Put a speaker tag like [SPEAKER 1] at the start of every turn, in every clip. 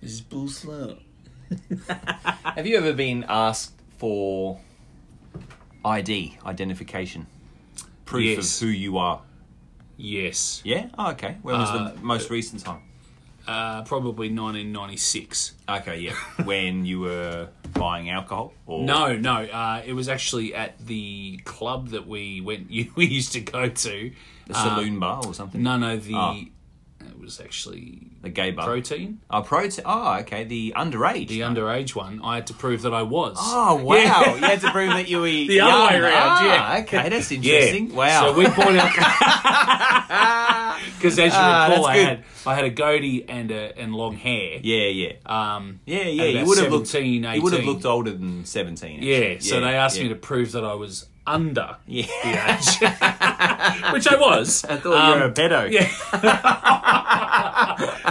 [SPEAKER 1] This is bull slap.
[SPEAKER 2] Have you ever been asked for ID, identification? Proof of
[SPEAKER 1] Yes.
[SPEAKER 2] who you are?
[SPEAKER 1] Yes.
[SPEAKER 2] Yeah? Oh, okay. When was
[SPEAKER 1] Uh,
[SPEAKER 2] the most recent time?
[SPEAKER 1] Uh, probably 1996.
[SPEAKER 2] Okay, yeah. when you were buying alcohol? Or...
[SPEAKER 1] No, no. Uh, it was actually at the club that we went. we used to go to.
[SPEAKER 2] The saloon bar or something?
[SPEAKER 1] uh, No, no. The
[SPEAKER 2] Oh.
[SPEAKER 1] it was actually
[SPEAKER 2] The gay bar?
[SPEAKER 1] protein.
[SPEAKER 2] oh, protein. Oh, okay. The underage.
[SPEAKER 1] The underage one. I had to prove that I was.
[SPEAKER 2] Oh wow!
[SPEAKER 1] Yeah.
[SPEAKER 2] You had to prove that you were the
[SPEAKER 1] other way around, yeah.
[SPEAKER 2] okay, that's interesting. Wow.
[SPEAKER 1] So we bought out because as you
[SPEAKER 2] Ah,
[SPEAKER 1] recall,
[SPEAKER 2] that's
[SPEAKER 1] I
[SPEAKER 2] good.
[SPEAKER 1] had I had a goatee and a and long hair.
[SPEAKER 2] yeah, yeah,
[SPEAKER 1] Um,
[SPEAKER 2] yeah,
[SPEAKER 1] at
[SPEAKER 2] yeah. You
[SPEAKER 1] about
[SPEAKER 2] would have looked.
[SPEAKER 1] 17,
[SPEAKER 2] You would have
[SPEAKER 1] 18.
[SPEAKER 2] looked older than seventeen.
[SPEAKER 1] Yeah, so they asked me to prove that I was under
[SPEAKER 2] Yeah.
[SPEAKER 1] the age, which I was.
[SPEAKER 2] I thought you were a pedo.
[SPEAKER 1] Um, yeah.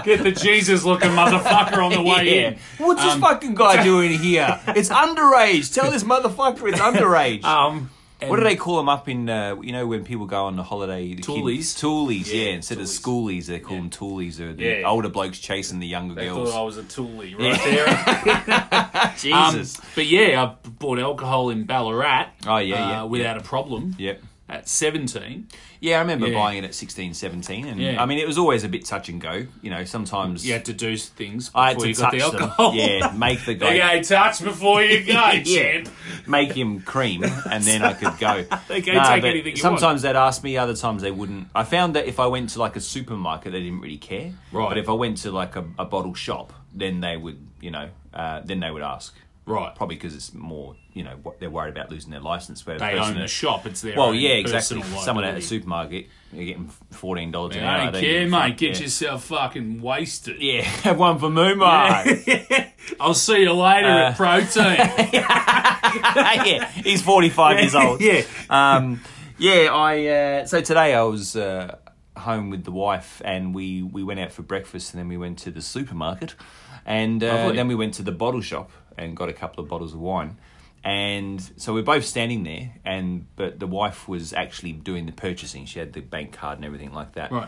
[SPEAKER 1] Get the Jesus looking motherfucker on the way
[SPEAKER 2] Yeah.
[SPEAKER 1] in. Um,
[SPEAKER 2] What's this fucking guy doing here? It's underage. Tell this motherfucker it's underage.
[SPEAKER 1] Um,
[SPEAKER 2] what do they call them up in? Uh, you know when people go on the holiday? The kid-
[SPEAKER 1] Toolies.
[SPEAKER 2] Toolies. Yeah.
[SPEAKER 1] Yeah,
[SPEAKER 2] instead of
[SPEAKER 1] toolies.
[SPEAKER 2] schoolies, they call them toolies. Or the
[SPEAKER 1] Yeah.
[SPEAKER 2] older blokes chasing the younger
[SPEAKER 1] they
[SPEAKER 2] girls.
[SPEAKER 1] thought I was a toolie right there. Um,
[SPEAKER 2] Jesus.
[SPEAKER 1] but yeah, I bought alcohol in Ballarat.
[SPEAKER 2] Oh, yeah,
[SPEAKER 1] uh,
[SPEAKER 2] yeah,
[SPEAKER 1] without a problem.
[SPEAKER 2] yep.
[SPEAKER 1] At seventeen,
[SPEAKER 2] Yeah, I remember
[SPEAKER 1] Yeah.
[SPEAKER 2] buying it at 16, 17. And
[SPEAKER 1] Yeah.
[SPEAKER 2] I mean, it was always a bit touch and go. You know, sometimes
[SPEAKER 1] you had to do things before
[SPEAKER 2] I had to
[SPEAKER 1] you got
[SPEAKER 2] touch
[SPEAKER 1] the
[SPEAKER 2] them.
[SPEAKER 1] alcohol.
[SPEAKER 2] Yeah, make the guy
[SPEAKER 1] They go touch before you go,
[SPEAKER 2] Yeah.
[SPEAKER 1] champ.
[SPEAKER 2] make him cream, and then I could go.
[SPEAKER 1] They go take
[SPEAKER 2] but
[SPEAKER 1] anything you want.
[SPEAKER 2] sometimes they'd ask me, other times they wouldn't. I found that if I went to like a supermarket, they didn't really care.
[SPEAKER 1] Right.
[SPEAKER 2] But if I went to like a, a bottle shop, then they would, you know, uh, then they would ask.
[SPEAKER 1] Right.
[SPEAKER 2] Probably because it's more, you know, what they're worried about losing their license. Where the
[SPEAKER 1] They
[SPEAKER 2] person
[SPEAKER 1] own the
[SPEAKER 2] that-
[SPEAKER 1] shop. It's their
[SPEAKER 2] Well,
[SPEAKER 1] own
[SPEAKER 2] yeah, exactly.
[SPEAKER 1] personal
[SPEAKER 2] Someone at a
[SPEAKER 1] liability.
[SPEAKER 2] supermarket, you're getting fourteen dollars an
[SPEAKER 1] I
[SPEAKER 2] hour.
[SPEAKER 1] don't
[SPEAKER 2] they
[SPEAKER 1] care,
[SPEAKER 2] give a
[SPEAKER 1] mate.
[SPEAKER 2] fuck,
[SPEAKER 1] Get
[SPEAKER 2] yeah.
[SPEAKER 1] yourself fucking wasted.
[SPEAKER 2] Yeah, have one for Moomai.
[SPEAKER 1] I'll see you later
[SPEAKER 2] Uh,
[SPEAKER 1] at protein.
[SPEAKER 2] Yeah. he's 45 years old.
[SPEAKER 1] yeah.
[SPEAKER 2] Um, yeah, I. Uh, so today I was uh, home with the wife and we, we went out for breakfast and then we went to the supermarket and uh,
[SPEAKER 1] Lovely.
[SPEAKER 2] then we went to the bottle shop and got a couple of bottles of wine. And so we're both standing there, and but the wife was actually doing the purchasing. She had the bank card and everything like that.
[SPEAKER 1] Right.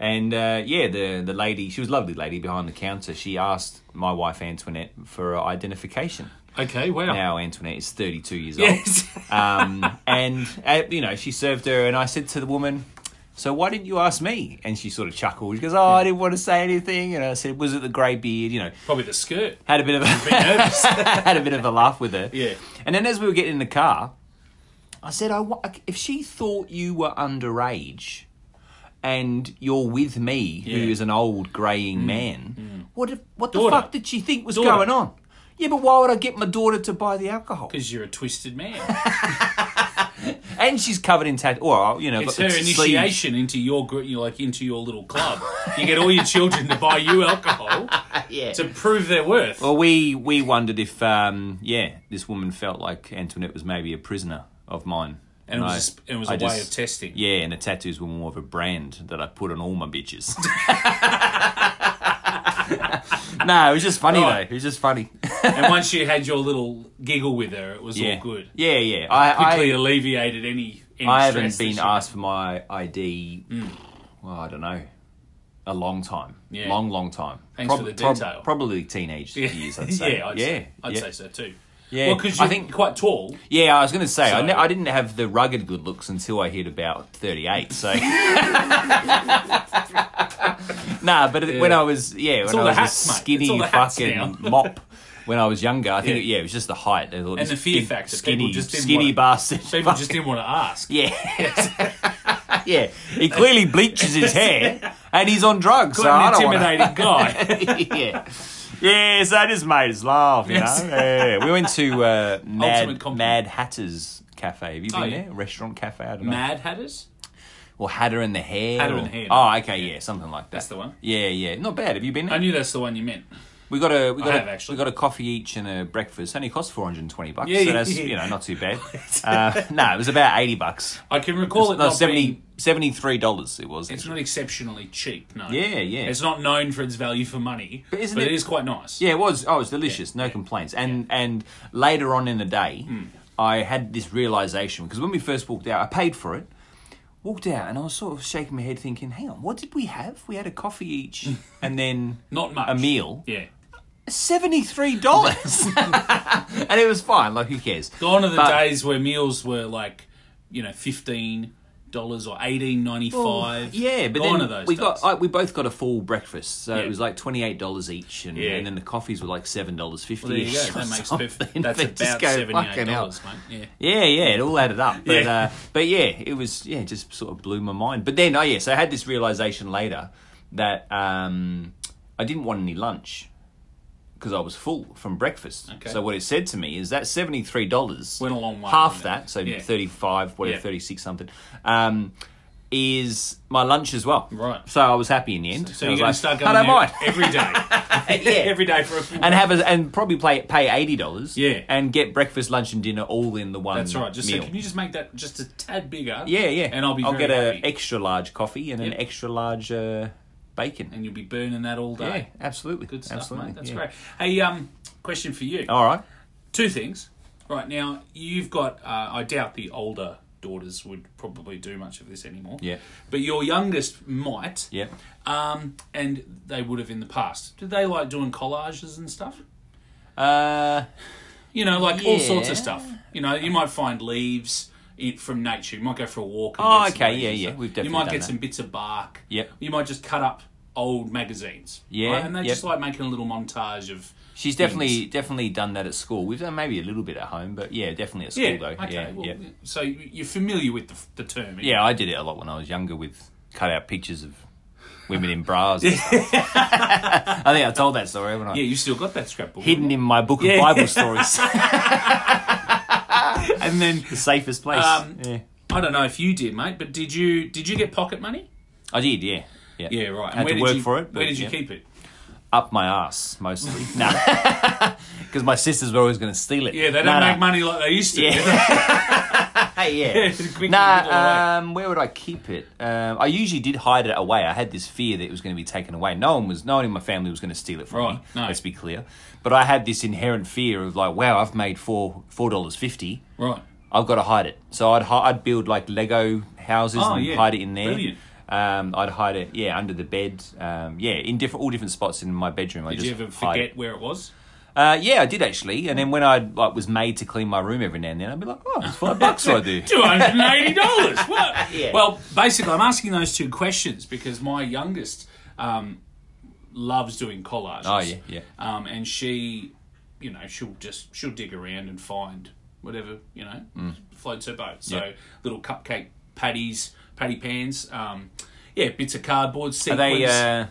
[SPEAKER 2] And uh, yeah, the the lady, she was a lovely lady behind the counter. She asked my wife Antoinette for her identification.
[SPEAKER 1] Okay, wow.
[SPEAKER 2] Now Antoinette is 32 years
[SPEAKER 1] Yes.
[SPEAKER 2] old. Um, and, uh, you know, she served her, and I said to the woman, So why didn't you ask me? And she sort of chuckled. She goes, Oh, I didn't want to say anything. And I said, Was it the grey beard? You know,
[SPEAKER 1] Probably the skirt.
[SPEAKER 2] had a bit of a,
[SPEAKER 1] Nervous.
[SPEAKER 2] had a, bit of a laugh with her.
[SPEAKER 1] Yeah.
[SPEAKER 2] And then as we were getting in the car, I said, I, wa- If she thought you were underage, and you're with me, who
[SPEAKER 1] Yeah. Mm.
[SPEAKER 2] is an old greying man. What if, what the
[SPEAKER 1] Daughter.
[SPEAKER 2] fuck did she think was
[SPEAKER 1] Daughter.
[SPEAKER 2] going on? Yeah, but why would I get my daughter to buy the alcohol?
[SPEAKER 1] Because you're a twisted man.
[SPEAKER 2] and she's covered in tattoo. Or you know,
[SPEAKER 1] It's her
[SPEAKER 2] got the sleeve-
[SPEAKER 1] initiation into your gr- you like into your little club. You get all your children to buy you alcohol
[SPEAKER 2] Yeah. Oh,
[SPEAKER 1] to prove their worth.
[SPEAKER 2] Well, we we wondered if um, yeah, this woman felt like Antoinette was maybe a prisoner of mine,
[SPEAKER 1] and it was, a sp- it was a
[SPEAKER 2] I
[SPEAKER 1] way
[SPEAKER 2] just-
[SPEAKER 1] of testing.
[SPEAKER 2] Yeah, and the tattoos were more of a brand that I put on all my bitches. no, it was just funny
[SPEAKER 1] Right.
[SPEAKER 2] though. It was just funny.
[SPEAKER 1] And once you had your little giggle with her, it was
[SPEAKER 2] yeah,
[SPEAKER 1] all good.
[SPEAKER 2] Yeah, yeah. I
[SPEAKER 1] Quickly alleviated any. any
[SPEAKER 2] I, I haven't
[SPEAKER 1] stress that
[SPEAKER 2] been
[SPEAKER 1] she-
[SPEAKER 2] asked for my ID.
[SPEAKER 1] Hmm.
[SPEAKER 2] Well, I don't know. A long time,
[SPEAKER 1] Yeah.
[SPEAKER 2] long, long time.
[SPEAKER 1] Thanks for the detail.
[SPEAKER 2] probably teenage years, I'd say.
[SPEAKER 1] yeah, I'd,
[SPEAKER 2] yeah,
[SPEAKER 1] Say, I'd
[SPEAKER 2] yeah.
[SPEAKER 1] say so too.
[SPEAKER 2] Yeah.
[SPEAKER 1] well, because
[SPEAKER 2] I
[SPEAKER 1] you're
[SPEAKER 2] think-
[SPEAKER 1] quite tall.
[SPEAKER 2] Yeah, I was going to say I,
[SPEAKER 1] So-
[SPEAKER 2] ne- I didn't have the rugged good looks until I hit about thirty-eight. So, nah, but it when I was yeah, when
[SPEAKER 1] all
[SPEAKER 2] I
[SPEAKER 1] the
[SPEAKER 2] was
[SPEAKER 1] hats,
[SPEAKER 2] a
[SPEAKER 1] mate. It's
[SPEAKER 2] skinny
[SPEAKER 1] all the hats now.
[SPEAKER 2] fucking mop. When I was younger, I think
[SPEAKER 1] Yeah.
[SPEAKER 2] yeah, it was just the height They thought
[SPEAKER 1] And
[SPEAKER 2] this
[SPEAKER 1] the fear
[SPEAKER 2] big,
[SPEAKER 1] factor. People
[SPEAKER 2] Skinny,
[SPEAKER 1] just didn't
[SPEAKER 2] skinny
[SPEAKER 1] wanna-
[SPEAKER 2] bastard.
[SPEAKER 1] People just didn't want to ask.
[SPEAKER 2] yeah, yeah. He clearly bleaches his hair, and he's on drugs. So I
[SPEAKER 1] Quite
[SPEAKER 2] don't
[SPEAKER 1] an
[SPEAKER 2] want to
[SPEAKER 1] intimidating guy.
[SPEAKER 2] yeah. Yeah, so I just made us laugh, you
[SPEAKER 1] Yes.
[SPEAKER 2] know. Yeah. We went to uh, Mad,
[SPEAKER 1] Ultimate compliment.
[SPEAKER 2] Mad Hatter's Cafe. Have you been
[SPEAKER 1] Oh, yeah.
[SPEAKER 2] there? Restaurant cafe, I don't know.
[SPEAKER 1] Mad Hatters?
[SPEAKER 2] Or Hatter and the Hair.
[SPEAKER 1] Hatter
[SPEAKER 2] or-
[SPEAKER 1] and the Hare.
[SPEAKER 2] Oh, okay, yeah, something like that.
[SPEAKER 1] That's the one.
[SPEAKER 2] Yeah, yeah. Not bad. Have you been
[SPEAKER 1] I
[SPEAKER 2] there?
[SPEAKER 1] knew that's the one you meant.
[SPEAKER 2] We got a we got
[SPEAKER 1] I
[SPEAKER 2] a,
[SPEAKER 1] have, actually.
[SPEAKER 2] we got a coffee each and a breakfast. Only cost four hundred and twenty bucks.
[SPEAKER 1] Yeah,
[SPEAKER 2] so
[SPEAKER 1] yeah,
[SPEAKER 2] that's
[SPEAKER 1] yeah.
[SPEAKER 2] you know, not too bad. uh, no, it was about eighty bucks.
[SPEAKER 1] I can recall it
[SPEAKER 2] No,
[SPEAKER 1] not
[SPEAKER 2] 70,
[SPEAKER 1] being.
[SPEAKER 2] 73 dollars it was.
[SPEAKER 1] It's not exceptionally cheap, no.
[SPEAKER 2] Yeah, yeah.
[SPEAKER 1] It's not known for its value for money, but,
[SPEAKER 2] isn't it-
[SPEAKER 1] it is quite nice.
[SPEAKER 2] Yeah, it was. Oh, it was delicious. No complaints. And and later on in the day,
[SPEAKER 1] Hmm.
[SPEAKER 2] I had this realization because when we first walked out, I paid for it. Walked out, and I was sort of shaking my head, thinking, "Hang on, what did we have? We had a coffee each, and then
[SPEAKER 1] Not much.
[SPEAKER 2] a meal.
[SPEAKER 1] Yeah.
[SPEAKER 2] seventy three dollars, and it was fine. Like who cares?
[SPEAKER 1] Gone are the
[SPEAKER 2] But-
[SPEAKER 1] days where meals were like, you know, fifteen dollars or eighteen ninety five.
[SPEAKER 2] Yeah, but
[SPEAKER 1] gone
[SPEAKER 2] then
[SPEAKER 1] are those
[SPEAKER 2] we
[SPEAKER 1] days.
[SPEAKER 2] got I, we both got a full breakfast, so
[SPEAKER 1] Yeah.
[SPEAKER 2] it was like twenty eight dollars each, and,
[SPEAKER 1] Yeah.
[SPEAKER 2] and then the coffees were like seven dollars fifty.
[SPEAKER 1] Well, there you go. That makes perfect. That's about seventy eight dollars, mate. Yeah.
[SPEAKER 2] Yeah, yeah, it all added up. But
[SPEAKER 1] Yeah.
[SPEAKER 2] uh, but yeah, it was yeah, it just sort of blew my mind. But then oh yeah, so I had this realization later that um, I didn't want any lunch because I was full from breakfast.
[SPEAKER 1] Okay.
[SPEAKER 2] So what it said to me is that seventy three dollars
[SPEAKER 1] Went a long way,
[SPEAKER 2] Half
[SPEAKER 1] didn't it?
[SPEAKER 2] that, so
[SPEAKER 1] Yeah.
[SPEAKER 2] thirty five, whatever,
[SPEAKER 1] Yeah.
[SPEAKER 2] thirty six something. Um, is my lunch as well.
[SPEAKER 1] Right.
[SPEAKER 2] So I was happy in the end.
[SPEAKER 1] So
[SPEAKER 2] I
[SPEAKER 1] you're
[SPEAKER 2] was
[SPEAKER 1] going
[SPEAKER 2] like,
[SPEAKER 1] to start
[SPEAKER 2] I don't
[SPEAKER 1] going there
[SPEAKER 2] mind.
[SPEAKER 1] every day.
[SPEAKER 2] Yeah.
[SPEAKER 1] Every day for a full
[SPEAKER 2] and have a, and probably play, pay eighty dollars.
[SPEAKER 1] Yeah.
[SPEAKER 2] and get breakfast, lunch, and dinner all in the one.
[SPEAKER 1] That's right. Just
[SPEAKER 2] meal.
[SPEAKER 1] so, can you just make that just a tad bigger?
[SPEAKER 2] yeah, yeah.
[SPEAKER 1] And I'll be.
[SPEAKER 2] I'll
[SPEAKER 1] very
[SPEAKER 2] get a
[SPEAKER 1] happy.
[SPEAKER 2] extra large coffee and
[SPEAKER 1] Yep.
[SPEAKER 2] an extra large uh, bacon.
[SPEAKER 1] and you'll be burning that all
[SPEAKER 2] Yeah,
[SPEAKER 1] day.
[SPEAKER 2] absolutely.
[SPEAKER 1] Good stuff,
[SPEAKER 2] absolutely.
[SPEAKER 1] mate. That's
[SPEAKER 2] yeah. Oh.
[SPEAKER 1] great. Hey, um, question for you.
[SPEAKER 2] All right.
[SPEAKER 1] Two things. Right now, you've got. Uh, I doubt the older daughters would probably do much of this anymore.
[SPEAKER 2] Yeah.
[SPEAKER 1] But your youngest might.
[SPEAKER 2] Yeah.
[SPEAKER 1] Um, and they would have in the past. Did they like doing collages and stuff?
[SPEAKER 2] Uh,
[SPEAKER 1] You know, like all sorts
[SPEAKER 2] Yeah.
[SPEAKER 1] of stuff. You know, you might find leaves in, from nature. You might go for a walk. And
[SPEAKER 2] Oh,
[SPEAKER 1] get some
[SPEAKER 2] okay,
[SPEAKER 1] leaves
[SPEAKER 2] yeah,
[SPEAKER 1] and
[SPEAKER 2] yeah,
[SPEAKER 1] stuff.
[SPEAKER 2] we've
[SPEAKER 1] You
[SPEAKER 2] definitely
[SPEAKER 1] might
[SPEAKER 2] done
[SPEAKER 1] get
[SPEAKER 2] that.
[SPEAKER 1] some bits of bark.
[SPEAKER 2] Yep.
[SPEAKER 1] You might just cut up old magazines.
[SPEAKER 2] Yeah,
[SPEAKER 1] right? And they
[SPEAKER 2] yep.
[SPEAKER 1] just like making a little montage of.
[SPEAKER 2] she's
[SPEAKER 1] things.
[SPEAKER 2] definitely definitely done that at school. We've done maybe a little bit at home, but yeah, definitely at school
[SPEAKER 1] Yeah.
[SPEAKER 2] though.
[SPEAKER 1] okay.
[SPEAKER 2] yeah,
[SPEAKER 1] well,
[SPEAKER 2] yeah.
[SPEAKER 1] So you- you're familiar with the, f- the term.
[SPEAKER 2] Yeah, I did it a lot when I was younger with cut out pictures of women in bras. And stuff. I think I told that story when I
[SPEAKER 1] Yeah, you've still got that scrapbook.
[SPEAKER 2] hidden in my book of
[SPEAKER 1] Yeah.
[SPEAKER 2] Bible stories. and then the safest place.
[SPEAKER 1] Um,
[SPEAKER 2] yeah.
[SPEAKER 1] I don't know if you did, mate, but did you did you get pocket money?
[SPEAKER 2] I did, yeah. Yeah,
[SPEAKER 1] Yeah, right. And
[SPEAKER 2] Had
[SPEAKER 1] where
[SPEAKER 2] to
[SPEAKER 1] did
[SPEAKER 2] work
[SPEAKER 1] you,
[SPEAKER 2] for it. but
[SPEAKER 1] Where did you
[SPEAKER 2] yeah.
[SPEAKER 1] keep it?
[SPEAKER 2] Up my ass, mostly. no. Because my sisters were always going to steal it.
[SPEAKER 1] Yeah, they don't
[SPEAKER 2] No, no.
[SPEAKER 1] make money like they used to.
[SPEAKER 2] Yeah. yeah.
[SPEAKER 1] Quickly give it away.
[SPEAKER 2] Nah, um, where would I keep it? Um, I usually did hide it away. I had this fear that it was going to be taken away. No one was, no one in my family was going to steal it from
[SPEAKER 1] Right,
[SPEAKER 2] me.
[SPEAKER 1] no.
[SPEAKER 2] Let's be clear. But I had this inherent fear of like, wow, I've made four four dollars fifty.
[SPEAKER 1] right.
[SPEAKER 2] I've got to hide it. So I'd hi- I'd build like Lego houses
[SPEAKER 1] Oh,
[SPEAKER 2] and
[SPEAKER 1] yeah.
[SPEAKER 2] hide it in there.
[SPEAKER 1] Brilliant.
[SPEAKER 2] Um, I'd hide it, yeah, under the bed. Um, yeah, in different all different spots in my bedroom. I
[SPEAKER 1] Did
[SPEAKER 2] just
[SPEAKER 1] you ever
[SPEAKER 2] hide it.
[SPEAKER 1] forget where it was?
[SPEAKER 2] Uh, yeah, I did actually. And then when I like was made to clean my room every now and then, I'd be like, oh, it's five bucks what I do.
[SPEAKER 1] Two hundred and eighty dollars. What?
[SPEAKER 2] Yeah.
[SPEAKER 1] Well, basically, I'm asking those two questions because my youngest um, loves doing collages.
[SPEAKER 2] Oh, yeah, yeah.
[SPEAKER 1] Um, and she, you know, she'll just she'll dig around and find whatever you know floats her boat. So
[SPEAKER 2] Mm. Yeah.
[SPEAKER 1] little cupcake patties, patty pans. Um, yeah, bits of cardboard.
[SPEAKER 2] Are
[SPEAKER 1] Sequins.
[SPEAKER 2] they? Uh,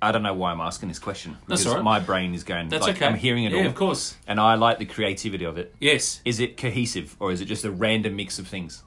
[SPEAKER 2] I don't know why I'm asking this question.
[SPEAKER 1] That's
[SPEAKER 2] because
[SPEAKER 1] all right.
[SPEAKER 2] My brain is going.
[SPEAKER 1] That's
[SPEAKER 2] like,
[SPEAKER 1] okay.
[SPEAKER 2] I'm hearing it
[SPEAKER 1] yeah,
[SPEAKER 2] all,
[SPEAKER 1] of course.
[SPEAKER 2] and I like the creativity of it.
[SPEAKER 1] Yes.
[SPEAKER 2] Is it cohesive or is it just a random mix of things?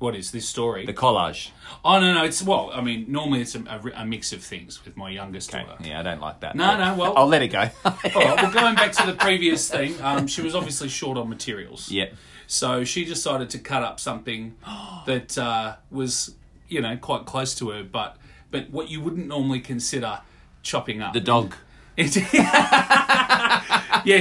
[SPEAKER 1] What is this story?
[SPEAKER 2] The collage.
[SPEAKER 1] Oh no, no. It's well. I mean, normally it's a, a, ri- a mix of things with my youngest daughter.
[SPEAKER 2] Yeah, I don't like that.
[SPEAKER 1] No,
[SPEAKER 2] But
[SPEAKER 1] no, well-
[SPEAKER 2] I'll let it go.
[SPEAKER 1] All right, well, going back to the previous thing, um, she was obviously short on materials.
[SPEAKER 2] yeah.
[SPEAKER 1] So she decided to cut up something that uh, was, you know, quite close to her, but but what you wouldn't normally consider chopping up.
[SPEAKER 2] The dog.
[SPEAKER 1] yeah,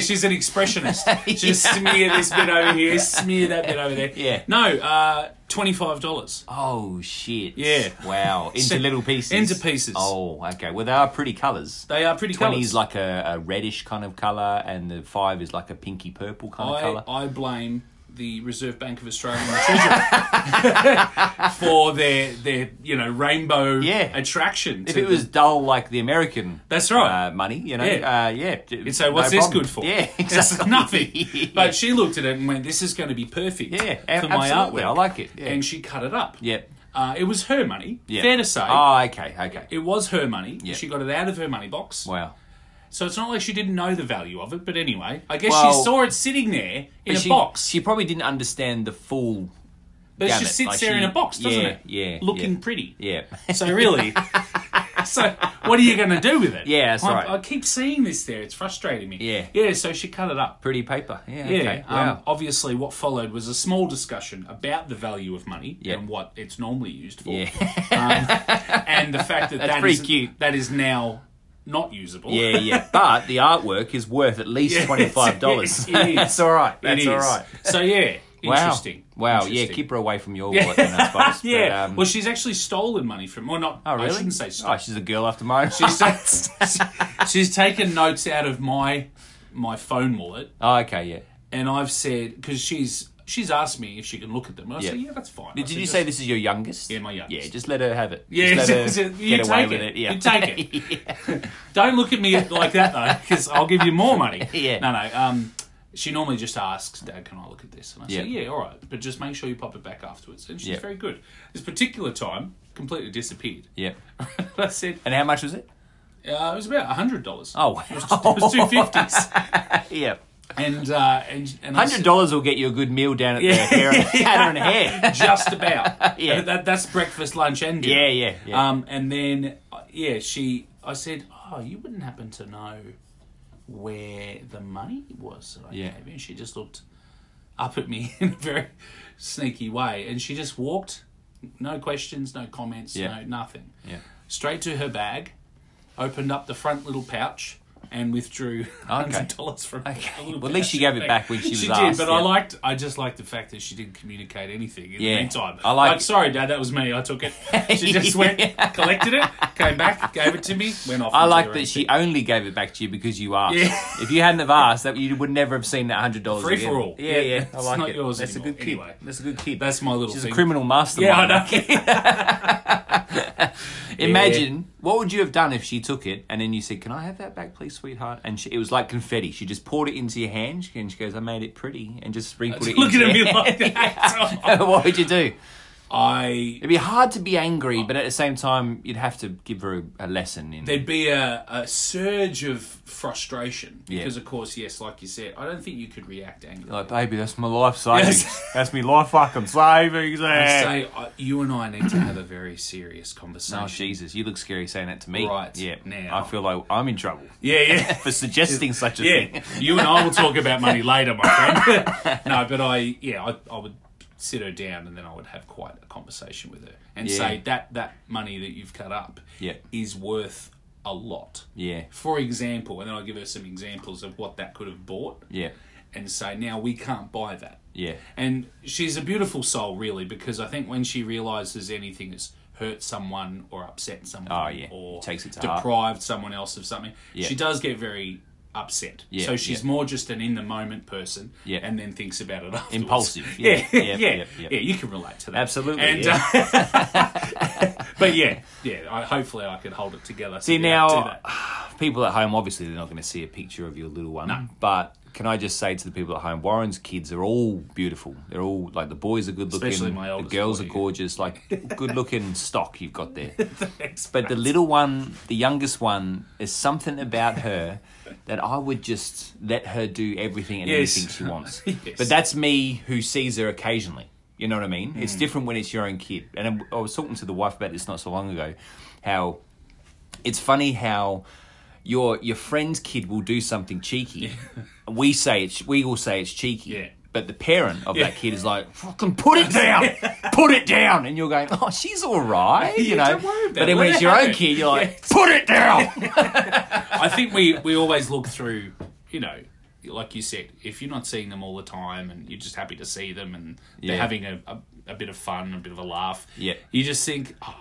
[SPEAKER 1] she's an expressionist. Just smear this bit over here, smear that bit over there.
[SPEAKER 2] Yeah.
[SPEAKER 1] No, uh, $25.
[SPEAKER 2] Oh shit!
[SPEAKER 1] Yeah.
[SPEAKER 2] Wow. Into
[SPEAKER 1] So-
[SPEAKER 2] little pieces.
[SPEAKER 1] into pieces.
[SPEAKER 2] Oh, okay. Well, they are pretty colours.
[SPEAKER 1] They are pretty
[SPEAKER 2] Twenty is like
[SPEAKER 1] colours.
[SPEAKER 2] a, a reddish kind of colour, and the five is like a pinky purple kind of
[SPEAKER 1] I,
[SPEAKER 2] colour.
[SPEAKER 1] I blame the Reserve Bank of Australia and the Treasury for their their you know rainbow
[SPEAKER 2] Yeah.
[SPEAKER 1] attraction.
[SPEAKER 2] If
[SPEAKER 1] to
[SPEAKER 2] it was dull like the American,
[SPEAKER 1] That's right.
[SPEAKER 2] Uh, money, you know, yeah.
[SPEAKER 1] Yeah.
[SPEAKER 2] Uh, yeah.
[SPEAKER 1] the, so what's
[SPEAKER 2] no
[SPEAKER 1] this
[SPEAKER 2] problem.
[SPEAKER 1] good for?
[SPEAKER 2] Yeah,
[SPEAKER 1] It's
[SPEAKER 2] exactly.
[SPEAKER 1] nothing. But she looked at it and went, "This is going to be perfect
[SPEAKER 2] Yeah,
[SPEAKER 1] for
[SPEAKER 2] a-
[SPEAKER 1] my
[SPEAKER 2] absolutely.
[SPEAKER 1] artwork."
[SPEAKER 2] I like it, yeah.
[SPEAKER 1] And she cut it up.
[SPEAKER 2] yeah.
[SPEAKER 1] Uh, it was her money.
[SPEAKER 2] yeah.
[SPEAKER 1] Fair to say,
[SPEAKER 2] Oh, okay, okay.
[SPEAKER 1] it was her money.
[SPEAKER 2] Yeah.
[SPEAKER 1] She got it out of her money box.
[SPEAKER 2] Wow.
[SPEAKER 1] So it's not like she didn't know the value of it. But anyway, I guess she
[SPEAKER 2] Well-
[SPEAKER 1] saw it sitting there in a
[SPEAKER 2] she,
[SPEAKER 1] box.
[SPEAKER 2] She probably didn't understand the full.
[SPEAKER 1] but it
[SPEAKER 2] gamut.
[SPEAKER 1] just sits
[SPEAKER 2] Like,
[SPEAKER 1] there in
[SPEAKER 2] she-
[SPEAKER 1] a box, doesn't
[SPEAKER 2] yeah,
[SPEAKER 1] it?
[SPEAKER 2] yeah,
[SPEAKER 1] looking
[SPEAKER 2] yeah.
[SPEAKER 1] pretty.
[SPEAKER 2] Yeah.
[SPEAKER 1] So really, so what are you going to do with it?
[SPEAKER 2] Yeah, that's
[SPEAKER 1] I,
[SPEAKER 2] right.
[SPEAKER 1] I keep seeing this there. It's frustrating me.
[SPEAKER 2] Yeah.
[SPEAKER 1] yeah. So she cut it up.
[SPEAKER 2] Pretty paper. Yeah.
[SPEAKER 1] Yeah.
[SPEAKER 2] Okay.
[SPEAKER 1] um,
[SPEAKER 2] wow.
[SPEAKER 1] Obviously, what followed was a small discussion about the value of money
[SPEAKER 2] Yeah.
[SPEAKER 1] and what it's normally used for, Um,
[SPEAKER 2] yeah.
[SPEAKER 1] and the fact that that
[SPEAKER 2] pretty
[SPEAKER 1] isn't-
[SPEAKER 2] cute.
[SPEAKER 1] that is now not usable.
[SPEAKER 2] yeah. Yeah. But the artwork is worth at least
[SPEAKER 1] Yeah,
[SPEAKER 2] twenty five dollars.
[SPEAKER 1] it is.
[SPEAKER 2] That's all right.
[SPEAKER 1] It
[SPEAKER 2] That's all
[SPEAKER 1] is.
[SPEAKER 2] right.
[SPEAKER 1] So yeah, Interesting.
[SPEAKER 2] Wow. Wow. Yeah,
[SPEAKER 1] Interesting.
[SPEAKER 2] keep her away from your wallet then, I suppose. But,
[SPEAKER 1] Yeah.
[SPEAKER 2] um,
[SPEAKER 1] well, she's actually stolen money from. Well, not.
[SPEAKER 2] oh, really?
[SPEAKER 1] I shouldn't say
[SPEAKER 2] Oh,
[SPEAKER 1] stolen.
[SPEAKER 2] she's a girl after my own.
[SPEAKER 1] She's, ta- she's taken notes out of my my phone wallet,
[SPEAKER 2] oh, okay, yeah.
[SPEAKER 1] and I've said because she's she's asked me if she can look at them. And I
[SPEAKER 2] Yeah.
[SPEAKER 1] said, yeah, that's fine.
[SPEAKER 2] Did, did you say this is your youngest?
[SPEAKER 1] Yeah, my youngest.
[SPEAKER 2] Yeah, just let her have it.
[SPEAKER 1] Yeah,
[SPEAKER 2] just let
[SPEAKER 1] so-
[SPEAKER 2] her
[SPEAKER 1] so you
[SPEAKER 2] get away
[SPEAKER 1] take
[SPEAKER 2] with
[SPEAKER 1] it.
[SPEAKER 2] it. Yeah,
[SPEAKER 1] You take Don't look at me like that though, because I'll give you more money.
[SPEAKER 2] Yeah.
[SPEAKER 1] No, no. Um, she normally just asks, "Dad, can I look at this?" And I say,
[SPEAKER 2] Yeah.
[SPEAKER 1] "Yeah, all right, but just make sure you pop it back afterwards." And she's
[SPEAKER 2] Yeah.
[SPEAKER 1] very good. This particular time, completely disappeared.
[SPEAKER 2] yeah.
[SPEAKER 1] I said,
[SPEAKER 2] And how much was it?
[SPEAKER 1] uh, "It was about hundred dollars."
[SPEAKER 2] Oh,
[SPEAKER 1] It was, it was two fifties,
[SPEAKER 2] yeah.
[SPEAKER 1] and uh, and and I
[SPEAKER 2] Hundred
[SPEAKER 1] said,
[SPEAKER 2] dollars will get you a good meal down at the hair and, hatter and hair.
[SPEAKER 1] just about.
[SPEAKER 2] Yeah.
[SPEAKER 1] And that, that's breakfast, lunch, and dinner.
[SPEAKER 2] Yeah, yeah, yeah.
[SPEAKER 1] Um, and then uh, yeah, she. I said, "Oh, you wouldn't happen to know where the money was that I
[SPEAKER 2] Yeah.
[SPEAKER 1] gave you?" And she just looked up at me in a very sneaky way, and she just walked, no questions, no comments,
[SPEAKER 2] Yeah.
[SPEAKER 1] no nothing,
[SPEAKER 2] Yeah.
[SPEAKER 1] straight to her bag, opened up the front little pouch. And withdrew hundred dollars from okay.
[SPEAKER 2] Well, at least she gave it back when she was
[SPEAKER 1] She
[SPEAKER 2] asked,
[SPEAKER 1] did, but
[SPEAKER 2] yeah.
[SPEAKER 1] I liked. I just liked the fact that she didn't communicate anything in
[SPEAKER 2] Yeah.
[SPEAKER 1] the meantime.
[SPEAKER 2] I like-
[SPEAKER 1] like sorry, Dad, that was me. I took it. She just went, collected it, came back, gave it to me, went off.
[SPEAKER 2] I
[SPEAKER 1] and did
[SPEAKER 2] like
[SPEAKER 1] her
[SPEAKER 2] that
[SPEAKER 1] own
[SPEAKER 2] she
[SPEAKER 1] thing.
[SPEAKER 2] only gave it back to you because you asked.
[SPEAKER 1] Yeah.
[SPEAKER 2] If you hadn't have asked, that you would never have seen that hundred dollars.
[SPEAKER 1] Free
[SPEAKER 2] again.
[SPEAKER 1] for all.
[SPEAKER 2] Yeah, yeah. I
[SPEAKER 1] It's
[SPEAKER 2] like
[SPEAKER 1] not
[SPEAKER 2] it.
[SPEAKER 1] yours
[SPEAKER 2] That's a
[SPEAKER 1] anymore.
[SPEAKER 2] good kid.
[SPEAKER 1] Anyway.
[SPEAKER 2] That's a good kid.
[SPEAKER 1] That's my little
[SPEAKER 2] She's a
[SPEAKER 1] thing.
[SPEAKER 2] criminal mastermind.
[SPEAKER 1] Yeah, I know.
[SPEAKER 2] Imagine what would you have done if she took it and then you said, "Can I have that back, please, sweetheart?" And she, it was like confetti. She just poured it into your hand and she goes, "I made it pretty," and just sprinkled it.
[SPEAKER 1] Look
[SPEAKER 2] into
[SPEAKER 1] at
[SPEAKER 2] your
[SPEAKER 1] me
[SPEAKER 2] hand.
[SPEAKER 1] like "Oh." that.
[SPEAKER 2] what would you do?
[SPEAKER 1] I
[SPEAKER 2] It'd be hard to be angry, but at the same time, you'd have to give her a, a lesson in.
[SPEAKER 1] there'd be a, a surge of frustration
[SPEAKER 2] Yeah.
[SPEAKER 1] because, of course, yes, like you said, I don't think you could react angrily.
[SPEAKER 2] like, baby, that's my life savings.
[SPEAKER 1] Yes.
[SPEAKER 2] that's my life fucking savings.
[SPEAKER 1] I
[SPEAKER 2] eh."
[SPEAKER 1] say I, you and I need to have a very serious conversation.
[SPEAKER 2] Oh Jesus, you look scary saying that to me.
[SPEAKER 1] Right,
[SPEAKER 2] Yeah.
[SPEAKER 1] now.
[SPEAKER 2] I feel like I'm in trouble
[SPEAKER 1] yeah, yeah.
[SPEAKER 2] for suggesting such a
[SPEAKER 1] Yeah,
[SPEAKER 2] thing.
[SPEAKER 1] you and I will talk about money later, my friend. no, but I, yeah, I, I would sit her down and then I would have quite a conversation with her and
[SPEAKER 2] Yeah.
[SPEAKER 1] say that that money that you've cut up
[SPEAKER 2] Yeah.
[SPEAKER 1] is worth a lot.
[SPEAKER 2] Yeah.
[SPEAKER 1] For example, and then I'll give her some examples of what that could have bought
[SPEAKER 2] Yeah.
[SPEAKER 1] and say, now we can't buy that.
[SPEAKER 2] Yeah.
[SPEAKER 1] And she's a beautiful soul, really, because I think when she realizes anything that's hurt someone or upset someone
[SPEAKER 2] Oh, yeah.
[SPEAKER 1] or
[SPEAKER 2] Takes it to heart.
[SPEAKER 1] deprived someone else of something,
[SPEAKER 2] Yeah.
[SPEAKER 1] she does get very upset.
[SPEAKER 2] Yeah,
[SPEAKER 1] so she's
[SPEAKER 2] yeah.
[SPEAKER 1] more just an in the moment person
[SPEAKER 2] Yeah.
[SPEAKER 1] and then thinks about it afterwards.
[SPEAKER 2] Impulsive, yeah,
[SPEAKER 1] Yeah. Yeah.
[SPEAKER 2] yeah,
[SPEAKER 1] Yeah,
[SPEAKER 2] yeah, yeah.
[SPEAKER 1] you can relate to that.
[SPEAKER 2] Absolutely,
[SPEAKER 1] And, uh, but yeah, yeah, I, hopefully I could hold it together.
[SPEAKER 2] See now people at home obviously they're not gonna see a picture of your little one. But can I just say to the people at home, Warren's kids are all beautiful. They're all like the boys are good looking,
[SPEAKER 1] Especially my
[SPEAKER 2] the
[SPEAKER 1] oldest
[SPEAKER 2] girls
[SPEAKER 1] boy.
[SPEAKER 2] are gorgeous, like good looking stock you've got there.
[SPEAKER 1] Thanks,
[SPEAKER 2] But the little one, the youngest one, is something about her that I would just let her do everything and
[SPEAKER 1] Yes.
[SPEAKER 2] anything she wants.
[SPEAKER 1] Yes.
[SPEAKER 2] But that's me who sees her occasionally. You know what I mean?
[SPEAKER 1] Hmm.
[SPEAKER 2] It's different when it's your own kid. And I I was talking to the wife about this not so long ago, how it's funny how your your friend's kid will do something cheeky. We say it's we all say it's cheeky.
[SPEAKER 1] Yeah.
[SPEAKER 2] But the parent of
[SPEAKER 1] Yeah.
[SPEAKER 2] that kid is like, fucking put it down, put it down, and you're going, oh, she's all right, you
[SPEAKER 1] Yeah,
[SPEAKER 2] know.
[SPEAKER 1] don't worry about
[SPEAKER 2] but then
[SPEAKER 1] it,
[SPEAKER 2] when
[SPEAKER 1] let
[SPEAKER 2] it's
[SPEAKER 1] it
[SPEAKER 2] your own
[SPEAKER 1] happen.
[SPEAKER 2] kid, you're like, put it down.
[SPEAKER 1] I think we, we always look through, you know, like you said, if you're not seeing them all the time and you're just happy to see them and
[SPEAKER 2] Yeah.
[SPEAKER 1] they're having a, a, a bit of fun, a bit of a laugh,
[SPEAKER 2] Yeah.
[SPEAKER 1] you just think, oh,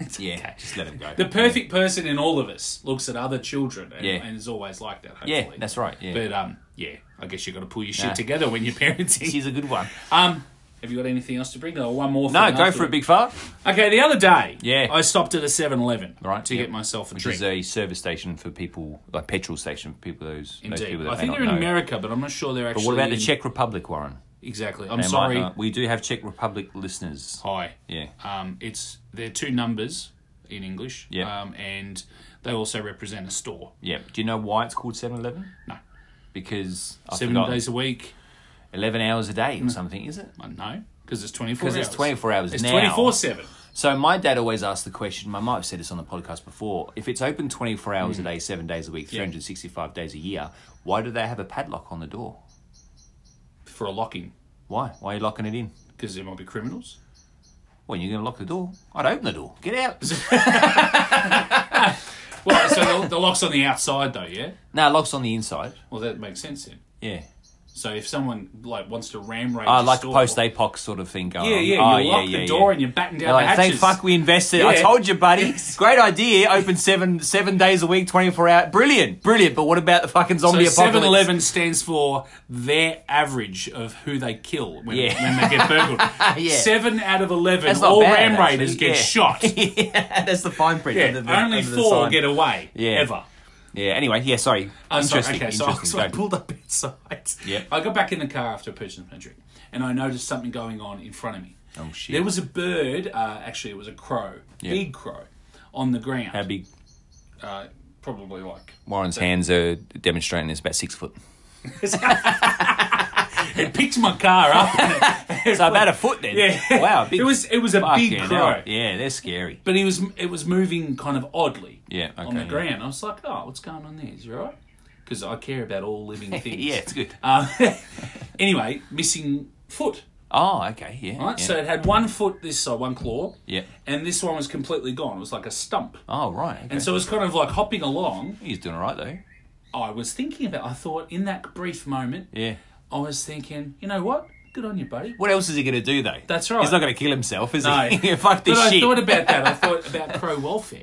[SPEAKER 1] it's
[SPEAKER 2] yeah,
[SPEAKER 1] okay.
[SPEAKER 2] just let him go.
[SPEAKER 1] The perfect person in all of us looks at other children and,
[SPEAKER 2] Yeah.
[SPEAKER 1] and is always like that, hopefully.
[SPEAKER 2] yeah, that's right. Yeah,
[SPEAKER 1] But, um, yeah, I guess you've got to pull your shit
[SPEAKER 2] Nah.
[SPEAKER 1] together when you're parenting.
[SPEAKER 2] she's a good one.
[SPEAKER 1] um, have you got anything else to bring? Or one more
[SPEAKER 2] No,
[SPEAKER 1] thing
[SPEAKER 2] go for
[SPEAKER 1] after-
[SPEAKER 2] it, big fart.
[SPEAKER 1] Okay, the other day,
[SPEAKER 2] Yeah.
[SPEAKER 1] I stopped at a 7 Eleven
[SPEAKER 2] Right,
[SPEAKER 1] to
[SPEAKER 2] yep.
[SPEAKER 1] get myself a
[SPEAKER 2] Which
[SPEAKER 1] drink.
[SPEAKER 2] is a service station for people, like petrol station for people those, those
[SPEAKER 1] Indeed.
[SPEAKER 2] people that
[SPEAKER 1] I
[SPEAKER 2] may
[SPEAKER 1] think
[SPEAKER 2] not
[SPEAKER 1] they're in
[SPEAKER 2] know.
[SPEAKER 1] America, but I'm not sure they're actually.
[SPEAKER 2] What about the
[SPEAKER 1] in-
[SPEAKER 2] Czech Republic, Warren?
[SPEAKER 1] Exactly. I'm
[SPEAKER 2] They might
[SPEAKER 1] sorry.
[SPEAKER 2] not- uh, we do have Czech Republic listeners.
[SPEAKER 1] Hi.
[SPEAKER 2] Yeah.
[SPEAKER 1] Um, it's they're two numbers in English.
[SPEAKER 2] Yeah.
[SPEAKER 1] Um, and they also represent a store.
[SPEAKER 2] Yeah. Do you know why it's called 7 Eleven?
[SPEAKER 1] No.
[SPEAKER 2] Because I
[SPEAKER 1] Seven
[SPEAKER 2] forgot.
[SPEAKER 1] days a week.
[SPEAKER 2] 11 hours a day or something, is it?
[SPEAKER 1] I don't know because it's 24.
[SPEAKER 2] Because it's 24 hours
[SPEAKER 1] It's
[SPEAKER 2] now.
[SPEAKER 1] 24 seven.
[SPEAKER 2] So my dad always asks the question. My might have said this on the podcast before. If it's open twenty four hours
[SPEAKER 1] Hmm.
[SPEAKER 2] a day, seven days a week, three hundred sixty five days a year, why do they have a padlock on the door?
[SPEAKER 1] for a locking
[SPEAKER 2] Why? Why are you locking it in?
[SPEAKER 1] because there might be criminals.
[SPEAKER 2] Well, you're going to lock the door. I'd open the door. Get out.
[SPEAKER 1] Well, so the, the lock's on the outside though, yeah.
[SPEAKER 2] no, locks on the inside.
[SPEAKER 1] Well, that makes sense then.
[SPEAKER 2] Yeah.
[SPEAKER 1] So if someone like wants to ram raid,
[SPEAKER 2] I
[SPEAKER 1] your
[SPEAKER 2] like
[SPEAKER 1] store-
[SPEAKER 2] post apoc sort of thing going
[SPEAKER 1] Yeah,
[SPEAKER 2] on.
[SPEAKER 1] yeah,
[SPEAKER 2] Oh,
[SPEAKER 1] you lock the door and you're batting
[SPEAKER 2] They're
[SPEAKER 1] down the
[SPEAKER 2] like,
[SPEAKER 1] hatches.
[SPEAKER 2] thank fuck we invested. I
[SPEAKER 1] Yeah.
[SPEAKER 2] told you, buddy. Great idea. Open seven seven days a week, twenty four hours. Brilliant, brilliant. But what about the fucking zombie
[SPEAKER 1] So Seven
[SPEAKER 2] apocalypse?
[SPEAKER 1] Eleven stands for their average of who they kill when,
[SPEAKER 2] Yeah.
[SPEAKER 1] when they get burgled.
[SPEAKER 2] Yeah.
[SPEAKER 1] Seven out of eleven,
[SPEAKER 2] That's not
[SPEAKER 1] all
[SPEAKER 2] bad,
[SPEAKER 1] ram raiders
[SPEAKER 2] actually.
[SPEAKER 1] get
[SPEAKER 2] Yeah.
[SPEAKER 1] shot.
[SPEAKER 2] yeah, that's the fine print.
[SPEAKER 1] Yeah,
[SPEAKER 2] under the-
[SPEAKER 1] only
[SPEAKER 2] under the
[SPEAKER 1] four
[SPEAKER 2] sign.
[SPEAKER 1] get away.
[SPEAKER 2] Yeah.
[SPEAKER 1] Ever.
[SPEAKER 2] Yeah. Anyway, yeah. Sorry.
[SPEAKER 1] Oh, sorry,
[SPEAKER 2] interesting.
[SPEAKER 1] okay, so,
[SPEAKER 2] interesting.
[SPEAKER 1] so I
[SPEAKER 2] Go.
[SPEAKER 1] pulled up outside.
[SPEAKER 2] Yeah.
[SPEAKER 1] I got back in the car after purchasing my drink, and I noticed something going on in front of me.
[SPEAKER 2] Oh, shit.
[SPEAKER 1] There was a bird. Uh, actually, it was a crow, big crow, on the ground.
[SPEAKER 2] How big?
[SPEAKER 1] Uh, probably like
[SPEAKER 2] Warren's hands are demonstrating it's about six foot.
[SPEAKER 1] it picked my car up.
[SPEAKER 2] So about a foot then.
[SPEAKER 1] Yeah.
[SPEAKER 2] Wow. Big,
[SPEAKER 1] it was it was a
[SPEAKER 2] fucking
[SPEAKER 1] big
[SPEAKER 2] hell.
[SPEAKER 1] crow,
[SPEAKER 2] Yeah, they're scary.
[SPEAKER 1] but he was it was moving kind of oddly.
[SPEAKER 2] Yeah, okay,
[SPEAKER 1] on the
[SPEAKER 2] yeah.
[SPEAKER 1] ground, I was like, oh, what's going on there? Is you alright? Because I care about all living things.
[SPEAKER 2] Yeah, it's good.
[SPEAKER 1] Um, anyway, missing foot.
[SPEAKER 2] Oh, okay. Yeah.
[SPEAKER 1] Right,
[SPEAKER 2] yeah.
[SPEAKER 1] so it had one foot this side, one claw.
[SPEAKER 2] Yeah.
[SPEAKER 1] And this one was completely gone. It was like a stump.
[SPEAKER 2] Oh right. Okay.
[SPEAKER 1] And so it was kind of like hopping along.
[SPEAKER 2] he's doing all right though.
[SPEAKER 1] I was thinking about I thought in that brief moment,
[SPEAKER 2] Yeah.
[SPEAKER 1] I was thinking, you know what? Good on you, buddy.
[SPEAKER 2] What else is he going to do though?
[SPEAKER 1] That's right.
[SPEAKER 2] He's not going to kill himself, is
[SPEAKER 1] No.
[SPEAKER 2] he? Fuck this
[SPEAKER 1] but
[SPEAKER 2] shit.
[SPEAKER 1] I thought about that. I thought about pro welfare.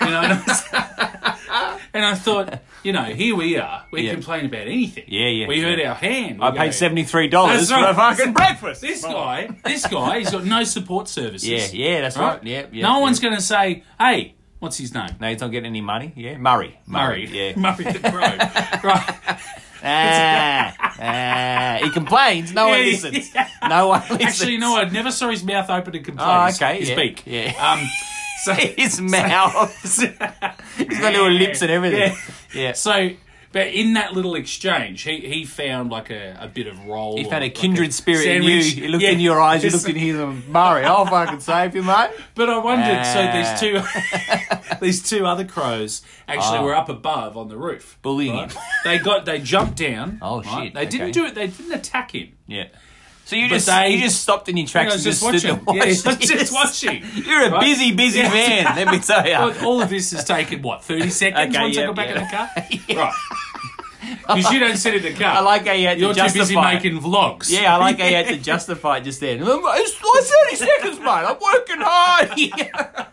[SPEAKER 1] You know, and, I was- and I thought, you know, here we are. We
[SPEAKER 2] Yeah.
[SPEAKER 1] complain about anything.
[SPEAKER 2] Yeah, yeah,
[SPEAKER 1] We hurt
[SPEAKER 2] yeah.
[SPEAKER 1] our hand.
[SPEAKER 2] I
[SPEAKER 1] We
[SPEAKER 2] paid
[SPEAKER 1] go,
[SPEAKER 2] seventy three dollars
[SPEAKER 1] That's right.
[SPEAKER 2] for a fucking breakfast.
[SPEAKER 1] This guy, this guy, he's got no support services.
[SPEAKER 2] Yeah, yeah, that's right. Yeah, yeah,
[SPEAKER 1] no
[SPEAKER 2] yeah.
[SPEAKER 1] one's going to say, hey, what's his name?
[SPEAKER 2] No, he's not getting any money. Yeah, Murray.
[SPEAKER 1] Murray.
[SPEAKER 2] Yeah.
[SPEAKER 1] Murray the Crow. right.
[SPEAKER 2] ah, ah. He complains. No one
[SPEAKER 1] Yeah,
[SPEAKER 2] listens. No one listens.
[SPEAKER 1] Actually, no, I never saw his mouth open and complain.
[SPEAKER 2] Oh,
[SPEAKER 1] His-
[SPEAKER 2] okay,
[SPEAKER 1] His
[SPEAKER 2] yeah,
[SPEAKER 1] beak.
[SPEAKER 2] yeah.
[SPEAKER 1] Um, so,
[SPEAKER 2] His mouth. He's got little lips and everything. Yeah.
[SPEAKER 1] so, but in that little exchange, he, he found like a, a bit of roll.
[SPEAKER 2] He found a kindred spirit in you. He looked in your eyes. He looked in his. Murray, I'll fucking save you, mate.
[SPEAKER 1] But I wondered,
[SPEAKER 2] Ah.
[SPEAKER 1] so these two, these two other crows actually
[SPEAKER 2] Ah.
[SPEAKER 1] were up above on the roof.
[SPEAKER 2] Bullying him.
[SPEAKER 1] They got, they jumped down.
[SPEAKER 2] Oh, shit,
[SPEAKER 1] They didn't
[SPEAKER 2] okay.
[SPEAKER 1] do it. They didn't attack him.
[SPEAKER 2] Yeah. So you
[SPEAKER 1] But
[SPEAKER 2] just
[SPEAKER 1] they-
[SPEAKER 2] you just stopped in your
[SPEAKER 1] I
[SPEAKER 2] tracks
[SPEAKER 1] was
[SPEAKER 2] and
[SPEAKER 1] just
[SPEAKER 2] just, stood and
[SPEAKER 1] watching. Yeah,
[SPEAKER 2] watched.
[SPEAKER 1] just,
[SPEAKER 2] Yes.
[SPEAKER 1] just watching.
[SPEAKER 2] You're a
[SPEAKER 1] Right?
[SPEAKER 2] busy, busy
[SPEAKER 1] Yeah.
[SPEAKER 2] man. Let me tell you.
[SPEAKER 1] Look, all of this has taken what thirty seconds
[SPEAKER 2] Okay,
[SPEAKER 1] once I
[SPEAKER 2] yeah,
[SPEAKER 1] got back in the
[SPEAKER 2] yeah.
[SPEAKER 1] car, right? Because you don't sit in the car.
[SPEAKER 2] I like how you had
[SPEAKER 1] You're
[SPEAKER 2] to
[SPEAKER 1] too busy
[SPEAKER 2] justify. it.
[SPEAKER 1] making vlogs.
[SPEAKER 2] Yeah, I like how you had to justify it just then. It's like 30 seconds, mate. I'm working hard. Yeah.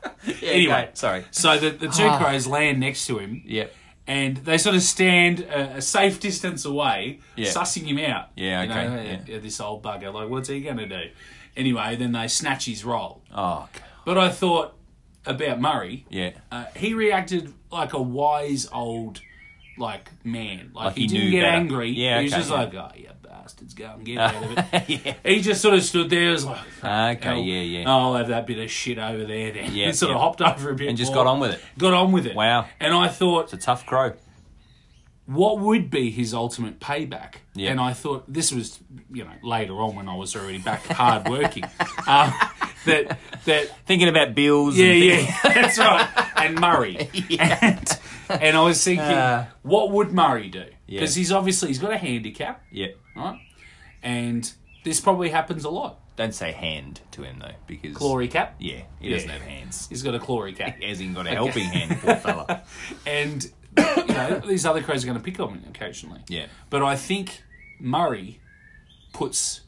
[SPEAKER 2] Yeah,
[SPEAKER 1] Anyway,
[SPEAKER 2] okay, sorry.
[SPEAKER 1] So the the
[SPEAKER 2] Ah.
[SPEAKER 1] two crows land next to him.
[SPEAKER 2] Yep.
[SPEAKER 1] And they sort of stand a, a safe distance away,
[SPEAKER 2] Yeah.
[SPEAKER 1] sussing him out.
[SPEAKER 2] Yeah,
[SPEAKER 1] You
[SPEAKER 2] okay,
[SPEAKER 1] know,
[SPEAKER 2] yeah.
[SPEAKER 1] "Hey, This old bugger, like, what's he going to do? Anyway, then they snatch his roll.
[SPEAKER 2] Oh, God.
[SPEAKER 1] But I thought about Murray.
[SPEAKER 2] yeah.
[SPEAKER 1] Uh, he reacted like a wise old, like man. Like, he,
[SPEAKER 2] he
[SPEAKER 1] didn't
[SPEAKER 2] knew
[SPEAKER 1] get
[SPEAKER 2] better.
[SPEAKER 1] angry.
[SPEAKER 2] Yeah,
[SPEAKER 1] he was
[SPEAKER 2] okay,
[SPEAKER 1] just
[SPEAKER 2] yeah.
[SPEAKER 1] like, "Oh, you bastards, go and get out of it."
[SPEAKER 2] yeah.
[SPEAKER 1] He just sort of stood there, was like,
[SPEAKER 2] Okay,
[SPEAKER 1] hell,
[SPEAKER 2] Oh, yeah, yeah.
[SPEAKER 1] I'll have that bit of shit over there." Then
[SPEAKER 2] Yeah,
[SPEAKER 1] he sort
[SPEAKER 2] yeah.
[SPEAKER 1] of hopped over a bit
[SPEAKER 2] Oh, And just
[SPEAKER 1] more,
[SPEAKER 2] got on with it.
[SPEAKER 1] Got on with it.
[SPEAKER 2] Wow.
[SPEAKER 1] And I thought,
[SPEAKER 2] It's a tough crow.
[SPEAKER 1] what would be his ultimate payback?
[SPEAKER 2] Yeah.
[SPEAKER 1] And I thought this was, you know, later on when I was already back hard working, um, that that
[SPEAKER 2] Thinking about bills.
[SPEAKER 1] yeah,
[SPEAKER 2] and thi-
[SPEAKER 1] yeah, that's right. And Murray. And, and I was thinking,
[SPEAKER 2] Uh.
[SPEAKER 1] what would Murray do?
[SPEAKER 2] Yeah.
[SPEAKER 1] Because he's obviously he's got a handicap,
[SPEAKER 2] yeah.
[SPEAKER 1] right? And this probably happens a lot.
[SPEAKER 2] Don't say hand to him, though, because.
[SPEAKER 1] Glory cap.
[SPEAKER 2] Yeah, he doesn't have hands.
[SPEAKER 1] He's got a glory cap.
[SPEAKER 2] He hasn't got a helping hand, poor fella.
[SPEAKER 1] And you know, these other crows are going to pick on him occasionally.
[SPEAKER 2] Yeah.
[SPEAKER 1] But I think Murray puts,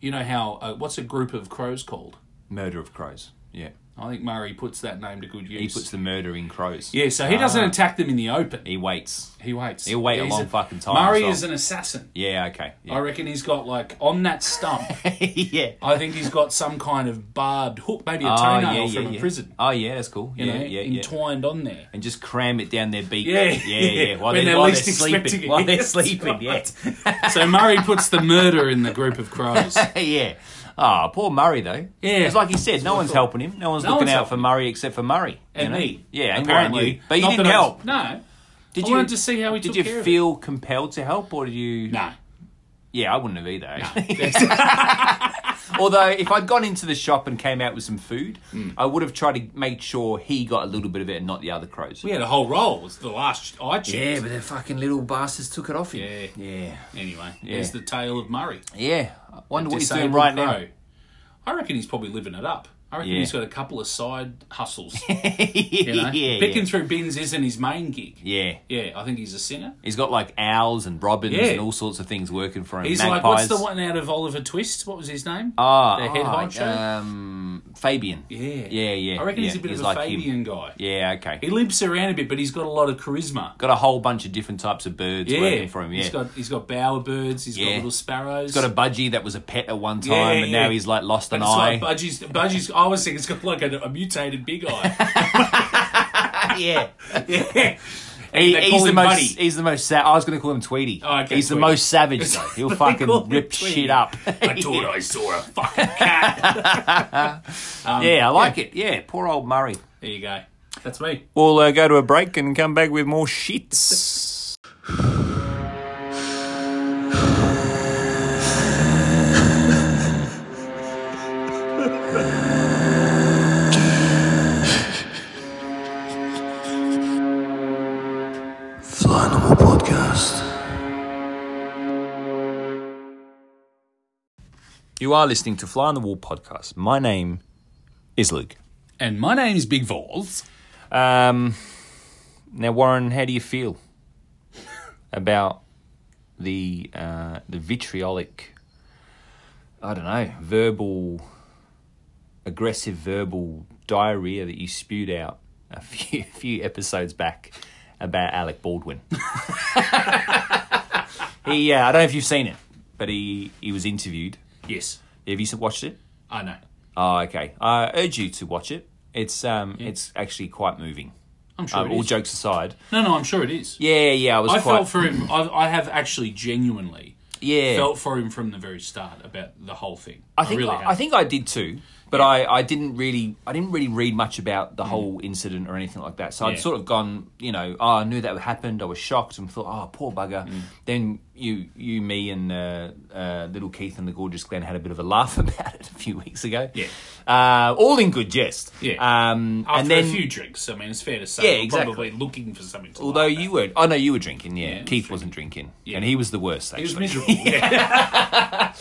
[SPEAKER 1] you know how uh, what's a group of crows called?
[SPEAKER 2] Murder of crows. Yeah.
[SPEAKER 1] I think Murray puts that name to good use.
[SPEAKER 2] He puts the murder in crows.
[SPEAKER 1] yeah, so he doesn't attack them in the open.
[SPEAKER 2] He waits.
[SPEAKER 1] He waits.
[SPEAKER 2] He'll wait a long fucking time
[SPEAKER 1] Murray
[SPEAKER 2] as well.
[SPEAKER 1] is an assassin.
[SPEAKER 2] Yeah, okay.
[SPEAKER 1] I
[SPEAKER 2] Yeah.
[SPEAKER 1] reckon he's got like on that stump.
[SPEAKER 2] yeah.
[SPEAKER 1] I think he's got some kind of barbed hook, maybe a
[SPEAKER 2] Oh,
[SPEAKER 1] toenail
[SPEAKER 2] yeah,
[SPEAKER 1] from
[SPEAKER 2] yeah,
[SPEAKER 1] a
[SPEAKER 2] yeah.
[SPEAKER 1] prison.
[SPEAKER 2] Oh, yeah, that's cool.
[SPEAKER 1] You
[SPEAKER 2] yeah,
[SPEAKER 1] know,
[SPEAKER 2] yeah, yeah.
[SPEAKER 1] entwined on there.
[SPEAKER 2] and just cram it down their beak.
[SPEAKER 1] Yeah.
[SPEAKER 2] yeah, yeah. While
[SPEAKER 1] When
[SPEAKER 2] they're,
[SPEAKER 1] they're
[SPEAKER 2] while
[SPEAKER 1] least
[SPEAKER 2] they're sleeping,
[SPEAKER 1] expecting it.
[SPEAKER 2] while they're
[SPEAKER 1] Yes,
[SPEAKER 2] sleeping. Yeah,
[SPEAKER 1] right. So Murray puts the murder in the group of crows.
[SPEAKER 2] yeah. Ah, poor Murray though.
[SPEAKER 1] Yeah.
[SPEAKER 2] it's like he said, no one's helping him. No one's
[SPEAKER 1] No
[SPEAKER 2] looking
[SPEAKER 1] one's
[SPEAKER 2] out
[SPEAKER 1] helping
[SPEAKER 2] for Murray except for Murray you
[SPEAKER 1] And
[SPEAKER 2] know?
[SPEAKER 1] me.
[SPEAKER 2] Yeah, and
[SPEAKER 1] apparently.
[SPEAKER 2] apparently, but you
[SPEAKER 1] Not
[SPEAKER 2] didn't
[SPEAKER 1] that I was-
[SPEAKER 2] help.
[SPEAKER 1] No.
[SPEAKER 2] Did
[SPEAKER 1] I
[SPEAKER 2] you
[SPEAKER 1] wanted to see how he
[SPEAKER 2] Did
[SPEAKER 1] took
[SPEAKER 2] you
[SPEAKER 1] care of it.
[SPEAKER 2] feel compelled to help, or did you?
[SPEAKER 1] No.
[SPEAKER 2] Yeah, I wouldn't have either. actually. Although, if I'd gone into the shop and came out with some food,
[SPEAKER 1] Hmm.
[SPEAKER 2] I would have tried to make sure he got a little bit of it and not the other crows.
[SPEAKER 1] We had a whole roll. It's the last I
[SPEAKER 2] Yeah,
[SPEAKER 1] checked.
[SPEAKER 2] but the fucking little bastards took it off him.
[SPEAKER 1] Yeah.
[SPEAKER 2] Yeah.
[SPEAKER 1] Anyway,
[SPEAKER 2] Yeah.
[SPEAKER 1] there's the tale of Murray.
[SPEAKER 2] Yeah. I wonder what he's doing
[SPEAKER 1] Disabled
[SPEAKER 2] right now.
[SPEAKER 1] crow. I reckon he's probably living it up. I reckon
[SPEAKER 2] Yeah.
[SPEAKER 1] he's got a couple of side hustles. You know?
[SPEAKER 2] yeah,
[SPEAKER 1] Picking
[SPEAKER 2] yeah.
[SPEAKER 1] through bins isn't his main gig.
[SPEAKER 2] yeah.
[SPEAKER 1] Yeah, I think he's a singer.
[SPEAKER 2] He's got like owls and robins
[SPEAKER 1] Yeah.
[SPEAKER 2] and all sorts of things working for him.
[SPEAKER 1] He's
[SPEAKER 2] Magpies.
[SPEAKER 1] like, what's the one out of Oliver Twist? What was his name?
[SPEAKER 2] Ah,
[SPEAKER 1] The head
[SPEAKER 2] ah,
[SPEAKER 1] honcho?
[SPEAKER 2] Um, Fabian.
[SPEAKER 1] yeah.
[SPEAKER 2] yeah, yeah.
[SPEAKER 1] I reckon he's a
[SPEAKER 2] yeah,
[SPEAKER 1] bit of a
[SPEAKER 2] like him.
[SPEAKER 1] Fabian guy.
[SPEAKER 2] Yeah, okay.
[SPEAKER 1] He limps around a bit, but he's got a lot of charisma.
[SPEAKER 2] got a whole bunch of different types of birds
[SPEAKER 1] Yeah.
[SPEAKER 2] working for him. Yeah.
[SPEAKER 1] He's got he's got bowerbirds, He's got
[SPEAKER 2] Yeah.
[SPEAKER 1] little sparrows.
[SPEAKER 2] He's got a budgie that was a pet at one time,
[SPEAKER 1] Yeah,
[SPEAKER 2] and now
[SPEAKER 1] yeah.
[SPEAKER 2] he's like lost an
[SPEAKER 1] it's
[SPEAKER 2] eye.
[SPEAKER 1] like budgies budgies I was thinking it's got like a, a mutated big eye.
[SPEAKER 2] yeah,
[SPEAKER 1] yeah.
[SPEAKER 2] he,
[SPEAKER 1] they
[SPEAKER 2] he's
[SPEAKER 1] call
[SPEAKER 2] the
[SPEAKER 1] him
[SPEAKER 2] most.
[SPEAKER 1] Buddy.
[SPEAKER 2] He's the most. Sa- I was going to call him Tweety.
[SPEAKER 1] Oh, okay,
[SPEAKER 2] he's the
[SPEAKER 1] Tweety.
[SPEAKER 2] most savage though. He'll
[SPEAKER 1] call
[SPEAKER 2] fucking
[SPEAKER 1] him
[SPEAKER 2] rip
[SPEAKER 1] Tweety.
[SPEAKER 2] shit up.
[SPEAKER 1] I thought I saw a fucking cat.
[SPEAKER 2] yeah, I like it. Yeah, poor old Murray.
[SPEAKER 1] there you go. That's me.
[SPEAKER 2] We'll uh, go to a break and come back with more shits.
[SPEAKER 3] Fly Animal Podcast.
[SPEAKER 2] You are listening to Fly on the Wall podcast. My name is Luke.
[SPEAKER 1] And my name's Big Vols.
[SPEAKER 2] Um, now, Warren, how do you feel about the uh, the vitriolic? I don't know, verbal, aggressive verbal diarrhea that you spewed out a few few episodes back about Alec Baldwin. he, uh, I don't know if you've seen it, but he he was interviewed.
[SPEAKER 1] Yes.
[SPEAKER 2] Have you watched it?
[SPEAKER 1] I know.
[SPEAKER 2] Oh, okay. I urge you to watch it. It's um, it's actually quite moving.
[SPEAKER 1] I'm sure
[SPEAKER 2] Um,
[SPEAKER 1] it
[SPEAKER 2] all
[SPEAKER 1] is.
[SPEAKER 2] jokes aside,
[SPEAKER 1] no, no, I'm sure it is.
[SPEAKER 2] yeah, yeah, I was
[SPEAKER 1] I
[SPEAKER 2] quite.
[SPEAKER 1] felt for him. I, I have actually genuinely
[SPEAKER 2] yeah,
[SPEAKER 1] felt for him from the very start about the whole thing.
[SPEAKER 2] I think I,
[SPEAKER 1] really
[SPEAKER 2] I,
[SPEAKER 1] have.
[SPEAKER 2] think I did too, but I, I didn't really I didn't really read much about the whole incident or anything like that. So I'd
[SPEAKER 1] Mm. Yeah.
[SPEAKER 2] sort of gone, you know, oh, I knew that happened. I was shocked and thought, oh, poor bugger.
[SPEAKER 1] Mm.
[SPEAKER 2] Then you you me and uh, uh, little Keith and the gorgeous Glenn had a bit of a laugh about it a few weeks ago.
[SPEAKER 1] Yeah.
[SPEAKER 2] uh, all in good jest.
[SPEAKER 1] Yeah.
[SPEAKER 2] um,
[SPEAKER 1] After
[SPEAKER 2] and then
[SPEAKER 1] a few drinks, I mean, it's fair to say,
[SPEAKER 2] Yeah,
[SPEAKER 1] we're
[SPEAKER 2] exactly.
[SPEAKER 1] probably looking for something to
[SPEAKER 2] Although
[SPEAKER 1] laugh
[SPEAKER 2] you were, I know you were drinking. Yeah,
[SPEAKER 1] I was
[SPEAKER 2] Keith wasn't drinking,
[SPEAKER 1] Yeah.
[SPEAKER 2] and he was the worst. Actually,
[SPEAKER 1] He was miserable. yeah.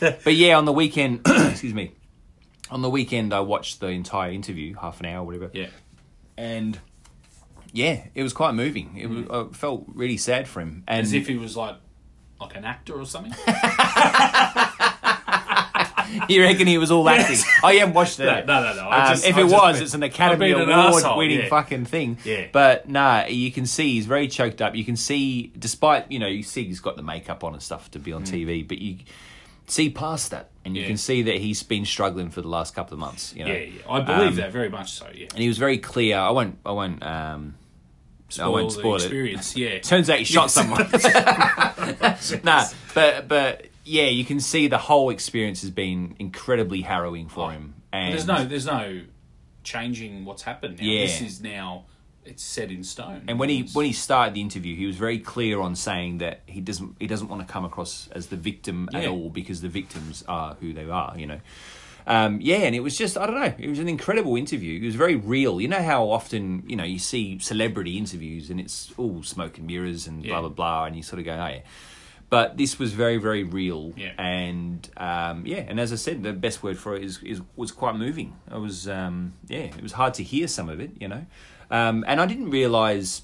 [SPEAKER 2] but yeah, on the weekend, excuse me, on the weekend I watched the entire interview, half an hour, whatever.
[SPEAKER 1] yeah.
[SPEAKER 2] and yeah, it was quite moving. It was, I felt really sad for him, and
[SPEAKER 1] Mm. As if he was like like an actor or something.
[SPEAKER 2] you reckon he was all acting. I haven't watched that.
[SPEAKER 1] No, no, no, I
[SPEAKER 2] Um,
[SPEAKER 1] just-
[SPEAKER 2] if
[SPEAKER 1] I
[SPEAKER 2] it
[SPEAKER 1] just
[SPEAKER 2] was,
[SPEAKER 1] been-
[SPEAKER 2] it's an
[SPEAKER 1] I've
[SPEAKER 2] Academy
[SPEAKER 1] been an
[SPEAKER 2] Award
[SPEAKER 1] arsehole,
[SPEAKER 2] winning
[SPEAKER 1] yeah.
[SPEAKER 2] fucking thing.
[SPEAKER 1] Yeah.
[SPEAKER 2] But nah, you can see he's very choked up. You can see, despite you know, you see he's got the makeup on and stuff to be on TV, but you see past that, and you
[SPEAKER 1] Mm. Yeah.
[SPEAKER 2] can see that he's been struggling for the last couple of months. You know.
[SPEAKER 1] Yeah, yeah. I believe that very much so, yeah.
[SPEAKER 2] And he was very clear. Um, I won't. I won't. Um, I won't
[SPEAKER 1] the
[SPEAKER 2] spoil it.
[SPEAKER 1] experience, yeah.
[SPEAKER 2] Turns out he shot someone. nah, but but yeah, you can see the whole experience has been incredibly harrowing for him. And
[SPEAKER 1] There's no there's no changing what's happened now.
[SPEAKER 2] Yeah.
[SPEAKER 1] This is now it's set in stone.
[SPEAKER 2] And when he when he started the interview, he was very clear on saying that he doesn't he doesn't want to come across as the victim at
[SPEAKER 1] Yeah.
[SPEAKER 2] all because the victims are who they are, you know. Um, yeah, and it was just I don't know, it was an incredible interview. It was very real. You know how often you know you see celebrity interviews and it's all smoke and mirrors and blah
[SPEAKER 1] Yeah.
[SPEAKER 2] blah blah, and you sort of go, oh yeah. But this was very very real,
[SPEAKER 1] Yeah.
[SPEAKER 2] and um, yeah, and as I said, the best word for it is, is was quite moving. It was um, yeah, it was hard to hear some of it, you know, um, and I didn't realize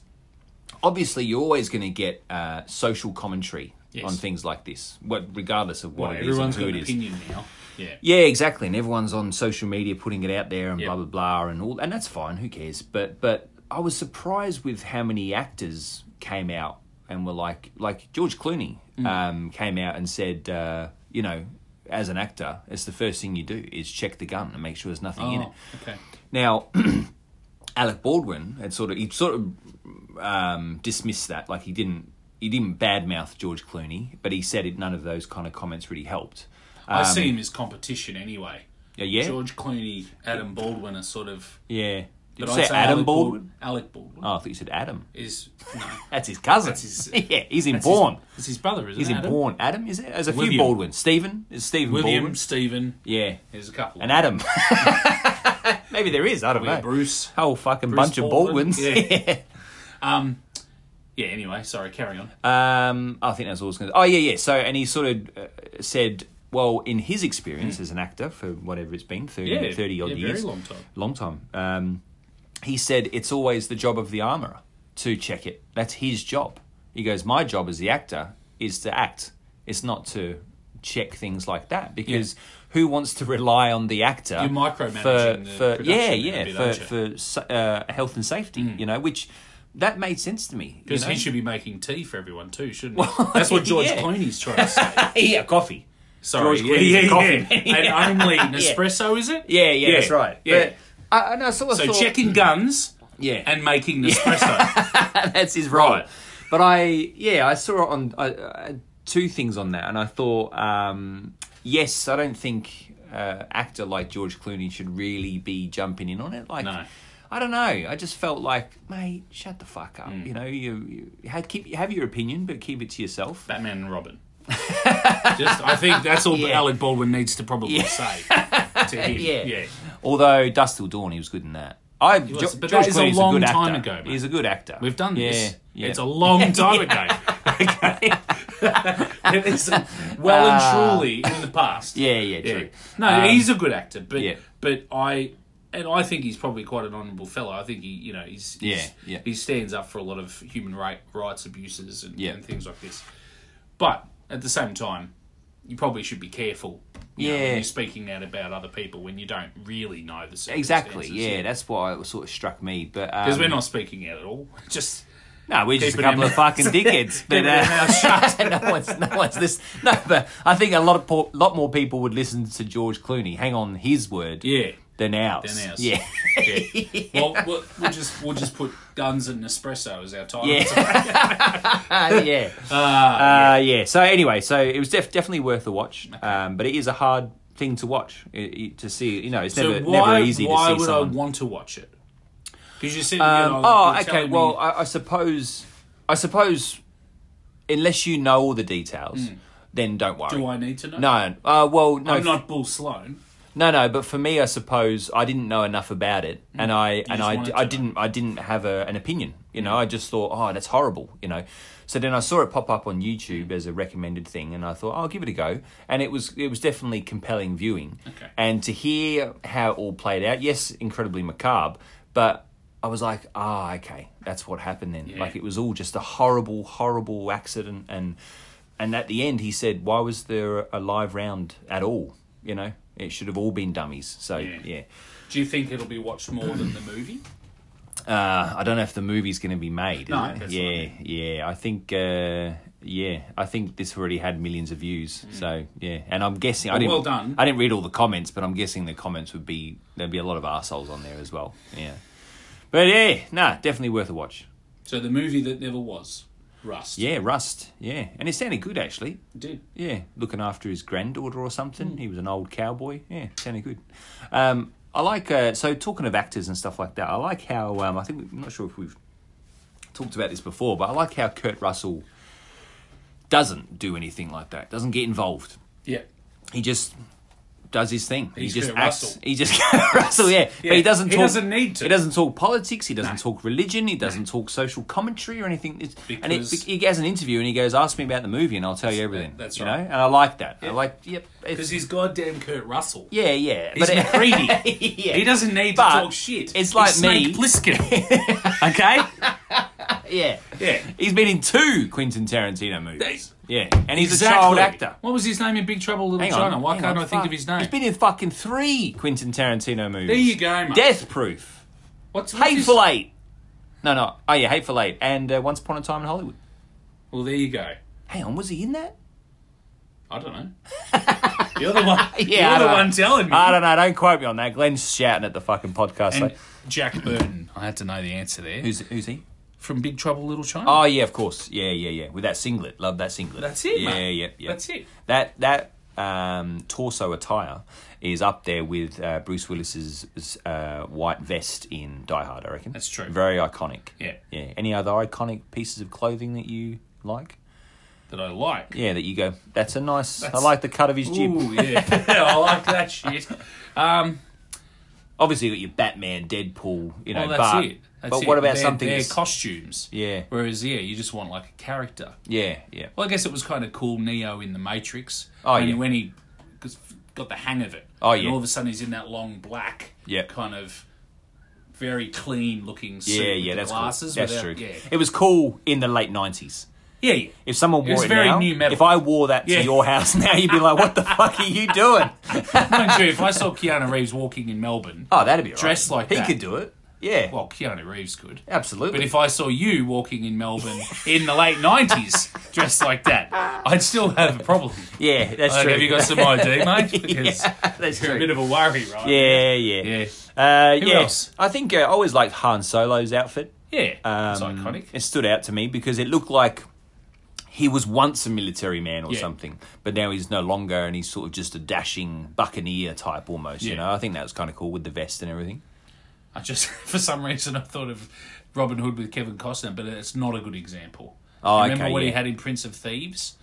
[SPEAKER 2] obviously you're always going to get uh, social commentary
[SPEAKER 1] Yes.
[SPEAKER 2] on things like this, what regardless of what
[SPEAKER 1] well,
[SPEAKER 2] it is and
[SPEAKER 1] everyone's
[SPEAKER 2] who
[SPEAKER 1] got
[SPEAKER 2] it
[SPEAKER 1] an
[SPEAKER 2] is.
[SPEAKER 1] opinion now. Yeah.
[SPEAKER 2] Yeah, exactly. And everyone's on social media putting it out there and
[SPEAKER 1] Yeah.
[SPEAKER 2] blah blah blah and all, and that's fine. Who cares? But but I was surprised with how many actors came out and were like like George Clooney
[SPEAKER 1] Mm.
[SPEAKER 2] um, came out and said, uh, you know, as an actor, it's the first thing you do is check the gun and make sure there's nothing in it.
[SPEAKER 1] Oh, okay.
[SPEAKER 2] Now, Alec Baldwin had sort of he sort of um, dismissed that, like he didn't he didn't badmouth George Clooney, but he said it, none of those kind of comments really helped.
[SPEAKER 1] I see him as competition anyway.
[SPEAKER 2] Yeah, Um, yeah,
[SPEAKER 1] George Clooney, Adam Baldwin are sort of.
[SPEAKER 2] yeah. Did
[SPEAKER 1] but
[SPEAKER 2] you
[SPEAKER 1] I'd
[SPEAKER 2] say Adam
[SPEAKER 1] Alec
[SPEAKER 2] Baldwin?
[SPEAKER 1] Alec Baldwin
[SPEAKER 2] Oh, I thought you said Adam.
[SPEAKER 1] is no.
[SPEAKER 2] That's his cousin.
[SPEAKER 1] That's his-
[SPEAKER 2] yeah, he's in
[SPEAKER 1] that's
[SPEAKER 2] Bourne.
[SPEAKER 1] His, that's his brother, isn't
[SPEAKER 2] He's
[SPEAKER 1] it?
[SPEAKER 2] in
[SPEAKER 1] Adam?
[SPEAKER 2] Bourne. Adam is it? There's a few
[SPEAKER 1] William.
[SPEAKER 2] Baldwin. Stephen is Stephen
[SPEAKER 1] William,
[SPEAKER 2] Baldwin.
[SPEAKER 1] Stephen.
[SPEAKER 2] Yeah,
[SPEAKER 1] There's a couple.
[SPEAKER 2] and Adam. Maybe there is. I don't
[SPEAKER 1] Yeah,
[SPEAKER 2] know.
[SPEAKER 1] Bruce.
[SPEAKER 2] Whole fucking
[SPEAKER 1] Bruce
[SPEAKER 2] bunch
[SPEAKER 1] Baldwin.
[SPEAKER 2] of Baldwins.
[SPEAKER 1] Yeah. Yeah. Anyway, sorry. Carry on.
[SPEAKER 2] Um, I think that's all. it's Gonna, oh yeah, yeah. So and he sort of uh, said well, in his experience as an actor for whatever it's been, 30,
[SPEAKER 1] Hmm. Yeah,
[SPEAKER 2] 30 odd
[SPEAKER 1] yeah, very
[SPEAKER 2] years.
[SPEAKER 1] long time.
[SPEAKER 2] Long time. Um, he said it's always the job of the armorer to check it. That's his job. He goes, my job as the actor is to act. It's not to check things like that because who wants to rely on the actor
[SPEAKER 1] You're micromanaging the
[SPEAKER 2] for, for
[SPEAKER 1] production
[SPEAKER 2] yeah
[SPEAKER 1] a
[SPEAKER 2] yeah
[SPEAKER 1] bit,
[SPEAKER 2] for
[SPEAKER 1] aren't you?
[SPEAKER 2] for s- uh, health and safety you know which that made sense to me you
[SPEAKER 1] Because
[SPEAKER 2] know?
[SPEAKER 1] he should be making tea for everyone too, shouldn't he? That's what George
[SPEAKER 2] yeah.
[SPEAKER 1] Clooney's trying to say.
[SPEAKER 2] yeah coffee
[SPEAKER 1] Sorry,
[SPEAKER 2] George
[SPEAKER 1] yeah,
[SPEAKER 2] Clooney's
[SPEAKER 1] yeah,
[SPEAKER 2] a coffee.
[SPEAKER 1] yeah. And only Nespresso, is it?
[SPEAKER 2] yeah yeah, that's right
[SPEAKER 1] Yeah.
[SPEAKER 2] but I, and I sort of
[SPEAKER 1] so
[SPEAKER 2] thought,
[SPEAKER 1] checking guns
[SPEAKER 2] yeah
[SPEAKER 1] and making Nespresso.
[SPEAKER 2] that's his role. But I, yeah, I saw it on I, I, two things on that, and I thought, um, yes, I don't think uh, actor like George Clooney should really be jumping in on it. Like,
[SPEAKER 1] No.
[SPEAKER 2] I don't know. I just felt like, mate, shut the fuck up.
[SPEAKER 1] Mm.
[SPEAKER 2] You know, you, you had keep have your opinion, but keep it to yourself.
[SPEAKER 1] Batman and Robin. Just, I think that's all that
[SPEAKER 2] Yeah.
[SPEAKER 1] Alec Baldwin needs to probably say to him.
[SPEAKER 2] Yeah.
[SPEAKER 1] yeah.
[SPEAKER 2] Although Dust Till Dawn, he was good in that. I,
[SPEAKER 1] was,
[SPEAKER 2] Jo-
[SPEAKER 1] but
[SPEAKER 2] George
[SPEAKER 1] that is a
[SPEAKER 2] Clooney's
[SPEAKER 1] long
[SPEAKER 2] good
[SPEAKER 1] time
[SPEAKER 2] actor.
[SPEAKER 1] ago, mate.
[SPEAKER 2] He's a good actor.
[SPEAKER 1] We've done this.
[SPEAKER 2] Yeah,
[SPEAKER 1] It's
[SPEAKER 2] yeah.
[SPEAKER 1] a long time ago. okay. it is well
[SPEAKER 2] Ah.
[SPEAKER 1] and truly in the past.
[SPEAKER 2] Yeah, yeah, true.
[SPEAKER 1] No,
[SPEAKER 2] Um,
[SPEAKER 1] he's a good actor, but
[SPEAKER 2] yeah.
[SPEAKER 1] but I and I think he's probably quite an honourable fellow. I think he, you know, he's, he's-
[SPEAKER 2] Yeah, yeah.
[SPEAKER 1] he stands up for a lot of human right, rights abuses and,
[SPEAKER 2] Yeah.
[SPEAKER 1] and things like this. But at the same time, you probably should be careful. you know, when
[SPEAKER 2] Yeah.
[SPEAKER 1] you're speaking out about other people when you don't really know the
[SPEAKER 2] exactly.
[SPEAKER 1] circumstances.
[SPEAKER 2] Yeah, that's why it sort of struck me. But um,
[SPEAKER 1] because we're not speaking out at all. Just
[SPEAKER 2] No, we're just a
[SPEAKER 1] Keeping
[SPEAKER 2] couple
[SPEAKER 1] him-
[SPEAKER 2] of fucking dickheads. But
[SPEAKER 1] Keeping him out
[SPEAKER 2] uh, no one's, no one's this. No, but I think a lot of po- lot more people would listen to George Clooney. Hang on, his word.
[SPEAKER 1] yeah.
[SPEAKER 2] Than ours.
[SPEAKER 1] Than ours.
[SPEAKER 2] Yeah.
[SPEAKER 1] Yeah. Well, we'll, we'll just we'll just put guns and Nespresso as our title.
[SPEAKER 2] Yeah. uh, yeah.
[SPEAKER 1] Ah,
[SPEAKER 2] Uh, yeah. So anyway, so it was def- definitely worth a watch. Um, but it is a hard thing to watch i- i- to see. You know, it's
[SPEAKER 1] So
[SPEAKER 2] never
[SPEAKER 1] why
[SPEAKER 2] never easy
[SPEAKER 1] why
[SPEAKER 2] to see
[SPEAKER 1] would
[SPEAKER 2] someone.
[SPEAKER 1] I want to watch it? Because you said
[SPEAKER 2] Um,
[SPEAKER 1] you know,
[SPEAKER 2] oh,
[SPEAKER 1] you're
[SPEAKER 2] okay.
[SPEAKER 1] telling me-
[SPEAKER 2] Well, I, I suppose, I suppose, unless you know all the details, then don't worry.
[SPEAKER 1] Hmm. do I need to know?
[SPEAKER 2] No. Uh, well, no,
[SPEAKER 1] I'm not Bull Sloan.
[SPEAKER 2] no, no. But for me, I suppose I didn't know enough about it, and I and I,
[SPEAKER 1] Mm. wanted
[SPEAKER 2] d-
[SPEAKER 1] to
[SPEAKER 2] I
[SPEAKER 1] know.
[SPEAKER 2] didn't I didn't have a, an opinion. You know, I just thought, oh, that's horrible. You know, so then I saw it pop up on YouTube as a recommended thing, and I thought, oh, I'll give it a go. And it was it was definitely compelling viewing,
[SPEAKER 1] Okay.
[SPEAKER 2] and to hear how it all played out. Yes, incredibly macabre, but. I was like, ah, okay, that's what happened then. Like it was all just a horrible, horrible accident, and and at the end, he said, "Why was there a live round at all? You know, it should have all been dummies." So
[SPEAKER 1] Yeah.
[SPEAKER 2] yeah,
[SPEAKER 1] Do you think it'll be watched more than the movie?
[SPEAKER 2] Uh, I don't know if the movie's going to be made.
[SPEAKER 1] No,
[SPEAKER 2] is it?
[SPEAKER 1] that's what I
[SPEAKER 2] yeah,
[SPEAKER 1] mean.
[SPEAKER 2] yeah. I think, uh, yeah, I think this already had millions of views. So yeah, and I'm guessing I
[SPEAKER 1] Mm. Well,
[SPEAKER 2] didn't.
[SPEAKER 1] well done.
[SPEAKER 2] I didn't read all the comments, but I'm guessing the comments would be there'd be a lot of arseholes on there as well. Yeah, but yeah, nah, definitely worth a watch.
[SPEAKER 1] So the movie that never was, Rust.
[SPEAKER 2] Yeah, Rust. Yeah, and it sounded good actually.
[SPEAKER 1] It did.
[SPEAKER 2] Yeah, looking after his granddaughter or something. He was an old cowboy. Yeah, sounded good. Um, I like uh, so talking of actors and stuff like that. I like how um, I think we- I'm not sure if we've talked about this before, but I like how Kurt Russell doesn't do anything like that. Doesn't get involved.
[SPEAKER 1] Yeah.
[SPEAKER 2] He just does his thing.
[SPEAKER 1] He's
[SPEAKER 2] he just
[SPEAKER 1] Kurt
[SPEAKER 2] acts.
[SPEAKER 1] Russell.
[SPEAKER 2] He just Kurt Russell. Yeah, but
[SPEAKER 1] Yeah,
[SPEAKER 2] he doesn't.
[SPEAKER 1] he
[SPEAKER 2] talk,
[SPEAKER 1] doesn't need to.
[SPEAKER 2] He doesn't talk politics. He doesn't talk religion. He doesn't talk social commentary or anything. It's, and it,
[SPEAKER 1] Because-
[SPEAKER 2] he has an interview and he goes, "Ask me about the movie and I'll tell you everything."
[SPEAKER 1] that's
[SPEAKER 2] you
[SPEAKER 1] right.
[SPEAKER 2] know, and I like that. I like. Yep. it's-
[SPEAKER 1] Because he's goddamn Kurt Russell.
[SPEAKER 2] yeah, yeah.
[SPEAKER 1] He's
[SPEAKER 2] it-
[SPEAKER 1] McCready.
[SPEAKER 2] yeah.
[SPEAKER 1] He doesn't need
[SPEAKER 2] But
[SPEAKER 1] to talk shit.
[SPEAKER 2] it's like
[SPEAKER 1] He's Snake
[SPEAKER 2] me.
[SPEAKER 1] Plissken. okay?
[SPEAKER 2] Yeah.
[SPEAKER 1] Yeah.
[SPEAKER 2] He's been in two Quentin Tarantino movies. Yeah, and he's
[SPEAKER 1] Exactly.
[SPEAKER 2] a child actor.
[SPEAKER 1] What was his name in Big Trouble in Little
[SPEAKER 2] Hang on,
[SPEAKER 1] China? Why
[SPEAKER 2] hang
[SPEAKER 1] can't
[SPEAKER 2] on,
[SPEAKER 1] I think
[SPEAKER 2] fuck.
[SPEAKER 1] of his name?
[SPEAKER 2] He's been in fucking three Quentin Tarantino movies.
[SPEAKER 1] there you go, mate.
[SPEAKER 2] Death Proof.
[SPEAKER 1] What's, what's his-
[SPEAKER 2] Hateful Eight. No, no. Oh yeah, Hateful Eight and uh, Once Upon a Time in Hollywood.
[SPEAKER 1] Well, there you go.
[SPEAKER 2] Hang on, was he in that?
[SPEAKER 1] I don't know. You're the one.
[SPEAKER 2] Yeah, I
[SPEAKER 1] you're
[SPEAKER 2] don't
[SPEAKER 1] the
[SPEAKER 2] know.
[SPEAKER 1] one telling me.
[SPEAKER 2] I don't know. Don't quote me on that. Glenn's shouting at the fucking podcast.
[SPEAKER 1] and
[SPEAKER 2] like,
[SPEAKER 1] Jack Burton. I had to know the answer there.
[SPEAKER 2] who's who's he?
[SPEAKER 1] from Big Trouble Little China?
[SPEAKER 2] Oh yeah, of course. Yeah, yeah, yeah. With that singlet, love that singlet.
[SPEAKER 1] That's it,
[SPEAKER 2] Yeah,
[SPEAKER 1] mate.
[SPEAKER 2] yeah, yeah.
[SPEAKER 1] That's it.
[SPEAKER 2] That that um, torso attire is up there with uh, Bruce Willis's uh, white vest in Die Hard. I reckon
[SPEAKER 1] That's true.
[SPEAKER 2] Very iconic.
[SPEAKER 1] Yeah.
[SPEAKER 2] yeah. Any other iconic pieces of clothing that you like?
[SPEAKER 1] that I like.
[SPEAKER 2] Yeah, that you go. That's a nice. I
[SPEAKER 1] That's-
[SPEAKER 2] like the cut of his jib.
[SPEAKER 1] Ooh, yeah. I like that shit. Um,
[SPEAKER 2] Obviously, you got your Batman, Deadpool. You know,
[SPEAKER 1] well, Oh, that's
[SPEAKER 2] but,
[SPEAKER 1] it. That's
[SPEAKER 2] but
[SPEAKER 1] it.
[SPEAKER 2] what about
[SPEAKER 1] They're-
[SPEAKER 2] something?
[SPEAKER 1] They're
[SPEAKER 2] that's-
[SPEAKER 1] costumes.
[SPEAKER 2] Yeah.
[SPEAKER 1] Whereas, yeah, you just want like a character.
[SPEAKER 2] yeah, yeah.
[SPEAKER 1] Well, I guess it was kind of cool, Neo in the Matrix.
[SPEAKER 2] Oh,
[SPEAKER 1] when,
[SPEAKER 2] yeah.
[SPEAKER 1] When he 'cause got the hang of it.
[SPEAKER 2] Oh,
[SPEAKER 1] And
[SPEAKER 2] yeah.
[SPEAKER 1] all of a sudden he's in that long black
[SPEAKER 2] Yeah.
[SPEAKER 1] kind of very clean looking suit.
[SPEAKER 2] Yeah,
[SPEAKER 1] with
[SPEAKER 2] yeah,
[SPEAKER 1] the
[SPEAKER 2] that's
[SPEAKER 1] glasses.
[SPEAKER 2] cool. That's
[SPEAKER 1] without-
[SPEAKER 2] true.
[SPEAKER 1] Yeah,
[SPEAKER 2] It was cool in the late nineties.
[SPEAKER 1] yeah. yeah.
[SPEAKER 2] If someone wore
[SPEAKER 1] was
[SPEAKER 2] it
[SPEAKER 1] very
[SPEAKER 2] now,
[SPEAKER 1] new metal.
[SPEAKER 2] if I wore that to
[SPEAKER 1] Yeah.
[SPEAKER 2] your house now, you'd be like, "What the fuck are you doing?"
[SPEAKER 1] Mind you, if I saw Keanu Reeves walking in Melbourne,
[SPEAKER 2] Oh, that'd be all
[SPEAKER 1] Dressed
[SPEAKER 2] right.
[SPEAKER 1] like
[SPEAKER 2] he
[SPEAKER 1] that.
[SPEAKER 2] could do it. Yeah,
[SPEAKER 1] well, Keanu Reeves could.
[SPEAKER 2] absolutely.
[SPEAKER 1] But if I saw you walking in Melbourne in the late nineties dressed like that, I'd still have a problem.
[SPEAKER 2] yeah, that's
[SPEAKER 1] Like,
[SPEAKER 2] true.
[SPEAKER 1] have you got some ID, mate? Because
[SPEAKER 2] yeah, that's
[SPEAKER 1] you're a
[SPEAKER 2] true.
[SPEAKER 1] bit of a worry, right?
[SPEAKER 2] yeah, yeah,
[SPEAKER 1] Yeah.
[SPEAKER 2] Uh,
[SPEAKER 1] Who
[SPEAKER 2] yeah.
[SPEAKER 1] else?
[SPEAKER 2] I think uh, I always liked Han Solo's outfit.
[SPEAKER 1] Yeah. it's
[SPEAKER 2] Um,
[SPEAKER 1] iconic.
[SPEAKER 2] It stood out to me because it looked like he was once a military man or
[SPEAKER 1] Yeah.
[SPEAKER 2] something, but now he's no longer, and he's sort of just a dashing buccaneer type almost. You
[SPEAKER 1] Yeah.
[SPEAKER 2] know, I think that was kind of cool with the vest and everything.
[SPEAKER 1] I just for some reason I thought of Robin Hood with Kevin Costner, but it's not a good example.
[SPEAKER 2] Oh,
[SPEAKER 1] Remember
[SPEAKER 2] okay,
[SPEAKER 1] what he
[SPEAKER 2] yeah. Uh,
[SPEAKER 1] had in Prince of Thieves?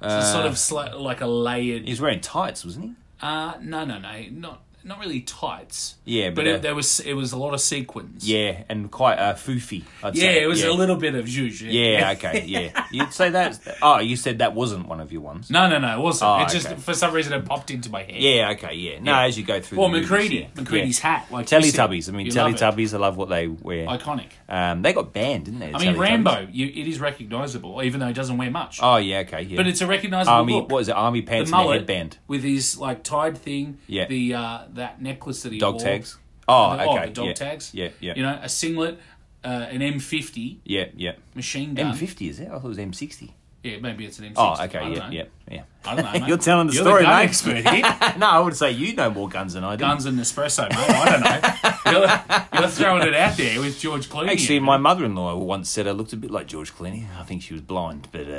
[SPEAKER 1] It's a sort of sli- like a layered.
[SPEAKER 2] He was wearing tights, wasn't
[SPEAKER 1] uh no, no, no, not not really tights.
[SPEAKER 2] Yeah,
[SPEAKER 1] but,
[SPEAKER 2] but,
[SPEAKER 1] it,
[SPEAKER 2] uh,
[SPEAKER 1] there was it was a lot of sequins.
[SPEAKER 2] he? Yeah, and quite uh, foofy. I'd
[SPEAKER 1] yeah,
[SPEAKER 2] say.
[SPEAKER 1] it was a little bit of zhuzh.
[SPEAKER 2] Yeah, okay, yeah. You'd say that. Oh, you said that wasn't one of your ones.
[SPEAKER 1] No, no, no, it wasn't.
[SPEAKER 2] Oh,
[SPEAKER 1] it just
[SPEAKER 2] okay.
[SPEAKER 1] for some reason it popped into my head.
[SPEAKER 2] Yeah, okay, yeah. No,
[SPEAKER 1] Yeah.
[SPEAKER 2] as you go through.
[SPEAKER 1] Well,
[SPEAKER 2] the movies,
[SPEAKER 1] McCready,
[SPEAKER 2] yeah.
[SPEAKER 1] McCready's
[SPEAKER 2] Yeah.
[SPEAKER 1] hat, like you said.
[SPEAKER 2] Teletubbies. I mean,
[SPEAKER 1] You love it.
[SPEAKER 2] Teletubbies. I love what they wear.
[SPEAKER 1] iconic.
[SPEAKER 2] Um, they got banned, didn't they? the
[SPEAKER 1] I mean,
[SPEAKER 2] Teletubbies?
[SPEAKER 1] Rambo, you, it is recognizable, even though he doesn't wear much.
[SPEAKER 2] Oh yeah, okay, yeah.
[SPEAKER 1] but it's a recognizable
[SPEAKER 2] army.
[SPEAKER 1] look.
[SPEAKER 2] What is it? Army
[SPEAKER 1] the
[SPEAKER 2] pants and a
[SPEAKER 1] mullet
[SPEAKER 2] headband.
[SPEAKER 1] with his like tied thing.
[SPEAKER 2] Yeah.
[SPEAKER 1] The uh, that necklace that he
[SPEAKER 2] Dog
[SPEAKER 1] wore.
[SPEAKER 2] tags. Oh,
[SPEAKER 1] The-
[SPEAKER 2] okay.
[SPEAKER 1] oh, the dog
[SPEAKER 2] yeah.
[SPEAKER 1] tags.
[SPEAKER 2] Yeah, yeah,
[SPEAKER 1] You know, a singlet, uh, an M fifty
[SPEAKER 2] yeah, yeah.
[SPEAKER 1] machine gun.
[SPEAKER 2] M fifty is it? I thought it was M sixty.
[SPEAKER 1] Yeah, maybe it's an M.
[SPEAKER 2] Oh, okay,
[SPEAKER 1] I
[SPEAKER 2] yeah,
[SPEAKER 1] don't know.
[SPEAKER 2] yeah, yeah.
[SPEAKER 1] I don't know. Mate.
[SPEAKER 2] You're telling the
[SPEAKER 1] You're
[SPEAKER 2] story,
[SPEAKER 1] the gun
[SPEAKER 2] mate.
[SPEAKER 1] expert here.
[SPEAKER 2] no, I would say you know more guns than I do.
[SPEAKER 1] Guns and Nespresso, mate. I don't know. You're, you're throwing it out there with George Clooney.
[SPEAKER 2] Actually, my mother-in-law once said I looked a bit like George Clooney. I think she was blind, but uh,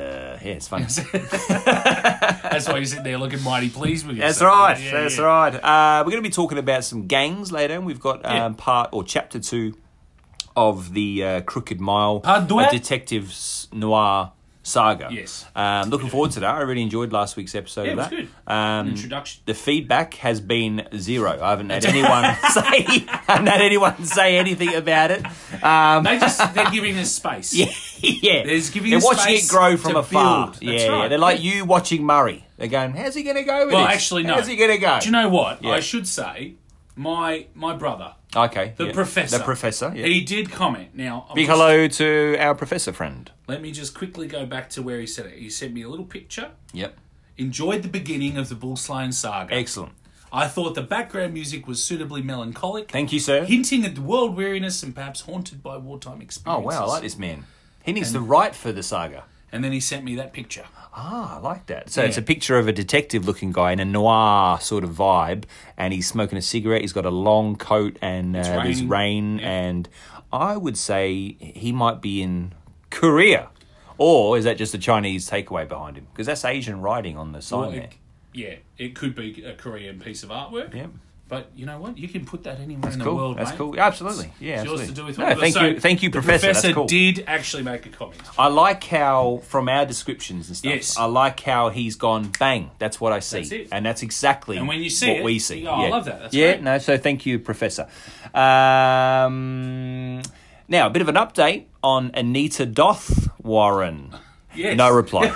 [SPEAKER 2] yeah, it's funny.
[SPEAKER 1] That's why you're sitting there looking mighty pleased with yourself.
[SPEAKER 2] That's right.
[SPEAKER 1] Yeah,
[SPEAKER 2] that's
[SPEAKER 1] yeah.
[SPEAKER 2] right. Uh, we're going to be talking about some gangs later, and we've got um,
[SPEAKER 1] Yeah.
[SPEAKER 2] part or chapter two of the uh, Crooked Mile,
[SPEAKER 1] Part deux?
[SPEAKER 2] a detective's noir saga.
[SPEAKER 1] Yes.
[SPEAKER 2] Um, looking forward to that. I really enjoyed last week's episode
[SPEAKER 1] Yeah,
[SPEAKER 2] of
[SPEAKER 1] it was
[SPEAKER 2] that.
[SPEAKER 1] good.
[SPEAKER 2] Um,
[SPEAKER 1] Introduction.
[SPEAKER 2] the feedback has been zero. I haven't had anyone say, haven't had anyone say anything about it. Um,
[SPEAKER 1] They just they're giving us space.
[SPEAKER 2] yeah, yeah.
[SPEAKER 1] There's giving
[SPEAKER 2] They're
[SPEAKER 1] us
[SPEAKER 2] watching
[SPEAKER 1] space
[SPEAKER 2] it grow from
[SPEAKER 1] to
[SPEAKER 2] afar.
[SPEAKER 1] build.
[SPEAKER 2] Yeah,
[SPEAKER 1] That's
[SPEAKER 2] yeah.
[SPEAKER 1] right.
[SPEAKER 2] They're like you watching Murray. They're going, "How's he going to go with
[SPEAKER 1] Well,
[SPEAKER 2] this?
[SPEAKER 1] actually, no.
[SPEAKER 2] How's he going to go?
[SPEAKER 1] Do you know what?
[SPEAKER 2] Yeah.
[SPEAKER 1] I should say, my my brother,
[SPEAKER 2] Okay.
[SPEAKER 1] the
[SPEAKER 2] yeah.
[SPEAKER 1] professor,
[SPEAKER 2] The professor. Yeah.
[SPEAKER 1] he did comment. Now, I'm
[SPEAKER 2] Big
[SPEAKER 1] just-
[SPEAKER 2] hello to our professor friend.
[SPEAKER 1] Let me just quickly go back to where he said it. He sent me a little picture.
[SPEAKER 2] Yep.
[SPEAKER 1] Enjoyed the beginning of the Bull Slain saga.
[SPEAKER 2] Excellent.
[SPEAKER 1] I thought the background music was suitably melancholic,
[SPEAKER 2] Thank you, sir.
[SPEAKER 1] hinting at the world weariness and perhaps haunted by wartime
[SPEAKER 2] oh
[SPEAKER 1] experiences.
[SPEAKER 2] wow, I like this man. He needs to write for the saga.
[SPEAKER 1] And then he sent me that picture.
[SPEAKER 2] Ah, I like that. So it's a
[SPEAKER 1] Yeah.
[SPEAKER 2] picture of a detective-looking guy in a noir sort of vibe, and he's smoking a cigarette. He's got a long coat, and uh, there's
[SPEAKER 1] raining.
[SPEAKER 2] rain, and I would say he might be in Korea, or is that just a Chinese takeaway behind him? Because that's Asian writing on the sign there.
[SPEAKER 1] Like, yeah, it could be a Korean piece of artwork.
[SPEAKER 2] Yeah.
[SPEAKER 1] But you know what? You can put that anywhere in the
[SPEAKER 2] Cool.
[SPEAKER 1] world.
[SPEAKER 2] that's
[SPEAKER 1] mate.
[SPEAKER 2] cool. Absolutely. Yeah.
[SPEAKER 1] It's
[SPEAKER 2] absolutely.
[SPEAKER 1] yours to do with
[SPEAKER 2] no,
[SPEAKER 1] what you
[SPEAKER 2] thank
[SPEAKER 1] want.
[SPEAKER 2] you,
[SPEAKER 1] So,
[SPEAKER 2] thank you,
[SPEAKER 1] the
[SPEAKER 2] professor.
[SPEAKER 1] Professor
[SPEAKER 2] that's cool.
[SPEAKER 1] did actually make a comment.
[SPEAKER 2] I like how, from our descriptions and stuff,
[SPEAKER 1] Yes.
[SPEAKER 2] I like how he's gone bang. That's what I see,
[SPEAKER 1] That's it.
[SPEAKER 2] and that's exactly
[SPEAKER 1] And when you see
[SPEAKER 2] what
[SPEAKER 1] it,
[SPEAKER 2] we
[SPEAKER 1] you
[SPEAKER 2] see.
[SPEAKER 1] go, "Oh, I love that. That's
[SPEAKER 2] yeah,
[SPEAKER 1] great."
[SPEAKER 2] no. So thank you, Professor. Um, now a bit of an update on Anita Doth Warren.
[SPEAKER 1] Yes.
[SPEAKER 2] No reply.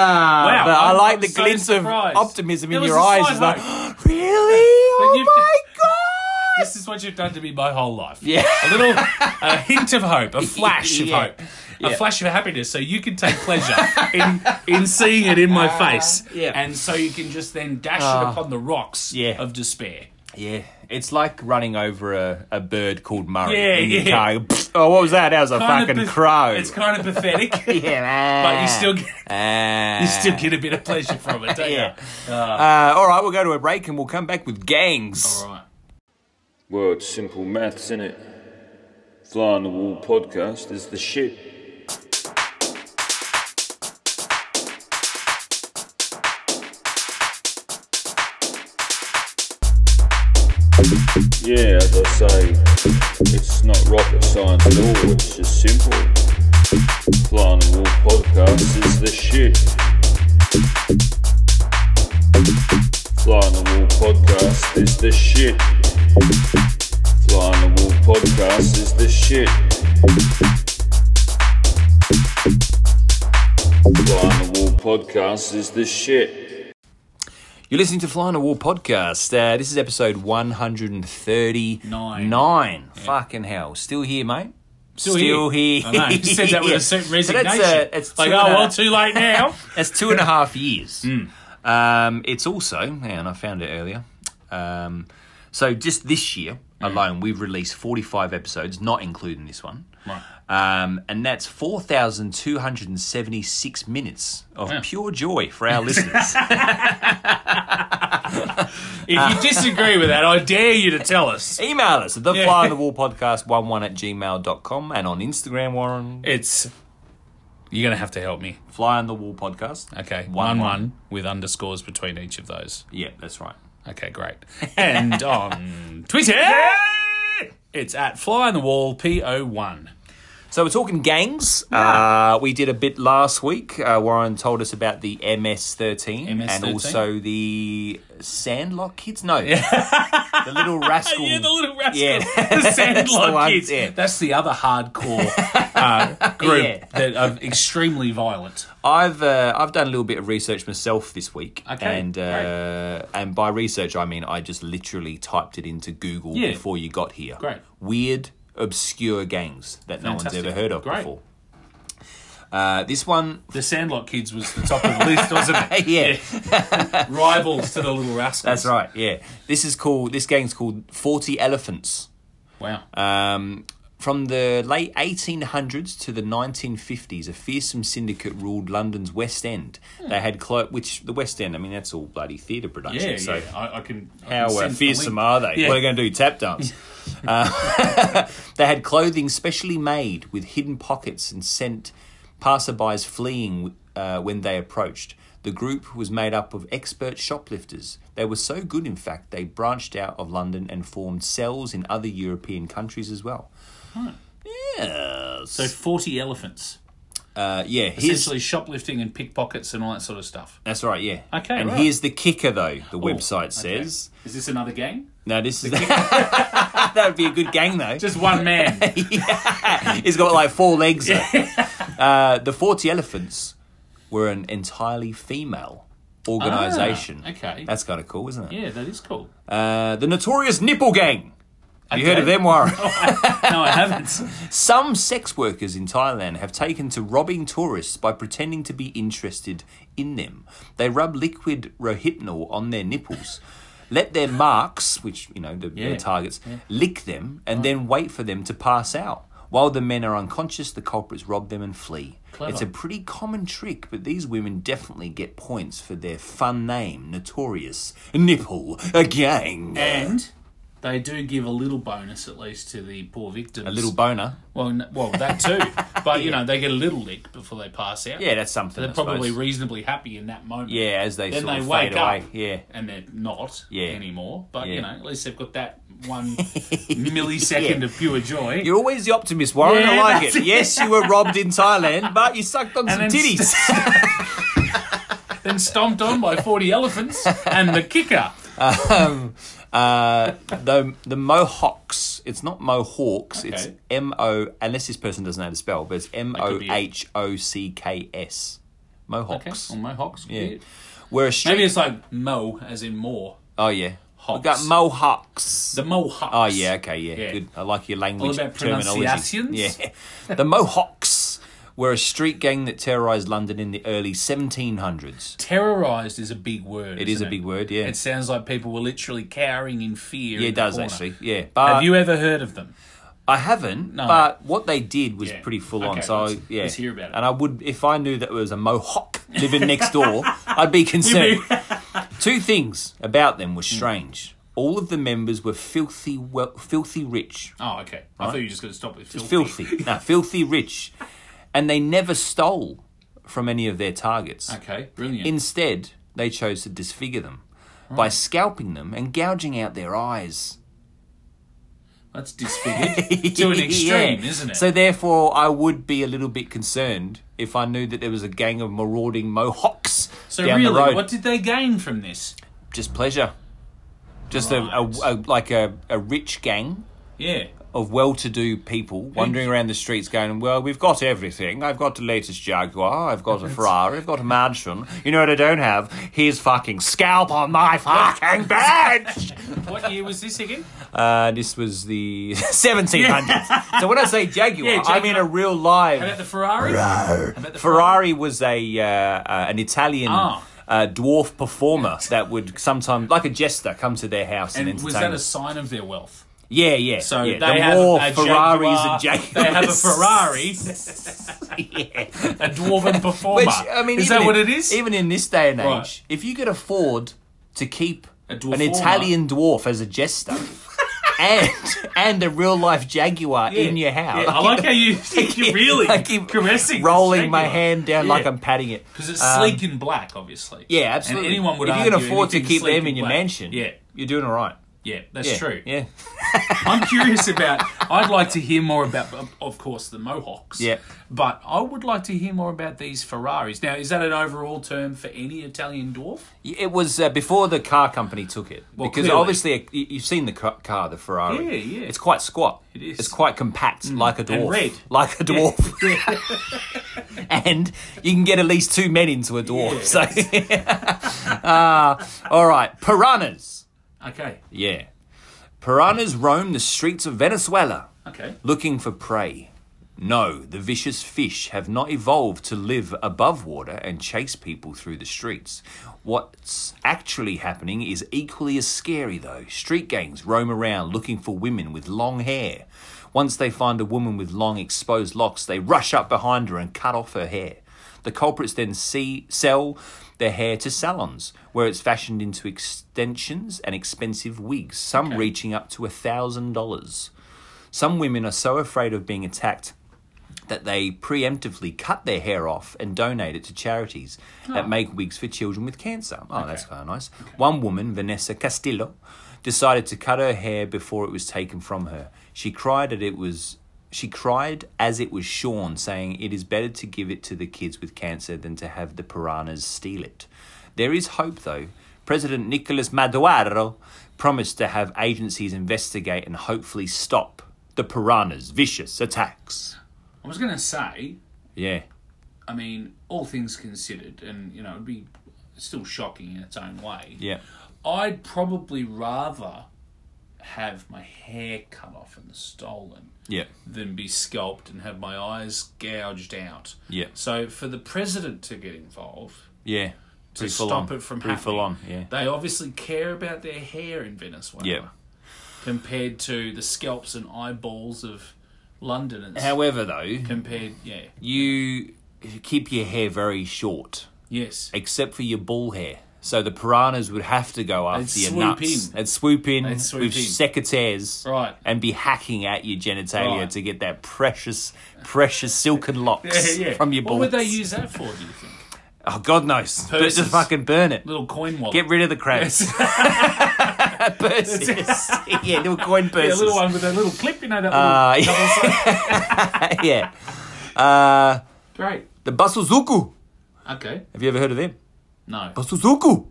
[SPEAKER 1] wow,
[SPEAKER 2] but I
[SPEAKER 1] I'm-
[SPEAKER 2] like
[SPEAKER 1] I'm
[SPEAKER 2] the
[SPEAKER 1] so
[SPEAKER 2] glimpse
[SPEAKER 1] surprised.
[SPEAKER 2] of optimism in
[SPEAKER 1] There was
[SPEAKER 2] your
[SPEAKER 1] a
[SPEAKER 2] eyes.
[SPEAKER 1] slight
[SPEAKER 2] It's like,
[SPEAKER 1] hope.
[SPEAKER 2] really? Oh
[SPEAKER 1] you've-
[SPEAKER 2] my god!
[SPEAKER 1] this is what you've done to me my whole life.
[SPEAKER 2] Yeah.
[SPEAKER 1] A little a hint of hope, a flash of
[SPEAKER 2] Yeah.
[SPEAKER 1] hope. A flash of happiness, so you can take pleasure in in seeing it in my face,
[SPEAKER 2] Ah, yeah. Ah.
[SPEAKER 1] and so you can just then dash it upon the rocks
[SPEAKER 2] yeah.
[SPEAKER 1] of despair.
[SPEAKER 2] Yeah, it's like running over a, a bird called Murray
[SPEAKER 1] Yeah,
[SPEAKER 2] in your
[SPEAKER 1] yeah.
[SPEAKER 2] car. Oh, what was that? That was a
[SPEAKER 1] Kinda
[SPEAKER 2] fucking
[SPEAKER 1] pa-
[SPEAKER 2] crow.
[SPEAKER 1] It's kind of pathetic.
[SPEAKER 2] yeah, man.
[SPEAKER 1] But you still get-
[SPEAKER 2] Ah.
[SPEAKER 1] You still get a bit of pleasure from it, don't
[SPEAKER 2] Yeah.
[SPEAKER 1] you?
[SPEAKER 2] Uh, all right, we'll go to a break and we'll come back with gangs.
[SPEAKER 1] All right.
[SPEAKER 4] Well, it's simple maths, innit? Fly on the Wall podcast is the shit. Yeah, as I say, it's not rocket science at all, it's just simple. Fly on the Wall podcast is the shit. Fly on the Wall podcast is the shit. Fly on the Wall podcast is the shit. Fly on the Wall Podcast is the shit.
[SPEAKER 2] You're listening to Fly on a Wall podcast. Uh, this is episode 139.
[SPEAKER 1] Nine.
[SPEAKER 2] Fucking hell. Still here, mate.
[SPEAKER 1] Still
[SPEAKER 2] here.
[SPEAKER 1] I know. You said that with a certain
[SPEAKER 2] So
[SPEAKER 1] resignation.
[SPEAKER 2] that's, uh, it's
[SPEAKER 1] like,
[SPEAKER 2] two
[SPEAKER 1] oh,
[SPEAKER 2] and a-
[SPEAKER 1] well, too late now.
[SPEAKER 2] That's two and a half years. Um, it's also, and I found it earlier. Um, so just this year alone, we've released 45 episodes, not including this one.
[SPEAKER 1] Right.
[SPEAKER 2] Um, and that's 4,276 minutes of
[SPEAKER 1] Wow.
[SPEAKER 2] pure joy for our listeners.
[SPEAKER 1] if you disagree with that, I dare you to tell us.
[SPEAKER 2] Email us at the
[SPEAKER 1] Yeah.
[SPEAKER 2] fly on the wall podcast 11 at gmail.com and on Instagram, Warren,
[SPEAKER 1] It's. You're going to have to help me.
[SPEAKER 2] fly on the wall podcast.
[SPEAKER 1] Okay.
[SPEAKER 2] One,
[SPEAKER 1] One, one,
[SPEAKER 2] one.
[SPEAKER 1] with underscores between each of those.
[SPEAKER 2] Yeah, that's right.
[SPEAKER 1] Okay, great. And on Twitter, it's at fly on the wall PO1.
[SPEAKER 2] So we're talking gangs. Uh, we did a bit last week. Uh, Warren told us about the MS-13, and
[SPEAKER 1] MS-13?
[SPEAKER 2] also the Sandlot kids. No, the little rascal.
[SPEAKER 1] Yeah, the little rascal.
[SPEAKER 2] Yeah.
[SPEAKER 1] The Sandlot
[SPEAKER 2] the one,
[SPEAKER 1] kids.
[SPEAKER 2] yeah.
[SPEAKER 1] That's the other hardcore uh, group
[SPEAKER 2] Yeah.
[SPEAKER 1] that are extremely violent.
[SPEAKER 2] I've uh, I've done a little bit of research myself this week,
[SPEAKER 1] Okay,
[SPEAKER 2] and uh, and by research I mean I just literally typed it into Google
[SPEAKER 1] Yeah.
[SPEAKER 2] before you got here.
[SPEAKER 1] Great.
[SPEAKER 2] weird, obscure gangs that no
[SPEAKER 1] Fantastic.
[SPEAKER 2] one's ever heard of
[SPEAKER 1] Great.
[SPEAKER 2] before. Uh, this one,
[SPEAKER 1] The Sandlot kids was the top of the list, wasn't it?
[SPEAKER 2] yeah,
[SPEAKER 1] Rivals to the little rascals.
[SPEAKER 2] that's right. Yeah, this is called. This gang's called Forty Elephants.
[SPEAKER 1] Wow.
[SPEAKER 2] Um, from the late 1800s to the 1950s, a fearsome syndicate ruled London's West End. They had, clo- which the West End, I mean, that's all bloody theatre production.
[SPEAKER 1] yeah,
[SPEAKER 2] so
[SPEAKER 1] yeah. I, I can. I
[SPEAKER 2] How
[SPEAKER 1] can
[SPEAKER 2] uh,
[SPEAKER 1] sense the
[SPEAKER 2] fearsome
[SPEAKER 1] link.
[SPEAKER 2] are they?
[SPEAKER 1] Yeah.
[SPEAKER 2] What are they going to do? Tap dance? Uh, they had clothing specially made with hidden pockets and sent passerbys fleeing uh, when they approached. The group was made up of expert shoplifters. They were so good, in fact, they branched out of London and formed cells in other European countries as well. Yes.
[SPEAKER 1] So 40 elephants.
[SPEAKER 2] uh, yeah, here's,
[SPEAKER 1] Essentially shoplifting and pickpockets and all that sort of stuff.
[SPEAKER 2] that's right. Yeah.
[SPEAKER 1] Okay,
[SPEAKER 2] And
[SPEAKER 1] right. Oh,
[SPEAKER 2] here's the kicker, though. The website
[SPEAKER 1] Okay.
[SPEAKER 2] says.
[SPEAKER 1] Is this another gang?
[SPEAKER 2] No, this is that would be a good gang though.
[SPEAKER 1] Just one man.
[SPEAKER 2] He's got like four legs. though. uh, the Forty Elephants were an entirely female organisation.
[SPEAKER 1] Ah, okay.
[SPEAKER 2] that's kind of cool, isn't it?
[SPEAKER 1] yeah, that is cool.
[SPEAKER 2] Uh, the notorious Nipple Gang. Have you heard
[SPEAKER 1] Okay.
[SPEAKER 2] of them, Warren?
[SPEAKER 1] No, I haven't.
[SPEAKER 2] Some sex workers in Thailand have taken to robbing tourists by pretending to be interested in them. They rub liquid rohypnol on their nipples, let their marks, which, you know, the, the
[SPEAKER 1] Yeah.
[SPEAKER 2] targets, lick them and then wait for them to pass out. While the men are unconscious, the culprits rob them and flee.
[SPEAKER 1] Clever.
[SPEAKER 2] It's a pretty common trick, but these women definitely get points for their fun name, Notorious Nipple Gang.
[SPEAKER 1] And they do give a little bonus, at least, to the poor victims.
[SPEAKER 2] A little boner.
[SPEAKER 1] Well, n- well, that too. But you know, they get a little lick before they pass out.
[SPEAKER 2] Yeah, that's something.
[SPEAKER 1] they're
[SPEAKER 2] I
[SPEAKER 1] probably
[SPEAKER 2] suppose.
[SPEAKER 1] reasonably happy in that moment.
[SPEAKER 2] Yeah, as they
[SPEAKER 1] Then
[SPEAKER 2] sort
[SPEAKER 1] they
[SPEAKER 2] of
[SPEAKER 1] wake
[SPEAKER 2] fade away.
[SPEAKER 1] up.
[SPEAKER 2] Yeah.
[SPEAKER 1] and they're not
[SPEAKER 2] Yeah.
[SPEAKER 1] anymore. But
[SPEAKER 2] Yeah.
[SPEAKER 1] you know, at least they've got that one millisecond
[SPEAKER 2] Yeah.
[SPEAKER 1] of pure joy.
[SPEAKER 2] You're always the optimist, Warren.
[SPEAKER 1] Yeah,
[SPEAKER 2] I like it.
[SPEAKER 1] that's it.
[SPEAKER 2] Yes, you were robbed in Thailand, but you sucked on some
[SPEAKER 1] And then
[SPEAKER 2] titties.
[SPEAKER 1] then stomped on by forty elephants and the kicker.
[SPEAKER 2] uh, the the Mohawks. It's not Mohawks. It's
[SPEAKER 1] Okay.
[SPEAKER 2] M O. Unless this person doesn't know how to spell, but it's M O H O C K S.
[SPEAKER 1] Okay,
[SPEAKER 2] Mohawks.
[SPEAKER 1] well, mohawks.
[SPEAKER 2] Yeah.
[SPEAKER 1] Yeah.
[SPEAKER 2] We're a street.
[SPEAKER 1] Maybe it's like mo, as in more.
[SPEAKER 2] oh yeah.
[SPEAKER 1] Hawks.
[SPEAKER 2] We've got Mohawks.
[SPEAKER 1] The mohawks.
[SPEAKER 2] Oh yeah, okay, yeah,
[SPEAKER 1] Yeah.
[SPEAKER 2] good. I like your language
[SPEAKER 1] about
[SPEAKER 2] terminology.
[SPEAKER 1] pronunciations?
[SPEAKER 2] Yeah, the Mohawks were a street gang that terrorized London in the early 1700s.
[SPEAKER 1] Terrorized is a big word.
[SPEAKER 2] It is a big word, yeah.
[SPEAKER 1] It sounds like people were literally cowering in fear.
[SPEAKER 2] yeah,
[SPEAKER 1] in
[SPEAKER 2] it
[SPEAKER 1] the
[SPEAKER 2] does
[SPEAKER 1] corner.
[SPEAKER 2] actually. Uh, Yeah, but
[SPEAKER 1] Have you ever heard of them?
[SPEAKER 2] I haven't, but what they did was
[SPEAKER 1] Yeah.
[SPEAKER 2] pretty full on.
[SPEAKER 1] Okay,
[SPEAKER 2] So
[SPEAKER 1] let's-
[SPEAKER 2] yeah,
[SPEAKER 1] let's hear about it.
[SPEAKER 2] And I would, if I knew that it was a Mohawk living next door, I'd be concerned. Two things about them were strange. All of the members were filthy, well, filthy rich,
[SPEAKER 1] Oh, okay. I thought you were just going to stop with filthy.
[SPEAKER 2] filthy, no, filthy rich, and they never stole from any of their targets.
[SPEAKER 1] Okay, brilliant.
[SPEAKER 2] Instead, they chose to disfigure them by scalping them and gouging out their eyes.
[SPEAKER 1] That's disfigured to an extreme,
[SPEAKER 2] Yeah.
[SPEAKER 1] isn't it?
[SPEAKER 2] So therefore, I would be a little bit concerned if I knew that there was a gang of marauding Mohawks
[SPEAKER 1] So
[SPEAKER 2] down the
[SPEAKER 1] really,
[SPEAKER 2] road.
[SPEAKER 1] what did they gain from this?
[SPEAKER 2] Just pleasure, just a, a, a like a, a rich gang
[SPEAKER 1] Yeah,
[SPEAKER 2] of well-to-do people wandering around the streets going, "Well, we've got everything. I've got the latest Jaguar. I've got a Ferrari. I've got a mansion. You know what I don't have? His fucking scalp on my fucking bench."
[SPEAKER 1] What year was this again?
[SPEAKER 2] Uh, this was the 1700s. so when I say Jaguar,
[SPEAKER 1] Yeah,
[SPEAKER 2] I mean a
[SPEAKER 1] Jaguar.
[SPEAKER 2] real live.
[SPEAKER 1] About the Ferrari? About the
[SPEAKER 2] Ferrari was a uh, uh, an Italian
[SPEAKER 1] Ah.
[SPEAKER 2] uh, dwarf performer that would sometimes, like a jester, come to their house and,
[SPEAKER 1] And was
[SPEAKER 2] entertain.
[SPEAKER 1] that a
[SPEAKER 2] them.
[SPEAKER 1] sign of their wealth?
[SPEAKER 2] yeah, yeah.
[SPEAKER 1] So
[SPEAKER 2] yeah.
[SPEAKER 1] they
[SPEAKER 2] the
[SPEAKER 1] have
[SPEAKER 2] more
[SPEAKER 1] a
[SPEAKER 2] Ferraris
[SPEAKER 1] Jaguar,
[SPEAKER 2] and Jaguars.
[SPEAKER 1] They have a Ferrari,
[SPEAKER 2] yeah.
[SPEAKER 1] a dwarven performer.
[SPEAKER 2] Which I mean,
[SPEAKER 1] is
[SPEAKER 2] even
[SPEAKER 1] that
[SPEAKER 2] in-
[SPEAKER 1] what it is?
[SPEAKER 2] Even in this day and age,
[SPEAKER 1] Right.
[SPEAKER 2] if you could afford to keep
[SPEAKER 1] A
[SPEAKER 2] an
[SPEAKER 1] dwarf former.
[SPEAKER 2] Italian dwarf as a jester. And and a real life jaguar in your house.
[SPEAKER 1] I like how you think you're really
[SPEAKER 2] I keep
[SPEAKER 1] caressing,
[SPEAKER 2] rolling my hand down like
[SPEAKER 1] Yeah.
[SPEAKER 2] I'm patting it.
[SPEAKER 1] because it's
[SPEAKER 2] Um,
[SPEAKER 1] sleek and black, obviously.
[SPEAKER 2] Yeah, absolutely.
[SPEAKER 1] And anyone would
[SPEAKER 2] If you can
[SPEAKER 1] argue
[SPEAKER 2] afford to
[SPEAKER 1] anything
[SPEAKER 2] keep
[SPEAKER 1] sleek
[SPEAKER 2] them in
[SPEAKER 1] and
[SPEAKER 2] your
[SPEAKER 1] black.
[SPEAKER 2] mansion,
[SPEAKER 1] Yeah,
[SPEAKER 2] you're doing all right.
[SPEAKER 1] yeah, that's
[SPEAKER 2] yeah.
[SPEAKER 1] true.
[SPEAKER 2] Yeah.
[SPEAKER 1] I'm curious about. I'd like to hear more about, of- of course, the Mohawks.
[SPEAKER 2] Yeah.
[SPEAKER 1] But I would like to hear more about these Ferraris. Now, is that an overall term for any Italian dwarf?
[SPEAKER 2] It was uh, before the car company took it
[SPEAKER 1] Well,
[SPEAKER 2] because
[SPEAKER 1] clearly.
[SPEAKER 2] obviously uh, you- you've seen the ca- car, the Ferrari.
[SPEAKER 1] Yeah, yeah.
[SPEAKER 2] It's quite squat. It
[SPEAKER 1] is. Mm.
[SPEAKER 2] It's quite compact, like a dwarf.
[SPEAKER 1] And red.
[SPEAKER 2] Like a dwarf. and you can get at least two men into a dwarf. So, uh, all right, piranhas.
[SPEAKER 1] Okay.
[SPEAKER 2] Yeah, piranhas roam the streets of Venezuela.
[SPEAKER 1] Okay.
[SPEAKER 2] looking for prey. No, the vicious fish have not evolved to live above water and chase people through the streets. What's actually happening is equally as scary, though. Street gangs roam around looking for women with long hair. Once they find a woman with long, exposed locks, they rush up behind her and cut off her hair. The culprits then see, sell their hair to salons, where it's fashioned into extensions and expensive wigs, some reaching up to a thousand dollars. Some women are so afraid of being attacked that they preemptively cut their hair off and donate it to charities that make wigs for children with cancer. Oh, that's kind of nice. One woman, Vanessa Castillo, decided to cut her hair before it was taken from her. She cried that it was she cried as it was shorn, saying, "It is better to give it to the kids with cancer than to have the piranhas steal it." There is hope, though. President Nicolas Maduro promised to have agencies investigate and hopefully stop the piranhas' vicious attacks.
[SPEAKER 1] I was going to say,
[SPEAKER 2] Yeah.
[SPEAKER 1] I mean, all things considered, and, you know, it'd be still shocking in its own way.
[SPEAKER 2] Yeah.
[SPEAKER 1] I'd probably rather have my hair cut off and stolen
[SPEAKER 2] Yeah.
[SPEAKER 1] than be scalped and have my eyes gouged out.
[SPEAKER 2] Yeah.
[SPEAKER 1] So for the president to get involved
[SPEAKER 2] Yeah.
[SPEAKER 1] to stop it from
[SPEAKER 2] Pretty
[SPEAKER 1] happening,
[SPEAKER 2] full on. Yeah.
[SPEAKER 1] they obviously care about their hair in Venezuela.
[SPEAKER 2] Yeah.
[SPEAKER 1] Compared to the scalps and eyeballs of Londoners.
[SPEAKER 2] However, though,
[SPEAKER 1] compared, yeah,
[SPEAKER 2] you keep your hair very short,
[SPEAKER 1] yes,
[SPEAKER 2] except for your bull hair. So the piranhas would have to go after your
[SPEAKER 1] swoop
[SPEAKER 2] nuts
[SPEAKER 1] in.
[SPEAKER 2] and swoop in
[SPEAKER 1] They'd swoop
[SPEAKER 2] with
[SPEAKER 1] in.
[SPEAKER 2] secateurs
[SPEAKER 1] Right.
[SPEAKER 2] and be hacking at your genitalia
[SPEAKER 1] Right.
[SPEAKER 2] to get that precious, precious silken locks
[SPEAKER 1] Yeah, yeah.
[SPEAKER 2] from your balls.
[SPEAKER 1] What would they use that for? Do you think
[SPEAKER 2] Oh, God knows. But
[SPEAKER 1] Purses.
[SPEAKER 2] just fucking burn it.
[SPEAKER 1] little coin wallet?
[SPEAKER 2] Get rid of the crabs. purses. yeah, little coin
[SPEAKER 1] yeah, a
[SPEAKER 2] purses.
[SPEAKER 1] little one with a little clip, you know that.
[SPEAKER 2] Uh,
[SPEAKER 1] little
[SPEAKER 2] yeah.
[SPEAKER 1] double-sided-
[SPEAKER 2] yeah. Uh,
[SPEAKER 1] Great.
[SPEAKER 2] the Basuzuku.
[SPEAKER 1] Okay.
[SPEAKER 2] Have you ever heard of them?
[SPEAKER 1] No.
[SPEAKER 2] Basuzuku.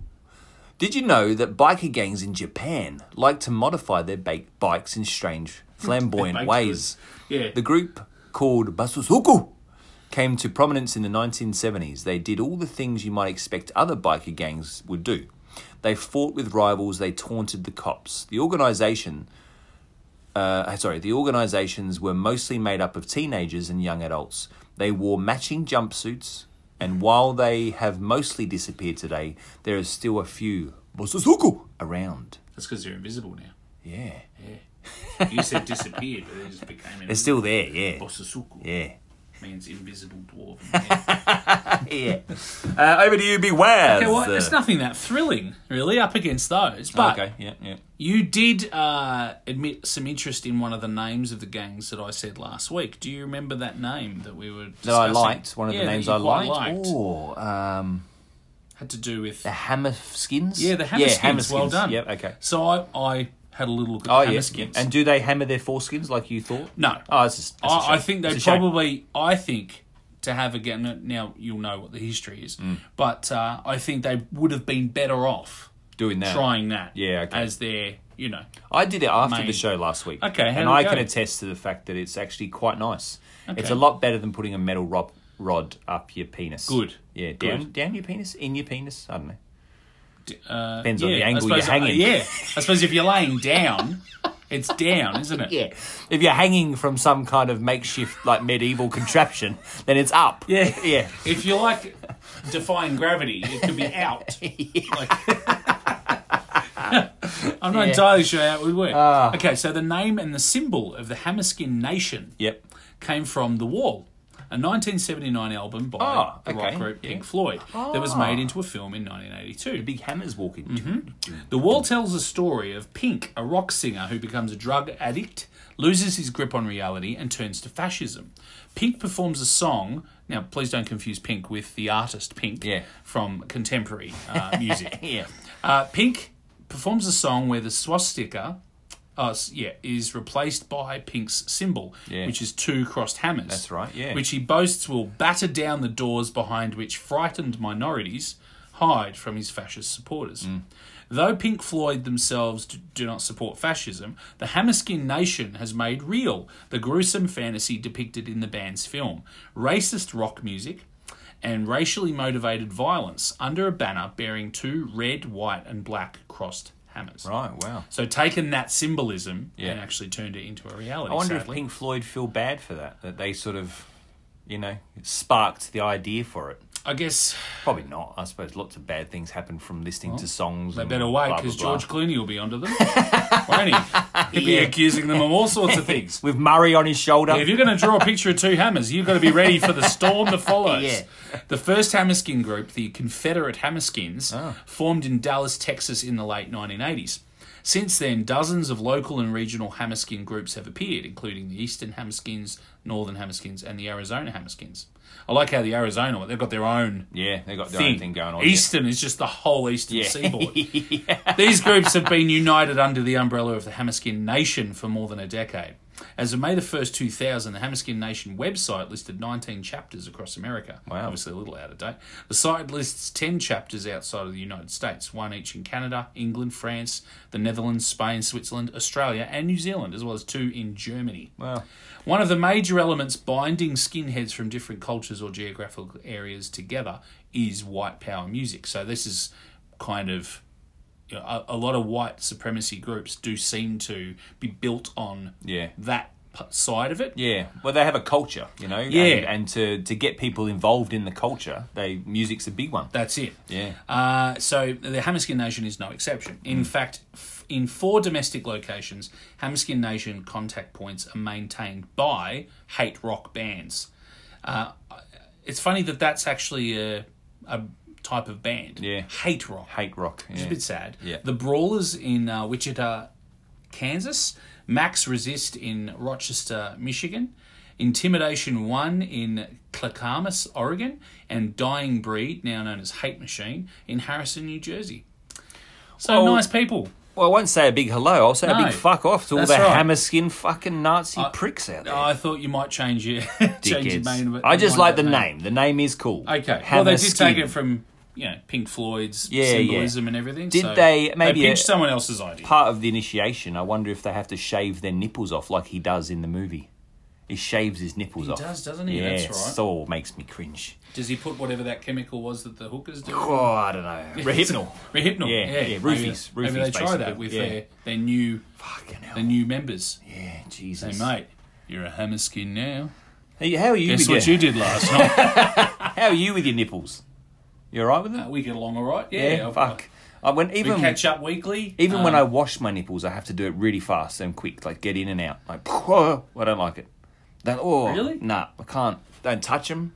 [SPEAKER 2] Did you know that biker gangs in Japan like to modify their ba- bikes in strange, flamboyant
[SPEAKER 1] Bikes
[SPEAKER 2] ways?
[SPEAKER 1] was- Yeah.
[SPEAKER 2] The group called Basuzuku came to prominence in the 1970s. They did all the things you might expect other biker gangs would do. They fought with rivals, they taunted the cops. The organization uh, sorry, the organizations were mostly made up of teenagers and young adults. They wore matching jumpsuits, and while they have mostly disappeared today, there is still a few Bosuzuku around.
[SPEAKER 1] That's because they're invisible now.
[SPEAKER 2] Yeah.
[SPEAKER 1] You said disappeared, but they just became.
[SPEAKER 2] They're still there, yeah.
[SPEAKER 1] Bosusuku
[SPEAKER 2] Yeah.
[SPEAKER 1] means invisible dwarf. Yeah.
[SPEAKER 2] Yeah. Uh, over to you, beware.
[SPEAKER 1] okay, well, it's nothing that thrilling, really, up against those. But
[SPEAKER 2] uh, okay, yeah, yeah.
[SPEAKER 1] you did uh, admit some interest in one of the names of the gangs that I said last week. Do you remember that name that we were
[SPEAKER 2] That I
[SPEAKER 1] discussing?
[SPEAKER 2] liked, one of
[SPEAKER 1] Yeah,
[SPEAKER 2] the
[SPEAKER 1] that
[SPEAKER 2] names
[SPEAKER 1] you
[SPEAKER 2] I
[SPEAKER 1] quite
[SPEAKER 2] liked. Oh, um,
[SPEAKER 1] Had to do with
[SPEAKER 2] the Hammer Skins?
[SPEAKER 1] yeah, the hammer skins. Well
[SPEAKER 2] Hammerskins.
[SPEAKER 1] done.
[SPEAKER 2] Yep, okay.
[SPEAKER 1] So I, I had a little look at
[SPEAKER 2] Oh,
[SPEAKER 1] hammer
[SPEAKER 2] yeah.
[SPEAKER 1] skins.
[SPEAKER 2] And do they hammer their foreskins like you thought?
[SPEAKER 1] No.
[SPEAKER 2] Oh, it's just, that's a
[SPEAKER 1] I, I
[SPEAKER 2] shame.
[SPEAKER 1] think they
[SPEAKER 2] It's a shame.
[SPEAKER 1] probably. I think to have again. Now you'll know what the history is,
[SPEAKER 2] Mm.
[SPEAKER 1] but uh, I think they would have been better off
[SPEAKER 2] doing that.
[SPEAKER 1] trying that.
[SPEAKER 2] Yeah, okay.
[SPEAKER 1] as their you know.
[SPEAKER 2] I did it after the
[SPEAKER 1] Made.
[SPEAKER 2] show last week.
[SPEAKER 1] Okay, how'd
[SPEAKER 2] and
[SPEAKER 1] it
[SPEAKER 2] I
[SPEAKER 1] go?
[SPEAKER 2] can attest to the fact that it's actually quite nice. It's
[SPEAKER 1] Okay.
[SPEAKER 2] a lot better than putting a metal rod, rod up your penis.
[SPEAKER 1] Good.
[SPEAKER 2] Yeah,
[SPEAKER 1] Good.
[SPEAKER 2] down down your penis, in your penis. I don't know.
[SPEAKER 1] Uh,
[SPEAKER 2] Depends on the
[SPEAKER 1] I
[SPEAKER 2] angle you're
[SPEAKER 1] suppose- uh,
[SPEAKER 2] hanging.
[SPEAKER 1] yeah, I suppose if you're laying down, it's down, isn't it?
[SPEAKER 2] Yeah. If you're hanging from some kind of makeshift like medieval contraption, then it's up.
[SPEAKER 1] Yeah.
[SPEAKER 2] Yeah.
[SPEAKER 1] If you're like defying gravity, it could be out. Like- I'm not entirely sure how it would work. okay, so the name and the symbol of the Hammerskin Nation
[SPEAKER 2] Yep.
[SPEAKER 1] came from The Wall, a 1979 album by
[SPEAKER 2] Oh,
[SPEAKER 1] the
[SPEAKER 2] okay,
[SPEAKER 1] rock group
[SPEAKER 2] yeah.
[SPEAKER 1] Pink Floyd that was made into a film in 1982.
[SPEAKER 2] Big hammers walking.
[SPEAKER 1] The Wall tells the story of Pink, a rock singer who becomes a drug addict, loses his grip on reality, and turns to fascism. Pink performs a song. Now, please don't confuse Pink with the artist Pink
[SPEAKER 2] Yeah.
[SPEAKER 1] from contemporary uh, music.
[SPEAKER 2] Yeah.
[SPEAKER 1] Uh, Pink performs a song where the swastika, uh, s- yeah, is replaced by Pink's symbol,
[SPEAKER 2] Yeah.
[SPEAKER 1] which is two crossed hammers. That's
[SPEAKER 2] right, yeah.
[SPEAKER 1] Which he boasts will batter down the doors behind which frightened minorities hide from his fascist supporters.
[SPEAKER 2] Mm.
[SPEAKER 1] Though Pink Floyd themselves d- do not support fascism, the Hammerskin Nation has made real the gruesome fantasy depicted in the band's film. Racist rock music and racially motivated violence under a banner bearing two red, white, and black crossed hammers.
[SPEAKER 2] Right, wow.
[SPEAKER 1] So, taken that symbolism
[SPEAKER 2] Yeah.
[SPEAKER 1] and actually turned it into a reality.
[SPEAKER 2] I wonder
[SPEAKER 1] sadly.
[SPEAKER 2] if Pink Floyd feel bad for that, that they sort of, you know, sparked the idea for it.
[SPEAKER 1] I guess
[SPEAKER 2] Probably not. I suppose lots of bad things happen from listening to songs.
[SPEAKER 1] they
[SPEAKER 2] and
[SPEAKER 1] better
[SPEAKER 2] blah,
[SPEAKER 1] wait
[SPEAKER 2] blah,
[SPEAKER 1] because
[SPEAKER 2] blah.
[SPEAKER 1] George Clooney will be onto them, won't he? He'll be accusing them of all sorts of things.
[SPEAKER 2] with Murray on his shoulder.
[SPEAKER 1] If you're going to draw a picture of two hammers, you've got to be ready for the storm that follows. The first Hammerskin group, the Confederate Hammerskins,
[SPEAKER 2] Ah.
[SPEAKER 1] formed in Dallas, Texas in the late 1980s. Since then, dozens of local and regional Hammerskin groups have appeared, including the Eastern Hammerskins, Northern Hammerskins, and the Arizona Hammerskins. I like how the Arizona, they've got their own
[SPEAKER 2] yeah, they got their
[SPEAKER 1] thing.
[SPEAKER 2] own thing going on.
[SPEAKER 1] Eastern is just the whole Eastern
[SPEAKER 2] Yeah.
[SPEAKER 1] seaboard. These groups have been united under the umbrella of the Hammerskin Nation for more than a decade. As of May the 1st, 2000, the Hammerskin Nation website listed 19 chapters across America.
[SPEAKER 2] Wow.
[SPEAKER 1] Obviously, a little out of date. The site lists 10 chapters outside of the United States, one each in Canada, England, France, the Netherlands, Spain, Switzerland, Australia, and New Zealand, as well as two in Germany.
[SPEAKER 2] Yeah. Wow.
[SPEAKER 1] One of the major elements binding skinheads from different cultures or geographical areas together is white power music. So this is kind of you know, a, a lot of white supremacy groups do seem to be built on
[SPEAKER 2] Yeah.
[SPEAKER 1] that p- side of it.
[SPEAKER 2] Yeah, well, they have a culture, you know.
[SPEAKER 1] Yeah.
[SPEAKER 2] and, and to to get people involved in the culture, they music's a big one.
[SPEAKER 1] That's it.
[SPEAKER 2] Yeah.
[SPEAKER 1] Uh, so the Hammerskin Nation is no exception. In fact, f- in four domestic locations, Hammerskin Nation contact points are maintained by hate rock bands. Uh, it's funny that that's actually a, a type of band.
[SPEAKER 2] Yeah.
[SPEAKER 1] Hate rock.
[SPEAKER 2] Hate rock.
[SPEAKER 1] It's
[SPEAKER 2] yeah.
[SPEAKER 1] a bit sad.
[SPEAKER 2] Yeah.
[SPEAKER 1] The Brawlers in uh, Wichita, Kansas. Max Resist in Rochester, Michigan. Intimidation One in Clackamas, Oregon. And Dying Breed, now known as Hate Machine, in Harrison, New Jersey. So
[SPEAKER 2] Well,
[SPEAKER 1] nice people.
[SPEAKER 2] Well, I won't say a big hello. I'll say
[SPEAKER 1] No.
[SPEAKER 2] a big fuck off to all
[SPEAKER 1] That's
[SPEAKER 2] the
[SPEAKER 1] right.
[SPEAKER 2] hammer skin fucking Nazi pricks out there.
[SPEAKER 1] I thought you might change your change your
[SPEAKER 2] Dickheads.
[SPEAKER 1] main. of it-
[SPEAKER 2] I just
[SPEAKER 1] mind
[SPEAKER 2] like the
[SPEAKER 1] that
[SPEAKER 2] name. The name is cool.
[SPEAKER 1] Okay.
[SPEAKER 2] Hammer
[SPEAKER 1] Well, they did take
[SPEAKER 2] Skin.
[SPEAKER 1] it from you know Pink Floyd's
[SPEAKER 2] Yeah, yeah.
[SPEAKER 1] symbolism and everything.
[SPEAKER 2] Did
[SPEAKER 1] so
[SPEAKER 2] they- maybe uh,
[SPEAKER 1] they pinched
[SPEAKER 2] a-
[SPEAKER 1] someone else's idea?
[SPEAKER 2] part of the initiation. I wonder if they have to shave their nipples off like he does in the movie. He shaves his nipples off.
[SPEAKER 1] does, doesn't he?
[SPEAKER 2] Yeah,
[SPEAKER 1] That's right.
[SPEAKER 2] So makes me cringe.
[SPEAKER 1] Does he put whatever that chemical was that the hookers do?
[SPEAKER 2] Oh, I don't know. Rehypnol.
[SPEAKER 1] Rehypnol.
[SPEAKER 2] Yeah, yeah,
[SPEAKER 1] Yeah, Maybe-
[SPEAKER 2] roofies,
[SPEAKER 1] Maybe,
[SPEAKER 2] roofies,
[SPEAKER 1] they try
[SPEAKER 2] basically,
[SPEAKER 1] that with
[SPEAKER 2] yeah.
[SPEAKER 1] their, their new
[SPEAKER 2] Fucking hell.
[SPEAKER 1] their new members.
[SPEAKER 2] Yeah,
[SPEAKER 1] Hey,
[SPEAKER 2] Jesus.
[SPEAKER 1] mate, you're a hammer skin now.
[SPEAKER 2] Hey, how are you?
[SPEAKER 1] Guess
[SPEAKER 2] with
[SPEAKER 1] what
[SPEAKER 2] your,
[SPEAKER 1] you did last night?
[SPEAKER 2] How are you with your nipples? You all right with them?
[SPEAKER 1] we get along all right. Uh, Yeah,
[SPEAKER 2] yeah,
[SPEAKER 1] I've-
[SPEAKER 2] fuck. I, when
[SPEAKER 1] We
[SPEAKER 2] even
[SPEAKER 1] catch up weekly. Um,
[SPEAKER 2] even when I wash my nipples, I have to do it really fast and quick, like get in and out. Like, I don't like it. That oh,
[SPEAKER 1] Really?
[SPEAKER 2] Nah, I can't. Don't touch them.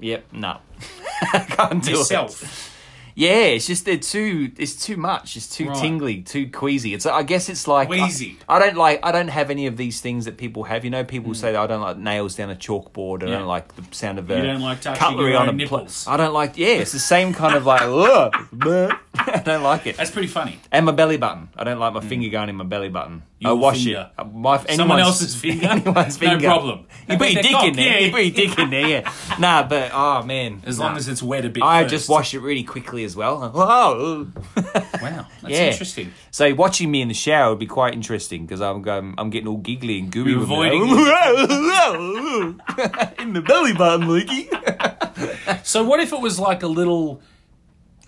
[SPEAKER 2] Yep, nah. I can't do it.
[SPEAKER 1] yourself.
[SPEAKER 2] Yeah, it's just they're too. It's too much. It's too
[SPEAKER 1] Right.
[SPEAKER 2] tingly, too queasy. It's. I guess it's like I-
[SPEAKER 1] Queasy. Hmm.
[SPEAKER 2] I, don't like. I don't have any of these things that people have. You know, people say that I don't like nails down a chalkboard. I
[SPEAKER 1] Yeah.
[SPEAKER 2] don't like the sound of a
[SPEAKER 1] don't like touching
[SPEAKER 2] cutlery
[SPEAKER 1] your
[SPEAKER 2] on
[SPEAKER 1] own
[SPEAKER 2] a pla-
[SPEAKER 1] nipples.
[SPEAKER 2] I don't like. Yeah, it's the same kind of like. "Ugh, bleh." I don't like it.
[SPEAKER 1] That's pretty funny.
[SPEAKER 2] And my belly button. I don't like my finger going in my belly button. I
[SPEAKER 1] Your
[SPEAKER 2] wash
[SPEAKER 1] finger.
[SPEAKER 2] it. My,
[SPEAKER 1] Mm. Someone
[SPEAKER 2] anyone's-
[SPEAKER 1] else's finger?
[SPEAKER 2] Anyone's
[SPEAKER 1] No
[SPEAKER 2] finger.
[SPEAKER 1] problem.
[SPEAKER 2] You put
[SPEAKER 1] They
[SPEAKER 2] your
[SPEAKER 1] bet
[SPEAKER 2] dick
[SPEAKER 1] their
[SPEAKER 2] in
[SPEAKER 1] cock,
[SPEAKER 2] there.
[SPEAKER 1] yeah.
[SPEAKER 2] You put your dick in there. Yeah. nah, but oh man.
[SPEAKER 1] As
[SPEAKER 2] Nah.
[SPEAKER 1] long as it's wet a bit.
[SPEAKER 2] I
[SPEAKER 1] first.
[SPEAKER 2] just wash it really quickly as well. Whoa.
[SPEAKER 1] Wow, that's
[SPEAKER 2] Yeah.
[SPEAKER 1] interesting.
[SPEAKER 2] So watching me in the shower would be quite interesting because I'm going, I'm getting all giggly and gooey.
[SPEAKER 1] You're
[SPEAKER 2] with it.
[SPEAKER 1] avoiding
[SPEAKER 2] in the belly button, Leaky.
[SPEAKER 1] So what if it was like a little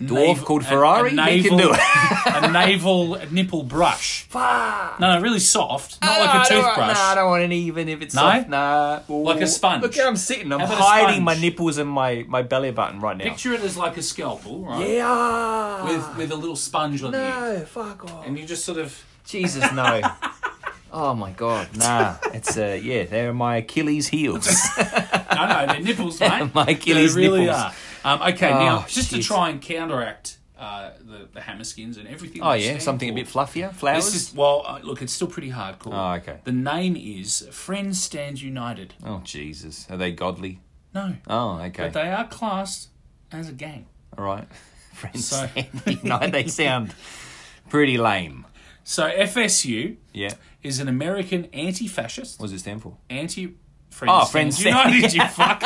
[SPEAKER 2] Dwarf called Ferrari? He can do it.
[SPEAKER 1] a navel nipple brush.
[SPEAKER 2] Fuck.
[SPEAKER 1] No, no, really soft, not like a toothbrush.
[SPEAKER 2] No, Ah, I don't want any. Even if it's
[SPEAKER 1] No?
[SPEAKER 2] soft, nah.
[SPEAKER 1] Like a sponge.
[SPEAKER 2] Look how I'm sitting. I'm
[SPEAKER 1] How about a
[SPEAKER 2] hiding
[SPEAKER 1] sponge?
[SPEAKER 2] my nipples and my my belly button right now.
[SPEAKER 1] Picture it as like a scalpel, right?
[SPEAKER 2] Yeah.
[SPEAKER 1] With with a little sponge on the end,
[SPEAKER 2] Ah. no, fuck off.
[SPEAKER 1] and you just sort of
[SPEAKER 2] Jesus, no. oh my god, nah. It's uh, yeah, they're my Achilles heels.
[SPEAKER 1] no, no, they're nipples, mate.
[SPEAKER 2] My Achilles
[SPEAKER 1] they really
[SPEAKER 2] nipples.
[SPEAKER 1] are. Um, okay,
[SPEAKER 2] Oh,
[SPEAKER 1] now just to
[SPEAKER 2] shit.
[SPEAKER 1] try and counteract uh, the the hammer skins and everything.
[SPEAKER 2] oh
[SPEAKER 1] they
[SPEAKER 2] yeah,
[SPEAKER 1] stand
[SPEAKER 2] something a
[SPEAKER 1] for,
[SPEAKER 2] bit fluffier, flowers.
[SPEAKER 1] This is well, uh, look, it's still pretty hardcore.
[SPEAKER 2] Oh, okay.
[SPEAKER 1] The name is Friends Stand United.
[SPEAKER 2] Oh Jesus, are they godly?
[SPEAKER 1] No,
[SPEAKER 2] Oh, okay,
[SPEAKER 1] but they are classed as a gang.
[SPEAKER 2] all right. Friends,
[SPEAKER 1] So-
[SPEAKER 2] no, they sound pretty lame.
[SPEAKER 1] So FSU
[SPEAKER 2] Yeah,
[SPEAKER 1] is an American anti-fascist,
[SPEAKER 2] what does it stand for?
[SPEAKER 1] anti. Friends
[SPEAKER 2] Oh, Friends
[SPEAKER 1] Stands
[SPEAKER 2] Stand-
[SPEAKER 1] United, you fuck.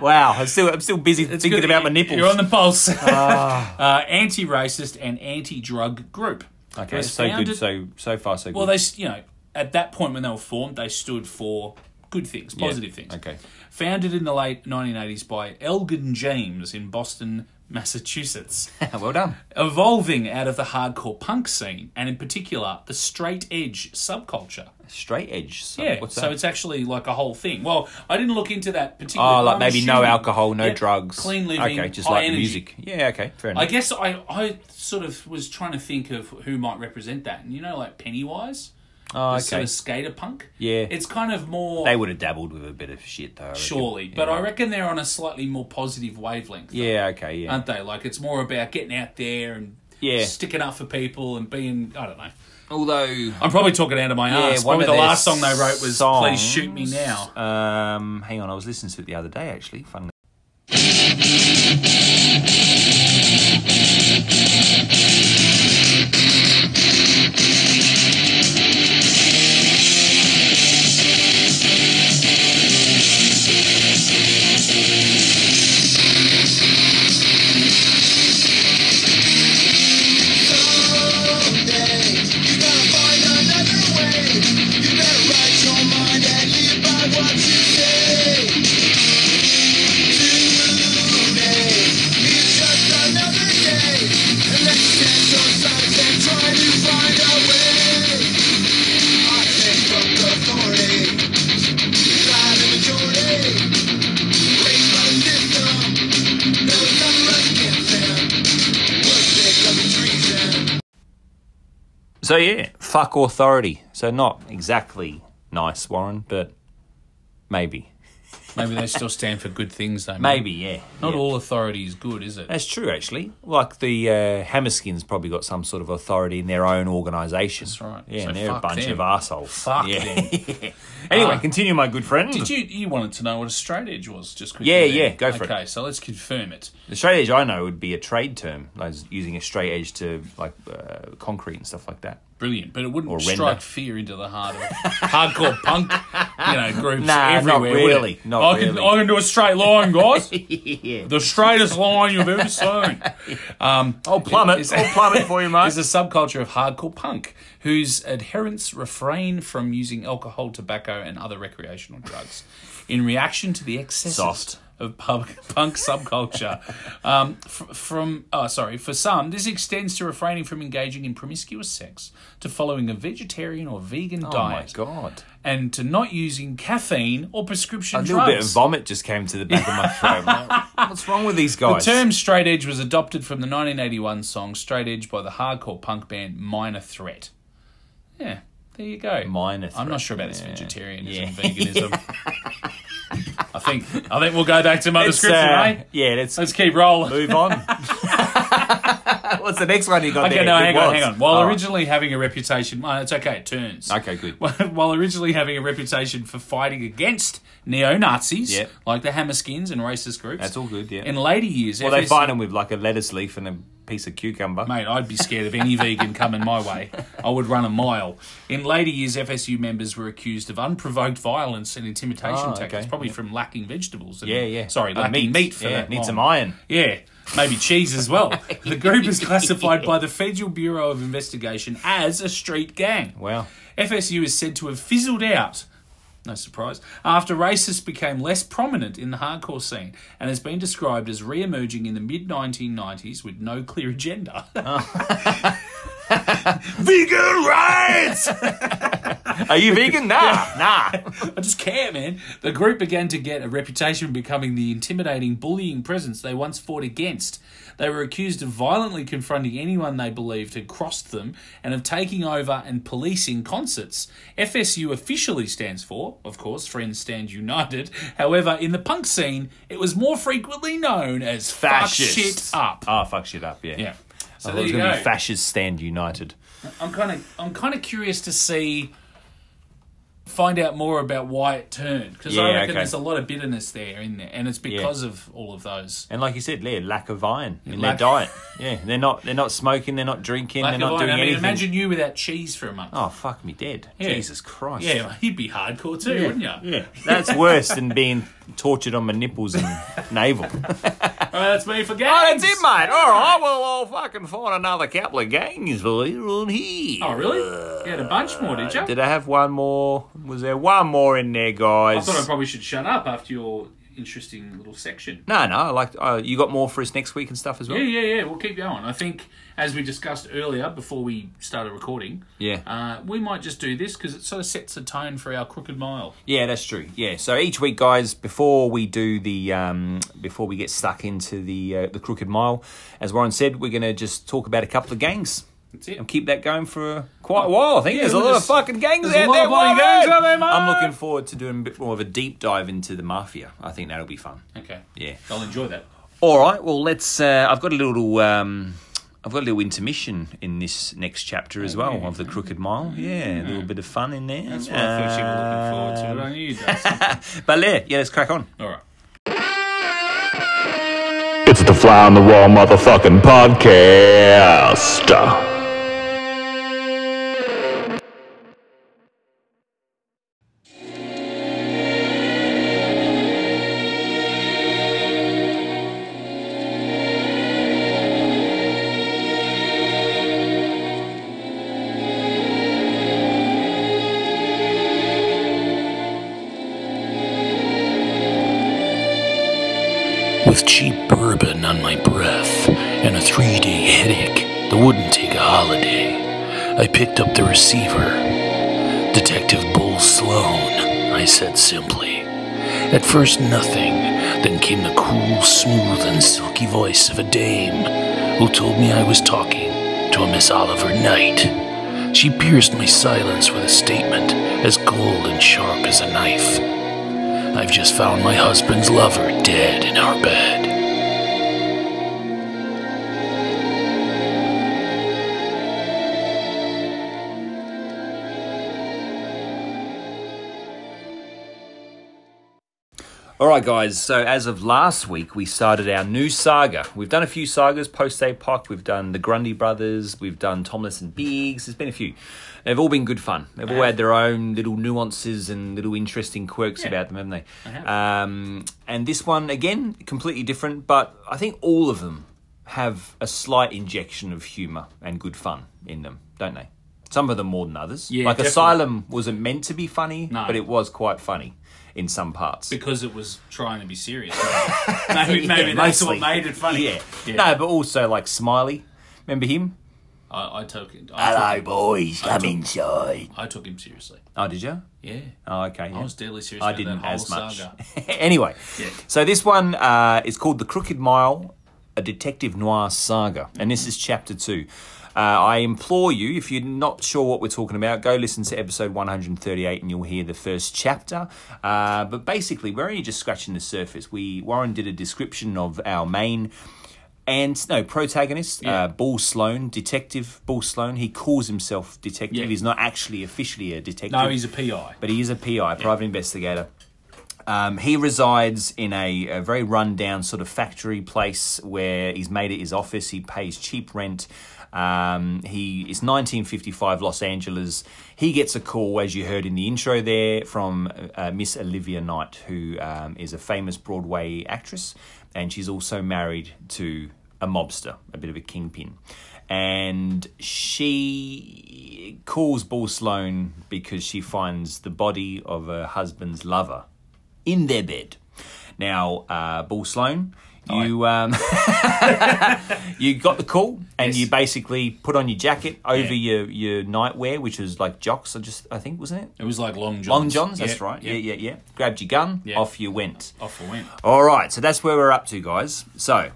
[SPEAKER 2] Wow, I'm still I'm still busy thinking
[SPEAKER 1] Good,
[SPEAKER 2] about my nipples. Ah.
[SPEAKER 1] You're on the pulse. uh, anti-racist and anti-drug group.
[SPEAKER 2] okay,
[SPEAKER 1] was
[SPEAKER 2] so good,
[SPEAKER 1] founded-
[SPEAKER 2] so so far so good.
[SPEAKER 1] Well, they s- you know at that point when they were formed, they stood for good things,
[SPEAKER 2] Yeah,
[SPEAKER 1] positive things.
[SPEAKER 2] Okay,
[SPEAKER 1] Founded in the late 1980s by Elgin James in Boston, Massachusetts,
[SPEAKER 2] well done.
[SPEAKER 1] evolving out of the hardcore punk scene and in particular the straight edge subculture.
[SPEAKER 2] Straight edge. So
[SPEAKER 1] Yeah,
[SPEAKER 2] what's
[SPEAKER 1] so
[SPEAKER 2] that?
[SPEAKER 1] it's actually like a whole thing. Well, I didn't look into that particular.
[SPEAKER 2] Oh, like
[SPEAKER 1] I'm
[SPEAKER 2] maybe no
[SPEAKER 1] assuming-
[SPEAKER 2] alcohol, no
[SPEAKER 1] Yeah,
[SPEAKER 2] drugs.
[SPEAKER 1] clean living,
[SPEAKER 2] Okay, just
[SPEAKER 1] high
[SPEAKER 2] like the
[SPEAKER 1] energy.
[SPEAKER 2] music. Yeah, okay, fair enough.
[SPEAKER 1] I guess I, I sort of was trying to think of who might represent that, and you know, like Pennywise,
[SPEAKER 2] oh,
[SPEAKER 1] the
[SPEAKER 2] okay.
[SPEAKER 1] sort of skater punk.
[SPEAKER 2] Yeah.
[SPEAKER 1] it's kind of more
[SPEAKER 2] They would have dabbled with a bit of shit, though. I reckon.
[SPEAKER 1] surely,
[SPEAKER 2] Yeah.
[SPEAKER 1] but I reckon they're on a slightly more positive wavelength,
[SPEAKER 2] Yeah, okay, yeah.
[SPEAKER 1] aren't they? Like it's more about getting out there and
[SPEAKER 2] Yeah.
[SPEAKER 1] sticking up for people and being I don't know.
[SPEAKER 2] Although.
[SPEAKER 1] I'm probably talking out of my
[SPEAKER 2] Yeah,
[SPEAKER 1] ass.
[SPEAKER 2] one
[SPEAKER 1] uh, Probably
[SPEAKER 2] of
[SPEAKER 1] the
[SPEAKER 2] their
[SPEAKER 1] last song they wrote was "Please
[SPEAKER 2] songs-
[SPEAKER 1] Shoot Me Now."
[SPEAKER 2] Um, hang on, I was listening to it the other day, actually. Fun. So, yeah, fuck authority. So, not exactly nice, Warren, but maybe.
[SPEAKER 1] Maybe they still stand for good things, though.
[SPEAKER 2] Maybe, yeah.
[SPEAKER 1] Not
[SPEAKER 2] yeah.
[SPEAKER 1] all authority is good, is it?
[SPEAKER 2] That's true, actually. Like the uh, Hammerskins probably got some sort of authority in their own organisation. That's
[SPEAKER 1] right.
[SPEAKER 2] Yeah,
[SPEAKER 1] So
[SPEAKER 2] and they're a
[SPEAKER 1] fuck
[SPEAKER 2] bunch
[SPEAKER 1] them.
[SPEAKER 2] of arseholes.
[SPEAKER 1] Fuck
[SPEAKER 2] yeah.
[SPEAKER 1] them.
[SPEAKER 2] anyway,
[SPEAKER 1] Uh,
[SPEAKER 2] continue, my good friend.
[SPEAKER 1] Did you you wanted to know what a straight edge was? Just quickly.
[SPEAKER 2] Yeah,
[SPEAKER 1] there.
[SPEAKER 2] yeah, go for it.
[SPEAKER 1] Okay, so let's confirm it.
[SPEAKER 2] The straight edge I know would be a trade term, like using a straight edge to like uh, concrete and stuff like that.
[SPEAKER 1] Brilliant, but it wouldn't
[SPEAKER 2] Or
[SPEAKER 1] strike
[SPEAKER 2] render.
[SPEAKER 1] fear into the heart of hardcore punk, you know, groups
[SPEAKER 2] Nah, not
[SPEAKER 1] everywhere. would it?
[SPEAKER 2] really, not
[SPEAKER 1] I can
[SPEAKER 2] really.
[SPEAKER 1] I can do a straight line, guys. The straightest line you've ever seen. Um, I'll
[SPEAKER 2] plummet. I'll plummet for you, mate.
[SPEAKER 1] Is a subculture of hardcore punk whose adherents refrain from using alcohol, tobacco, and other recreational drugs in reaction to the excesses
[SPEAKER 2] Soft.
[SPEAKER 1] of pub, punk subculture. Um, f- from oh, sorry, for some, this extends to refraining from engaging in promiscuous sex, to following a vegetarian or vegan
[SPEAKER 2] Oh my
[SPEAKER 1] diet,
[SPEAKER 2] god!
[SPEAKER 1] and to not using caffeine or prescription
[SPEAKER 2] A
[SPEAKER 1] drugs.
[SPEAKER 2] little bit of vomit just came to the back of my throat. Like, What's wrong with these
[SPEAKER 1] The
[SPEAKER 2] guys?
[SPEAKER 1] term straight edge was adopted from the 1981 song Straight Edge by the hardcore punk band Minor Threat. Yeah, there you go.
[SPEAKER 2] Minor
[SPEAKER 1] I'm
[SPEAKER 2] Threat,
[SPEAKER 1] not sure about this
[SPEAKER 2] yeah.
[SPEAKER 1] vegetarianism,
[SPEAKER 2] Yeah.
[SPEAKER 1] veganism. I think I think we'll go back to my
[SPEAKER 2] uh, Let's,
[SPEAKER 1] description,
[SPEAKER 2] uh,
[SPEAKER 1] eh?
[SPEAKER 2] Yeah, let's
[SPEAKER 1] Let's keep rolling.
[SPEAKER 2] move on. What's the next one you got
[SPEAKER 1] Okay,
[SPEAKER 2] there?
[SPEAKER 1] no,
[SPEAKER 2] Good
[SPEAKER 1] hang on,
[SPEAKER 2] words.
[SPEAKER 1] hang on. While
[SPEAKER 2] Oh.
[SPEAKER 1] originally having a reputation, well, it's okay, it turns.
[SPEAKER 2] Okay, good.
[SPEAKER 1] While originally having a reputation for fighting against neo Nazis,
[SPEAKER 2] Yep.
[SPEAKER 1] like the Hammerskins and racist groups,
[SPEAKER 2] That's all good, yeah.
[SPEAKER 1] In later years,
[SPEAKER 2] Well, they
[SPEAKER 1] FSC
[SPEAKER 2] find them with like a lettuce leaf and a piece of cucumber.
[SPEAKER 1] Mate, I'd be scared of any vegan coming my way. I would run a mile. In later years, FSU members were accused of unprovoked violence and intimidation
[SPEAKER 2] Oh,
[SPEAKER 1] tactics,
[SPEAKER 2] okay.
[SPEAKER 1] probably from lacking vegetables. And,
[SPEAKER 2] Yeah, yeah.
[SPEAKER 1] Sorry,
[SPEAKER 2] Uh,
[SPEAKER 1] lacking meat,
[SPEAKER 2] meat.
[SPEAKER 1] for
[SPEAKER 2] Yeah,
[SPEAKER 1] that.
[SPEAKER 2] need
[SPEAKER 1] long.
[SPEAKER 2] some iron.
[SPEAKER 1] Yeah, maybe cheese as well. The group is classified by the Federal Bureau of Investigation as a street gang.
[SPEAKER 2] Wow.
[SPEAKER 1] FSU is said to have fizzled out. No surprise. After racists became less prominent in the hardcore scene and has been described as re emerging in the mid 1990s with no clear agenda.
[SPEAKER 2] Vegan rights! Are you vegan? Nah, nah.
[SPEAKER 1] I just care, man. The group began to get a reputation for becoming the intimidating, bullying presence they once fought against. They were accused of violently confronting anyone they believed had crossed them and of taking over and policing concerts. FSU officially stands for, of course, Friends Stand United. However, in the punk scene, it was more frequently known as
[SPEAKER 2] Fascists.
[SPEAKER 1] Fuck Shit Up.
[SPEAKER 2] Oh, fuck shit up, yeah.
[SPEAKER 1] Yeah. So
[SPEAKER 2] I thought
[SPEAKER 1] there
[SPEAKER 2] it was
[SPEAKER 1] you
[SPEAKER 2] going to
[SPEAKER 1] go.
[SPEAKER 2] be fascists stand united.
[SPEAKER 1] I'm kind of I'm kind of curious to see find out more about why it turned because I
[SPEAKER 2] Yeah,
[SPEAKER 1] reckon
[SPEAKER 2] okay.
[SPEAKER 1] there's a lot of bitterness there in there, and it's because of all of those.
[SPEAKER 2] And like you said, yeah, lack of iron in
[SPEAKER 1] Lack-
[SPEAKER 2] their diet. Yeah, they're not they're not smoking, they're not drinking,
[SPEAKER 1] Like,
[SPEAKER 2] they're
[SPEAKER 1] if
[SPEAKER 2] not
[SPEAKER 1] I-
[SPEAKER 2] doing
[SPEAKER 1] I mean,
[SPEAKER 2] anything.
[SPEAKER 1] imagine you without cheese for a month.
[SPEAKER 2] Oh fuck me dead.
[SPEAKER 1] Yeah.
[SPEAKER 2] Jesus Christ.
[SPEAKER 1] Yeah, well, you'd be hardcore too, wouldn't you? Yeah.
[SPEAKER 2] That's worse than being tortured on my nipples and navel.
[SPEAKER 1] All right, that's me for games.
[SPEAKER 2] Oh, that's it, mate. All right, well, I'll fucking find another couple of gangs for you on here. Uh,
[SPEAKER 1] Oh, really? You had a bunch more, did you?
[SPEAKER 2] Did I have one more? Was there one more in there, guys?
[SPEAKER 1] I thought I probably should shut up after your interesting little section.
[SPEAKER 2] No, no. I liked. Uh, you got more for us next week and stuff as well.
[SPEAKER 1] Yeah, yeah, yeah. We'll keep going. I think, as we discussed earlier before we started recording,
[SPEAKER 2] Yeah.
[SPEAKER 1] uh, we might just do this because it sort of sets a tone for our crooked mile.
[SPEAKER 2] Yeah, that's true. Yeah, so each week, guys, before we do the um, before we get stuck into the uh, the crooked mile, as Warren said, we're gonna just talk about a couple of gangs
[SPEAKER 1] That's it.
[SPEAKER 2] and keep that going for quite a while. I think there's a
[SPEAKER 1] look,
[SPEAKER 2] lot of
[SPEAKER 1] there's-
[SPEAKER 2] fucking gangs out
[SPEAKER 1] there's a
[SPEAKER 2] there.
[SPEAKER 1] lot of bloody
[SPEAKER 2] Warren!
[SPEAKER 1] gangs out there, mate.
[SPEAKER 2] I'm looking forward to doing a bit more of a deep dive into the mafia. I think that'll be fun.
[SPEAKER 1] Okay.
[SPEAKER 2] Yeah.
[SPEAKER 1] I'll enjoy that.
[SPEAKER 2] All right. Well, let's. Uh, I've got a little. Um, I've got a little intermission in this next chapter as well of the Crooked Mile. Yeah, a little bit of fun in there.
[SPEAKER 1] That's what I thought you
[SPEAKER 2] Uh,
[SPEAKER 1] were looking forward to. But I knew you'd do something.
[SPEAKER 2] But yeah, yeah, let's crack on.
[SPEAKER 1] All right.
[SPEAKER 5] It's the Fly on the Wall motherfucking podcast.
[SPEAKER 6] With cheap bourbon on my breath and a three day headache that wouldn't take a holiday, I picked up the receiver. Detective Bull Sloan, I said simply. At first, nothing. Then came the cool, smooth, and silky voice of a dame who told me I was talking to a Miss Oliver Knight. She pierced my silence with a statement as cold and sharp as a knife. I've just found my husband's lover dead in our bed.
[SPEAKER 2] All right, guys. So as of last week, we started our new saga. We've done a few sagas post APOC. We've done the Grundy brothers. We've done Tomlinson Biggs. There's been a few. They've all been good fun. They've all had their own little nuances and little interesting quirks about them, haven't they? Um, and this one again, completely different. But I think all of them have a slight injection of humour and good fun in them, don't they? Some of them more than others.
[SPEAKER 1] Yeah,
[SPEAKER 2] like
[SPEAKER 1] definitely.
[SPEAKER 2] Asylum wasn't meant to be funny,
[SPEAKER 1] No.
[SPEAKER 2] but it was quite funny in some parts.
[SPEAKER 1] Because it was trying to be serious. maybe maybe
[SPEAKER 2] Yeah,
[SPEAKER 1] that's
[SPEAKER 2] mostly.
[SPEAKER 1] what made it funny.
[SPEAKER 2] Yeah. No, but also like Smiley. Remember him?
[SPEAKER 1] I, I took it. I took,
[SPEAKER 2] boys, come inside.
[SPEAKER 1] I took him seriously.
[SPEAKER 2] Oh, did you?
[SPEAKER 1] Yeah.
[SPEAKER 2] Oh, okay. yeah.
[SPEAKER 1] I was deadly serious
[SPEAKER 2] I
[SPEAKER 1] about
[SPEAKER 2] didn't
[SPEAKER 1] that whole
[SPEAKER 2] as much.
[SPEAKER 1] saga.
[SPEAKER 2] anyway, so this one uh, is called The Crooked Mile, a Detective Noir Saga, and this is chapter two. Uh, I implore you, if you're not sure what we're talking about, go listen to episode 138 and you'll hear the first chapter. Uh, but basically, we're only just scratching the surface. We Warren did a description of our main And no, protagonist,
[SPEAKER 1] Yeah.
[SPEAKER 2] uh, Bull Sloan, Detective Bull Sloan. He calls himself Detective.
[SPEAKER 1] Yeah.
[SPEAKER 2] He's not actually officially a detective.
[SPEAKER 1] No, he's a PI.
[SPEAKER 2] But he is a PI, private investigator. Um, he resides in a, a very rundown sort of factory place where he's made it his office. He pays cheap rent. Um, he it's 1955 Los Angeles. He gets a call, as you heard in the intro there, from uh, Miss Olivia Knight, who um, is a famous Broadway actress, and she's also married to a mobster, a bit of a kingpin. And she calls Bull Sloan because she finds the body of her husband's lover in their bed. Now, uh, Bull Sloan, you um, you got the call, and you basically put on your jacket over your, your nightwear, which was like jocks. I just I think wasn't it
[SPEAKER 1] It was like Long Johns.
[SPEAKER 2] long johns. That's
[SPEAKER 1] Yeah,
[SPEAKER 2] right. Yeah, yeah, yeah. Grabbed your gun,
[SPEAKER 1] Yeah.
[SPEAKER 2] off you went.
[SPEAKER 1] Off we went.
[SPEAKER 2] All right, so that's where we're up to, guys. So,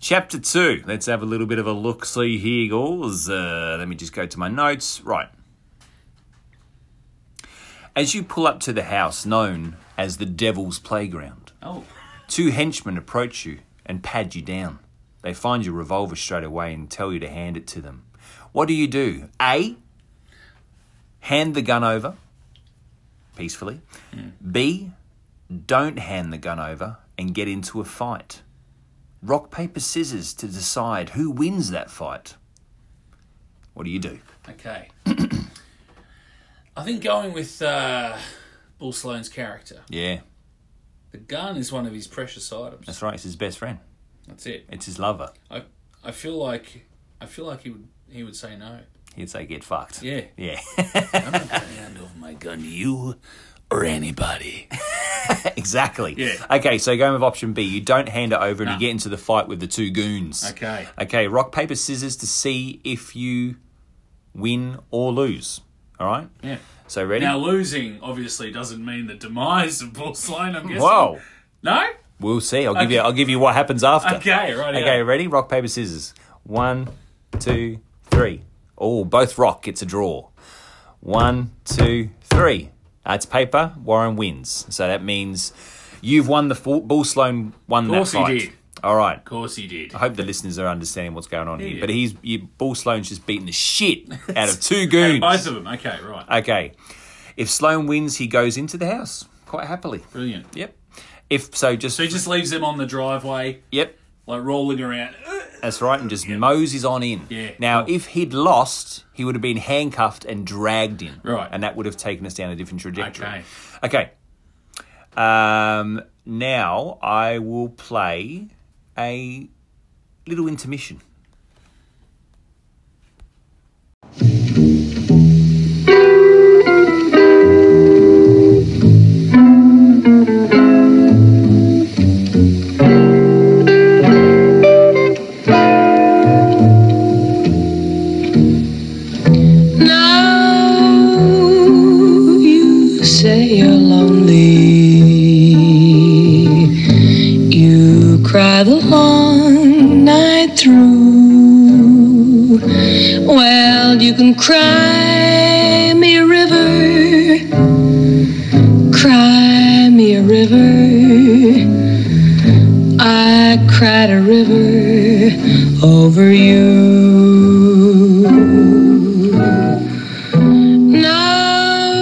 [SPEAKER 2] chapter two. Let's have a little bit of a look. See here, goes. Uh, let me just go to my notes. Right. As you pull up to the house known as the Devil's Playground,
[SPEAKER 1] Oh.
[SPEAKER 2] two henchmen approach you and pad you down. They find your revolver straight away and tell you to hand it to them. What do you do? A. Hand the gun over peacefully. B don't hand the gun over and get into a fight. Rock, paper, scissors to decide who wins that fight. What do you do?
[SPEAKER 1] Okay. I think going with uh, Bull Sloan's character,
[SPEAKER 2] Yeah,
[SPEAKER 1] the gun is one of his precious items.
[SPEAKER 2] that's right. It's his best friend.
[SPEAKER 1] That's it.
[SPEAKER 2] It's his lover.
[SPEAKER 1] I I feel like I feel like he would he would say no.
[SPEAKER 2] He'd say, "Get fucked."
[SPEAKER 1] Yeah.
[SPEAKER 2] yeah,
[SPEAKER 1] I'm not going to hand over my gun to you or anybody.
[SPEAKER 2] exactly.
[SPEAKER 1] Yeah.
[SPEAKER 2] Okay, so going with option B, you don't hand it over and you get into the fight with the two goons.
[SPEAKER 1] Okay.
[SPEAKER 2] Okay. Rock, paper, scissors to see if you win or lose. All right.
[SPEAKER 1] Yeah.
[SPEAKER 2] So ready?
[SPEAKER 1] Now losing obviously doesn't mean the demise of Bull Sloan. I'm guessing.
[SPEAKER 2] Whoa.
[SPEAKER 1] No.
[SPEAKER 2] We'll see. I'll give you. I'll give you what happens after.
[SPEAKER 1] Okay. Right.
[SPEAKER 2] Okay, ready? Rock, paper, scissors. One, two, three. Oh, both rock. It's a draw. One, two, three. That's paper. Warren wins. So that means you've won the full. Bull Sloan won
[SPEAKER 1] course
[SPEAKER 2] that
[SPEAKER 1] he
[SPEAKER 2] fight.
[SPEAKER 1] did.
[SPEAKER 2] All right.
[SPEAKER 1] Of course he did.
[SPEAKER 2] I hope the listeners are understanding what's going on here.
[SPEAKER 1] yeah.
[SPEAKER 2] But he's you, Bull Sloan's just beating the shit out of two goons.
[SPEAKER 1] Both of them. Okay. Right.
[SPEAKER 2] okay. If Sloan wins, he goes into the house quite happily.
[SPEAKER 1] Brilliant.
[SPEAKER 2] Yep. If so, just
[SPEAKER 1] So he just leaves them on the driveway,
[SPEAKER 2] yep.
[SPEAKER 1] like rolling around.
[SPEAKER 2] That's right, and just moses on in.
[SPEAKER 1] Yeah,
[SPEAKER 2] Now,
[SPEAKER 1] cool.
[SPEAKER 2] if he'd lost, he would have been handcuffed and dragged in.
[SPEAKER 1] Right.
[SPEAKER 2] And that would have taken us down a different trajectory.
[SPEAKER 1] Okay.
[SPEAKER 2] Okay. Um, now I will play a little intermission.
[SPEAKER 7] Now you say you're lonely. You cry the long night through. Well, you can cry me a river. Cry me a river. I cried a river over you. Now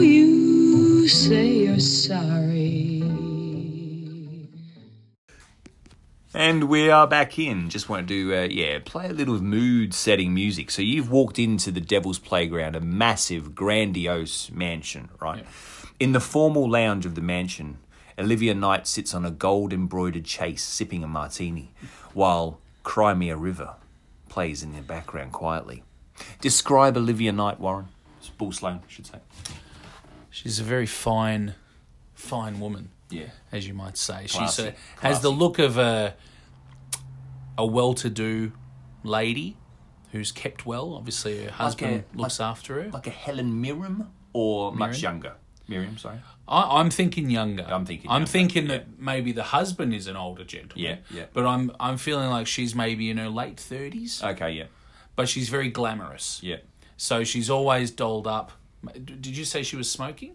[SPEAKER 7] you say you're sorry.
[SPEAKER 2] And we are back in. Just want to do, uh, yeah, play a little mood setting music. So you've walked into the Devil's Playground, a massive, grandiose mansion, right? In the formal lounge of the mansion, Olivia Knight sits on a gold embroidered chase sipping a martini, while Crimea River plays in the background quietly. Describe Olivia Knight, Warren. It's Bull Sloan, I should say.
[SPEAKER 1] She's a very fine, fine woman.
[SPEAKER 2] Yeah.
[SPEAKER 1] as you might say.
[SPEAKER 2] Classy,
[SPEAKER 1] She's a, has the look of a a well-to-do lady who's kept well. Obviously, her husband
[SPEAKER 2] a-
[SPEAKER 1] looks after her.
[SPEAKER 2] Like a Helen Mirren or much
[SPEAKER 1] Mirren?
[SPEAKER 2] younger? Miriam, sorry.
[SPEAKER 1] I, I'm thinking younger.
[SPEAKER 2] I'm thinking
[SPEAKER 1] I'm
[SPEAKER 2] younger,
[SPEAKER 1] thinking that maybe the husband is an older gentleman.
[SPEAKER 2] Yeah, yeah.
[SPEAKER 1] But I'm I'm feeling like she's maybe in her late thirties.
[SPEAKER 2] Okay, yeah.
[SPEAKER 1] but she's very glamorous.
[SPEAKER 2] Uh. Yeah.
[SPEAKER 1] So she's always dolled up. Did you say she was smoking?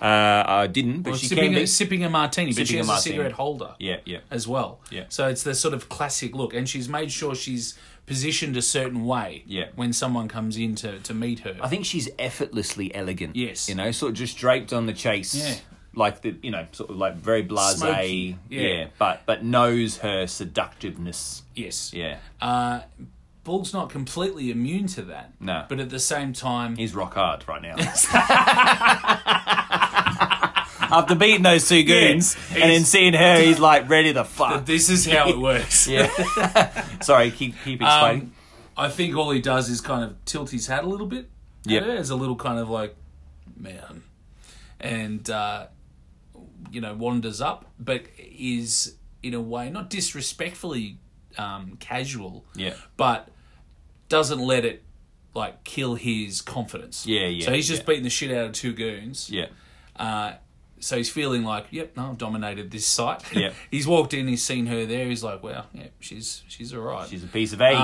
[SPEAKER 2] Uh, I didn't, but
[SPEAKER 1] Well,
[SPEAKER 2] she
[SPEAKER 1] sipping,
[SPEAKER 2] can be.
[SPEAKER 1] a, sipping a martini, but
[SPEAKER 2] Sipping
[SPEAKER 1] she
[SPEAKER 2] a
[SPEAKER 1] has a,
[SPEAKER 2] martini.
[SPEAKER 1] cigarette holder.
[SPEAKER 2] Yeah, yeah.
[SPEAKER 1] As well.
[SPEAKER 2] Yeah.
[SPEAKER 1] So it's the sort of classic look, and she's made sure she's positioned a certain way.
[SPEAKER 2] Yeah.
[SPEAKER 1] When someone comes in to, to meet her.
[SPEAKER 2] I think she's effortlessly elegant.
[SPEAKER 1] Yes.
[SPEAKER 2] you know, sort of just draped on the chase.
[SPEAKER 1] Yeah.
[SPEAKER 2] Like the you know, sort of like very blasé,
[SPEAKER 1] Smoky,
[SPEAKER 2] yeah.
[SPEAKER 1] yeah.
[SPEAKER 2] But but knows her seductiveness.
[SPEAKER 1] yes.
[SPEAKER 2] Yeah,
[SPEAKER 1] Uh, Bull's not completely immune to that.
[SPEAKER 2] No.
[SPEAKER 1] But at the same time,
[SPEAKER 2] he's rock hard right now. After beating those two goons
[SPEAKER 1] Yeah,
[SPEAKER 2] and then
[SPEAKER 1] he's-
[SPEAKER 2] seeing her, he's like ready to fuck.
[SPEAKER 1] this is how it works.
[SPEAKER 2] yeah. Sorry, keep keep explaining.
[SPEAKER 1] Um, I think all he does is kind of tilt his hat a little bit. at
[SPEAKER 2] Yep.
[SPEAKER 1] her As a little kind of like, man. And, uh, you know, wanders up, but is in a way not disrespectfully um, casual.
[SPEAKER 2] Yeah.
[SPEAKER 1] But doesn't let it, like, kill his confidence.
[SPEAKER 2] Yeah, yeah,
[SPEAKER 1] So he's just
[SPEAKER 2] yeah.
[SPEAKER 1] beating the shit out of two goons.
[SPEAKER 2] yeah.
[SPEAKER 1] Uh, so he's feeling like, yep, no, I've dominated this site.
[SPEAKER 2] Yeah.
[SPEAKER 1] he's walked in, he's seen her there. He's like, wow, yeah, she's she's all right.
[SPEAKER 2] She's a piece of ace.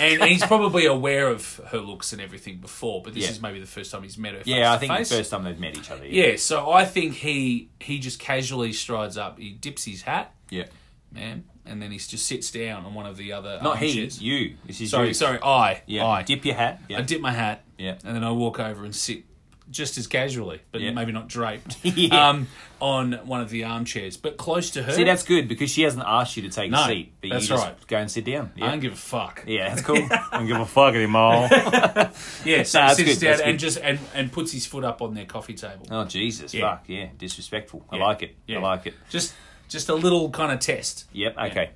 [SPEAKER 1] Um, and he's probably aware of her looks and everything before, but this
[SPEAKER 2] Yeah.
[SPEAKER 1] is maybe the first time he's met her. Face
[SPEAKER 2] yeah, I
[SPEAKER 1] to
[SPEAKER 2] think
[SPEAKER 1] face.
[SPEAKER 2] the first time they've met each other.
[SPEAKER 1] Yeah, so I think he he just casually strides up, he dips his hat,
[SPEAKER 2] yeah.
[SPEAKER 1] man, and then he just sits down on one of the other.
[SPEAKER 2] Not he,
[SPEAKER 1] armchairs.
[SPEAKER 2] you. This is
[SPEAKER 1] Sorry,
[SPEAKER 2] you.
[SPEAKER 1] sorry, I,
[SPEAKER 2] Yeah,
[SPEAKER 1] I.
[SPEAKER 2] dip your hat. Yeah.
[SPEAKER 1] I dip my hat,
[SPEAKER 2] Yeah.
[SPEAKER 1] and then I walk over and sit just as casually, but
[SPEAKER 2] Yeah.
[SPEAKER 1] maybe not draped,
[SPEAKER 2] Yeah.
[SPEAKER 1] um, on one of the armchairs, but close to her.
[SPEAKER 2] See, that's good because she hasn't asked you to take
[SPEAKER 1] No,
[SPEAKER 2] a seat, but
[SPEAKER 1] that's
[SPEAKER 2] you just
[SPEAKER 1] right.
[SPEAKER 2] go and sit down.
[SPEAKER 1] I
[SPEAKER 2] Yeah,
[SPEAKER 1] don't give a fuck.
[SPEAKER 2] yeah that's cool. I don't give a fuck anymore.
[SPEAKER 1] Yeah, so
[SPEAKER 2] Nah,
[SPEAKER 1] he
[SPEAKER 2] that's
[SPEAKER 1] sits
[SPEAKER 2] good,
[SPEAKER 1] down
[SPEAKER 2] that's
[SPEAKER 1] and
[SPEAKER 2] good.
[SPEAKER 1] just and, and puts his foot up on their coffee table.
[SPEAKER 2] oh Jesus,
[SPEAKER 1] Yeah.
[SPEAKER 2] fuck yeah, disrespectful. I
[SPEAKER 1] Yeah.
[SPEAKER 2] like it.
[SPEAKER 1] Yeah.
[SPEAKER 2] I like it.
[SPEAKER 1] Just just a little kind of test.
[SPEAKER 2] Yep. Okay.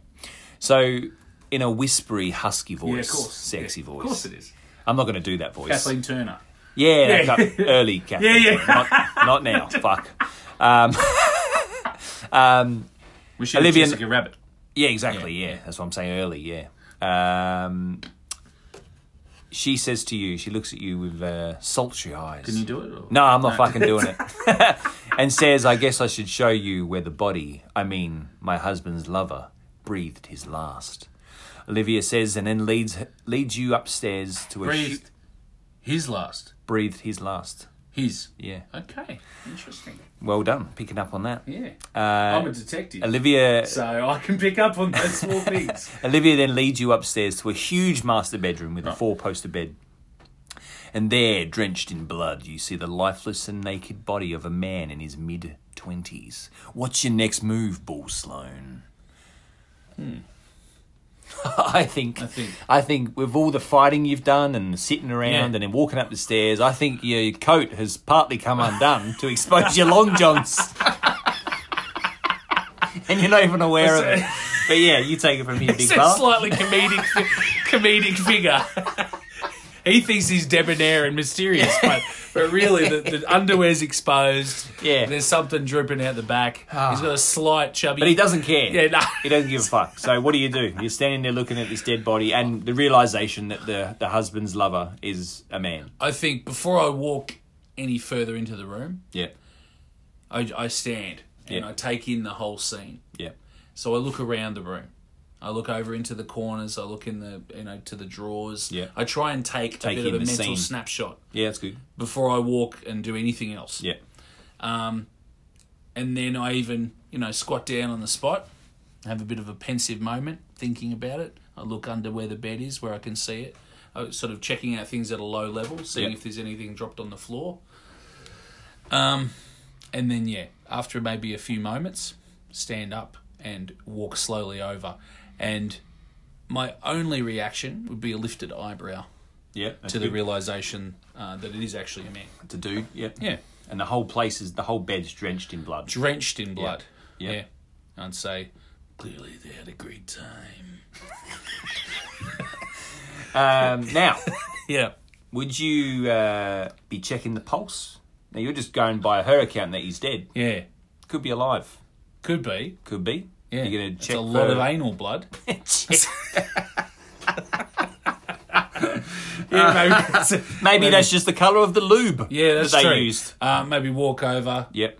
[SPEAKER 2] So, in a whispery, husky voice, sexy
[SPEAKER 1] Yeah,
[SPEAKER 2] voice.
[SPEAKER 1] Of course it is.
[SPEAKER 2] I'm not going to do that voice.
[SPEAKER 1] Kathleen Turner.
[SPEAKER 2] Yeah,
[SPEAKER 1] Yeah.
[SPEAKER 2] that- early Kathleen.
[SPEAKER 1] Yeah, yeah.
[SPEAKER 2] Not, not now. fuck.
[SPEAKER 1] Michelle
[SPEAKER 2] Olivia-
[SPEAKER 1] Jessica Rabbit.
[SPEAKER 2] Yeah, exactly. Yeah. that's what I'm saying. Early. Yeah. Um, she says to you. She looks at you with uh, sultry eyes.
[SPEAKER 1] Can you do it? Or?
[SPEAKER 2] No, I'm not fucking doing it. and says, I guess I should show you where the body, I mean, my husband's lover, breathed his last. Olivia says, and then leads leads you upstairs to a
[SPEAKER 1] Breathed.
[SPEAKER 2] sh-
[SPEAKER 1] His last.
[SPEAKER 2] breathed his last.
[SPEAKER 1] His.
[SPEAKER 2] Yeah,
[SPEAKER 1] Okay. Interesting.
[SPEAKER 2] well done, picking up on that.
[SPEAKER 1] Yeah.
[SPEAKER 2] Uh,
[SPEAKER 1] I'm a detective.
[SPEAKER 2] Olivia
[SPEAKER 1] so I can pick up on those small things.
[SPEAKER 2] Olivia then leads you upstairs to a huge master bedroom with a four poster bed. And there, drenched in blood, you see the lifeless and naked body of a man in his mid 20s. What's your next move, Bull Sloan? Hmm. I think, I
[SPEAKER 1] think-
[SPEAKER 2] I think with all the fighting you've done and sitting around
[SPEAKER 1] Yeah.
[SPEAKER 2] and then walking up the stairs, I think your coat has partly come undone to expose your long johns. and you're not even aware of it. But yeah, you take it from here, big
[SPEAKER 1] It's a
[SPEAKER 2] fella.
[SPEAKER 1] slightly comedic fi- comedic figure. He thinks he's debonair and mysterious, but, but really the, the underwear's exposed.
[SPEAKER 2] Yeah.
[SPEAKER 1] There's something dripping out the back. He's got a slight chubby.
[SPEAKER 2] But he doesn't care.
[SPEAKER 1] Yeah, no.
[SPEAKER 2] He doesn't give a fuck. So what do you do? You're standing there looking at this dead body and the realization that the, the husband's lover is a man.
[SPEAKER 1] I think before I walk any further into the room,
[SPEAKER 2] Yeah.
[SPEAKER 1] I, I stand and
[SPEAKER 2] Yeah.
[SPEAKER 1] I take in the whole scene.
[SPEAKER 2] Yeah.
[SPEAKER 1] So I look around the room. I look over into the corners. I look in the you know to the drawers.
[SPEAKER 2] Yeah.
[SPEAKER 1] I try and take,
[SPEAKER 2] Take
[SPEAKER 1] a bit of
[SPEAKER 2] in
[SPEAKER 1] a
[SPEAKER 2] the
[SPEAKER 1] mental
[SPEAKER 2] scene.
[SPEAKER 1] snapshot
[SPEAKER 2] Yeah, that's good.
[SPEAKER 1] before I walk and do anything else.
[SPEAKER 2] Yeah.
[SPEAKER 1] and then I even you know squat down on the spot, have a bit of a pensive moment thinking about it. I look under where the bed is, where I can see it. I was sort of checking out things at a low level, seeing
[SPEAKER 2] Yep.
[SPEAKER 1] if there's anything dropped on the floor. Um, and then yeah, after maybe a few moments, stand up and walk slowly over, and my only reaction would be a lifted eyebrow
[SPEAKER 2] Yeah. That's
[SPEAKER 1] to the
[SPEAKER 2] good.
[SPEAKER 1] realization uh, that it is actually a man.
[SPEAKER 2] to do. Yeah.
[SPEAKER 1] Yeah.
[SPEAKER 2] And the whole place is the whole bed's drenched in blood.
[SPEAKER 1] drenched in blood.
[SPEAKER 2] Yeah. Yeah.
[SPEAKER 1] Yeah. I'd say, clearly they had a great time.
[SPEAKER 2] Um, now,
[SPEAKER 1] Yeah.
[SPEAKER 2] would you uh, be checking the pulse? Now you're just going by her account that he's dead.
[SPEAKER 1] Yeah.
[SPEAKER 2] Could be alive.
[SPEAKER 1] Could be.
[SPEAKER 2] Could be.
[SPEAKER 1] Yeah.
[SPEAKER 2] You're gonna
[SPEAKER 1] It's
[SPEAKER 2] check
[SPEAKER 1] a lot
[SPEAKER 2] for-
[SPEAKER 1] of anal blood. yeah, maybe,
[SPEAKER 2] Maybe that's just the color of the lube.
[SPEAKER 1] yeah, that's
[SPEAKER 2] that they
[SPEAKER 1] true.
[SPEAKER 2] used.
[SPEAKER 1] Uh, maybe walk over,
[SPEAKER 2] Yep.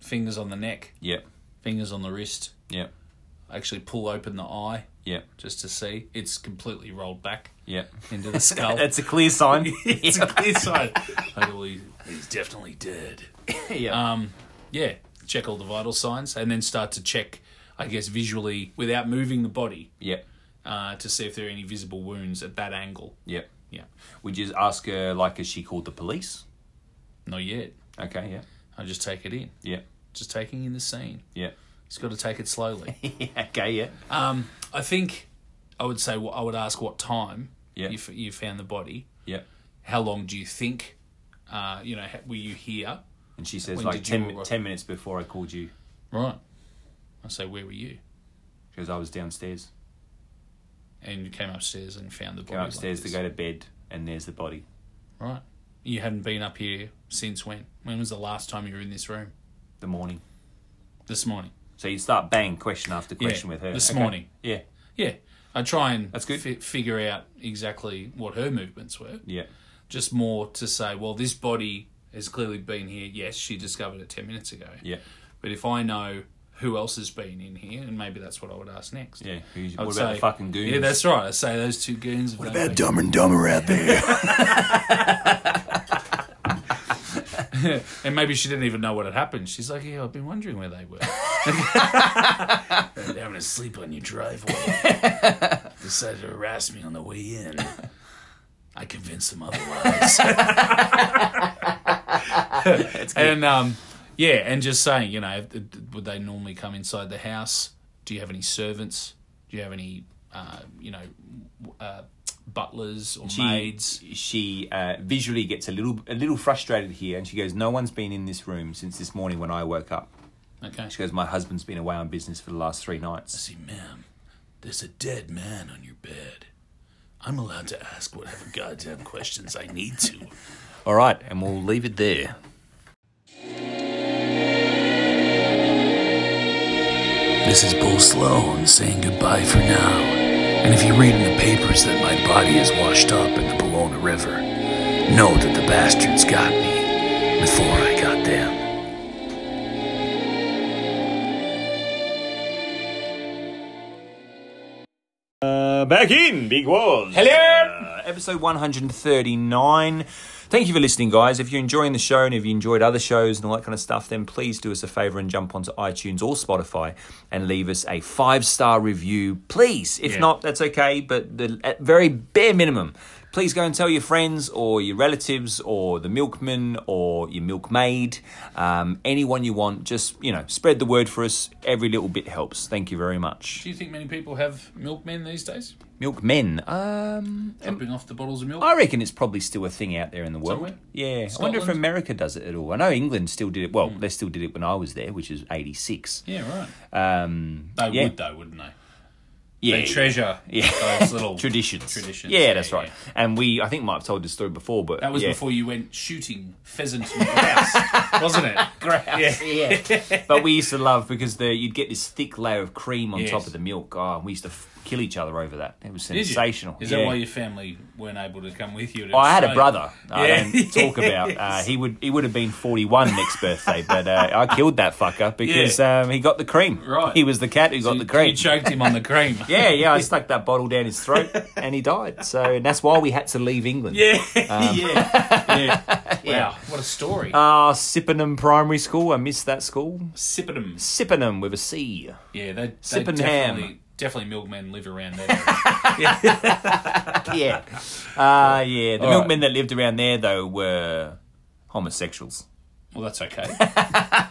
[SPEAKER 1] fingers on the neck,
[SPEAKER 2] Yep.
[SPEAKER 1] fingers on the wrist,
[SPEAKER 2] Yep.
[SPEAKER 1] actually pull open the eye
[SPEAKER 2] Yeah.
[SPEAKER 1] just to see. It's completely rolled back
[SPEAKER 2] Yeah.
[SPEAKER 1] into the skull.
[SPEAKER 2] That's a clear sign.
[SPEAKER 1] it's a clear sign. Like, well, he- he's definitely dead.
[SPEAKER 2] yeah.
[SPEAKER 1] Yeah, check all the vital signs and then start to check, I guess, visually without moving the body
[SPEAKER 2] yeah.
[SPEAKER 1] uh, to see if there are any visible wounds at that angle.
[SPEAKER 2] Yeah.
[SPEAKER 1] Yeah,
[SPEAKER 2] We just ask her, like, has she called the police?
[SPEAKER 1] not yet.
[SPEAKER 2] Okay, yeah.
[SPEAKER 1] I just take it in.
[SPEAKER 2] Yeah.
[SPEAKER 1] Just taking in the scene.
[SPEAKER 2] Yeah.
[SPEAKER 1] Just got to take it slowly.
[SPEAKER 2] okay, yeah.
[SPEAKER 1] I think I would say I would ask what time
[SPEAKER 2] Yeah.
[SPEAKER 1] you, f- you found the body.
[SPEAKER 2] Yeah.
[SPEAKER 1] How long do you think? Uh, you know, ha- were you here?
[SPEAKER 2] And she says,
[SPEAKER 1] When
[SPEAKER 2] like,
[SPEAKER 1] did you
[SPEAKER 2] 10,
[SPEAKER 1] arrive?
[SPEAKER 2] 10 minutes before I called you,
[SPEAKER 1] Right. I say, where were you?
[SPEAKER 2] because I was downstairs.
[SPEAKER 1] And you came upstairs and found the body.
[SPEAKER 2] Go
[SPEAKER 1] like
[SPEAKER 2] upstairs to
[SPEAKER 1] this.
[SPEAKER 2] go to bed, and there's the body.
[SPEAKER 1] Right. You haven't been up here since when? When was the last time you were in this room?
[SPEAKER 2] The morning.
[SPEAKER 1] This morning.
[SPEAKER 2] So you start bang question after question with her.
[SPEAKER 1] this
[SPEAKER 2] Okay.
[SPEAKER 1] morning.
[SPEAKER 2] Yeah.
[SPEAKER 1] Yeah. I try and
[SPEAKER 2] That's good.
[SPEAKER 1] fi- figure out exactly what her movements were.
[SPEAKER 2] Yeah.
[SPEAKER 1] Just more to say, well, this body has clearly been here. Yes, she discovered it 10 minutes ago.
[SPEAKER 2] Yeah.
[SPEAKER 1] But if I know who else has been in here, and maybe that's what I would ask next.
[SPEAKER 2] Yeah. Who's,
[SPEAKER 1] I
[SPEAKER 2] what
[SPEAKER 1] would
[SPEAKER 2] about
[SPEAKER 1] say-
[SPEAKER 2] the fucking goons?
[SPEAKER 1] Yeah, that's right. I say those two goons. What
[SPEAKER 3] That dumber and dumber out there.
[SPEAKER 1] And maybe she didn't even know what had happened. She's like, yeah, I've been wondering where they were. They're having a sleep on your driveway. Decided to harass me on the way in. I convinced them otherwise. and um, yeah, and just saying, you know, would they normally come inside the house? Do you have any servants? Do you have any, uh, you know, uh, butlers or
[SPEAKER 2] she,
[SPEAKER 1] maids?
[SPEAKER 2] She uh, visually gets a little a little frustrated here, and she goes, "No one's been in this room since this morning when I woke up."
[SPEAKER 1] Okay.
[SPEAKER 2] She goes, "My husband's been away on business for the last three nights."
[SPEAKER 6] See, ma'am, there's a dead man on your bed. I'm allowed to ask whatever goddamn questions I need to.
[SPEAKER 2] All right, and we'll leave it there.
[SPEAKER 6] This is Bull Sloan saying goodbye for now. And if you read in the papers that my body is washed up in the Bologna River, know that the bastards got me before I got them.
[SPEAKER 2] Uh, back in Big Wars. Hello. episode 139. Thank you for listening, guys. If you're enjoying the show and if you enjoyed other shows and all that kind of stuff, then please do us a favor and jump onto iTunes or Spotify and leave us a five star review, please. If not, that's okay, but the at very bare minimum, please go and tell your friends or your relatives or the milkman or your milkmaid, um, anyone you want. Just, you know, spread the word for us. Every little bit helps. Thank you very much.
[SPEAKER 1] Do you think many people have milkmen these days?
[SPEAKER 2] Milkmen. Um,
[SPEAKER 1] Jumping off the bottles of milk?
[SPEAKER 2] I reckon it's probably still a thing out there in the world.
[SPEAKER 1] Somewhere?
[SPEAKER 2] Yeah, I wonder if
[SPEAKER 1] Scotland? Hmm.
[SPEAKER 2] America does it at all. I know England still did it. Well, they still did it when I was there, which is eighty six.
[SPEAKER 1] Yeah, right.
[SPEAKER 2] Um,
[SPEAKER 1] They
[SPEAKER 2] Yeah.
[SPEAKER 1] would though, wouldn't they?
[SPEAKER 2] yeah,
[SPEAKER 1] They treasure
[SPEAKER 2] Yeah.
[SPEAKER 1] those little
[SPEAKER 2] traditions.
[SPEAKER 1] Traditions.
[SPEAKER 2] Yeah, that's right.
[SPEAKER 1] yeah.
[SPEAKER 2] And we, I think, might have told this story before, but
[SPEAKER 1] That was
[SPEAKER 2] yeah.
[SPEAKER 1] before you went shooting pheasants and grouse, wasn't it? Grouse. Yeah.
[SPEAKER 2] Yeah, but we used to love because the, you'd get this thick layer of cream on
[SPEAKER 1] Yes.
[SPEAKER 2] top of the milk. Oh, and we used to f- kill each other over that. It was
[SPEAKER 1] Did you?
[SPEAKER 2] sensational.
[SPEAKER 1] Is
[SPEAKER 2] Yeah.
[SPEAKER 1] that why your family weren't able to come with you? To
[SPEAKER 2] Oh, I had a
[SPEAKER 1] Australia?
[SPEAKER 2] brother. I
[SPEAKER 1] Yeah.
[SPEAKER 2] don't talk about. Uh, he would he would have been forty one next birthday, but uh, I killed that fucker because um, he got the cream.
[SPEAKER 1] Right.
[SPEAKER 2] he was the cat who got
[SPEAKER 1] You-
[SPEAKER 2] the cream.
[SPEAKER 1] You choked him on the cream.
[SPEAKER 2] yeah, yeah, I stuck that bottle down his throat and he died. So and that's why we had to leave England.
[SPEAKER 1] Yeah.
[SPEAKER 2] Um,
[SPEAKER 1] yeah. Yeah. Wow. What a story.
[SPEAKER 2] Ah, Sippenham Primary School. I missed that school.
[SPEAKER 1] Sipping them.
[SPEAKER 2] Sippenham with a C.
[SPEAKER 1] Yeah, they, they
[SPEAKER 2] Sippin' ham.
[SPEAKER 1] definitely, definitely milkmen live around there.
[SPEAKER 2] Yeah. Ah, yeah. The
[SPEAKER 1] All right.
[SPEAKER 2] milkmen that lived around there though were homosexuals.
[SPEAKER 1] well, that's okay.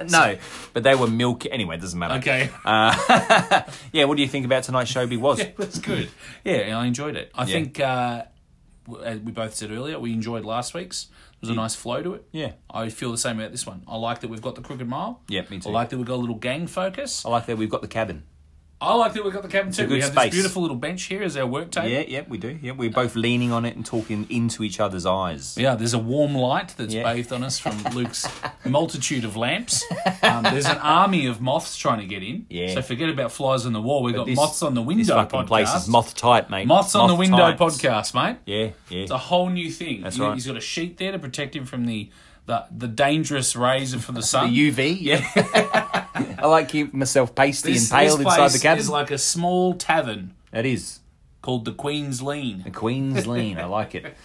[SPEAKER 2] No, but they were milk. Anyway, it doesn't matter.
[SPEAKER 1] Okay.
[SPEAKER 2] Yeah. What do you think about tonight's show? Big was.
[SPEAKER 1] That's good. Yeah, and I enjoyed it. I
[SPEAKER 2] Yeah.
[SPEAKER 1] think uh, w- as we both said earlier we enjoyed last week's. There was a nice flow to it.
[SPEAKER 2] Yeah.
[SPEAKER 1] I feel the same about this one. I like that we've got the crooked mile.
[SPEAKER 2] Yeah, me too.
[SPEAKER 1] I like that we've got a little gang focus.
[SPEAKER 2] I like that we've got the cabin.
[SPEAKER 1] I like that we've got the cabin too.
[SPEAKER 2] a
[SPEAKER 1] We
[SPEAKER 2] good
[SPEAKER 1] have
[SPEAKER 2] space.
[SPEAKER 1] this beautiful little bench here as our work table.
[SPEAKER 2] Yeah, yeah, we do. Yeah, we're both leaning on it and talking into each other's eyes.
[SPEAKER 1] Yeah, there's a warm light that's
[SPEAKER 2] Yeah.
[SPEAKER 1] bathed on us from Luke's multitude of lamps. Um, there's an army of moths trying to get in.
[SPEAKER 2] Yeah.
[SPEAKER 1] So forget about flies on the wall. We've got
[SPEAKER 2] This-
[SPEAKER 1] moths on the window
[SPEAKER 2] This fucking
[SPEAKER 1] podcast.
[SPEAKER 2] place is moth tight, mate.
[SPEAKER 1] moths on the
[SPEAKER 2] Moth
[SPEAKER 1] window
[SPEAKER 2] tight.
[SPEAKER 1] podcast, mate.
[SPEAKER 2] Yeah, yeah.
[SPEAKER 1] It's a whole new thing.
[SPEAKER 2] That's
[SPEAKER 1] He-
[SPEAKER 2] right.
[SPEAKER 1] He's got a sheet there to protect him from the the, the dangerous rays from the
[SPEAKER 2] The
[SPEAKER 1] sun.
[SPEAKER 2] UV, yeah. Um, I like keeping myself pasty and pale inside the cabin.
[SPEAKER 1] is like a small tavern
[SPEAKER 2] it is.
[SPEAKER 1] called the Queen's Lean.
[SPEAKER 2] The Queen's Lean. I like it.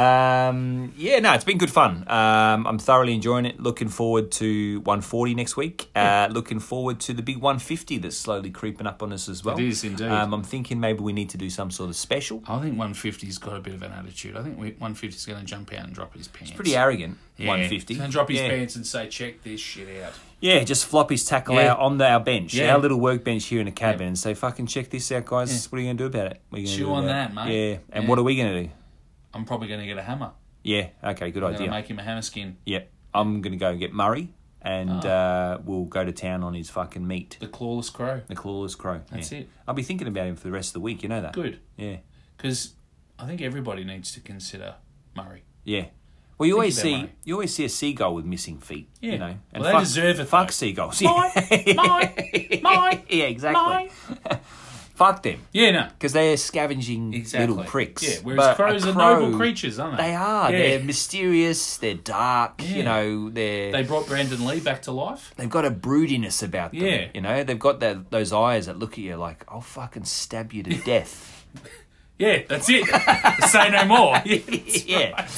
[SPEAKER 2] Um, yeah, no, it's been good fun. Um, I'm thoroughly enjoying it. Looking forward to 140 next week. Uh, looking forward to the big 150 that's slowly creeping up on us as well.
[SPEAKER 1] It is indeed.
[SPEAKER 2] Um, I'm thinking maybe we need to do some sort of special.
[SPEAKER 1] I think 150's got a bit of an attitude. I think 150's going to jump out and drop his pants.
[SPEAKER 2] Pretty arrogant.
[SPEAKER 1] Yeah.
[SPEAKER 2] 150.
[SPEAKER 1] He's going to drop his
[SPEAKER 2] yeah.
[SPEAKER 1] pants and say, check this shit out.
[SPEAKER 2] Yeah, just flop his tackle
[SPEAKER 1] Yeah.
[SPEAKER 2] out on the, our bench,
[SPEAKER 1] Yeah.
[SPEAKER 2] our little workbench here in the cabin, and say, "Fucking check this out, guys. What are you going to do about it? What are you gonna
[SPEAKER 1] Chew
[SPEAKER 2] do
[SPEAKER 1] on
[SPEAKER 2] about it?"
[SPEAKER 1] that, mate.
[SPEAKER 2] Yeah, and
[SPEAKER 1] Yeah.
[SPEAKER 2] what are we going to do?
[SPEAKER 1] I'm probably going to get a hammer.
[SPEAKER 2] Yeah, okay, good
[SPEAKER 1] I'm going
[SPEAKER 2] idea.
[SPEAKER 1] to make him a hammer skin.
[SPEAKER 2] yeah, I'm going to go and get Murray, and
[SPEAKER 1] Oh.
[SPEAKER 2] uh, we'll go to town on his fucking meat,
[SPEAKER 1] The clawless crow.
[SPEAKER 2] the clawless crow.
[SPEAKER 1] That's
[SPEAKER 2] yeah.
[SPEAKER 1] it.
[SPEAKER 2] I'll be thinking about him for the rest of the week. You know that.
[SPEAKER 1] Good.
[SPEAKER 2] Yeah,
[SPEAKER 1] Because I think everybody needs to consider Murray.
[SPEAKER 2] yeah. Well, you always
[SPEAKER 1] about
[SPEAKER 2] see
[SPEAKER 1] Murray.
[SPEAKER 2] you always see a seagull with missing feet.
[SPEAKER 1] Yeah.
[SPEAKER 2] You know,
[SPEAKER 1] Well, they
[SPEAKER 2] fuck,
[SPEAKER 1] deserve it,
[SPEAKER 2] Fuck
[SPEAKER 1] though.
[SPEAKER 2] seagulls.
[SPEAKER 1] Mine,
[SPEAKER 2] Yeah.
[SPEAKER 1] mine, mine,
[SPEAKER 2] yeah, exactly.
[SPEAKER 1] mine.
[SPEAKER 2] fuck them.
[SPEAKER 1] Yeah, no.
[SPEAKER 2] because they're scavenging
[SPEAKER 1] Exactly.
[SPEAKER 2] little pricks.
[SPEAKER 1] Yeah, whereas
[SPEAKER 2] But a
[SPEAKER 1] crows are
[SPEAKER 2] crow,
[SPEAKER 1] noble creatures, aren't they?
[SPEAKER 2] They are.
[SPEAKER 1] Yeah.
[SPEAKER 2] They're mysterious. They're dark.
[SPEAKER 1] Yeah.
[SPEAKER 2] You know, they're
[SPEAKER 1] They
[SPEAKER 2] they,
[SPEAKER 1] brought Brandon Lee back to life.
[SPEAKER 2] have got a broodiness about them.
[SPEAKER 1] Yeah.
[SPEAKER 2] you know, they've got that those eyes that look at you like, I'll fucking stab you to death.
[SPEAKER 1] Yeah, that's it. Say no more. Yeah.
[SPEAKER 2] yeah.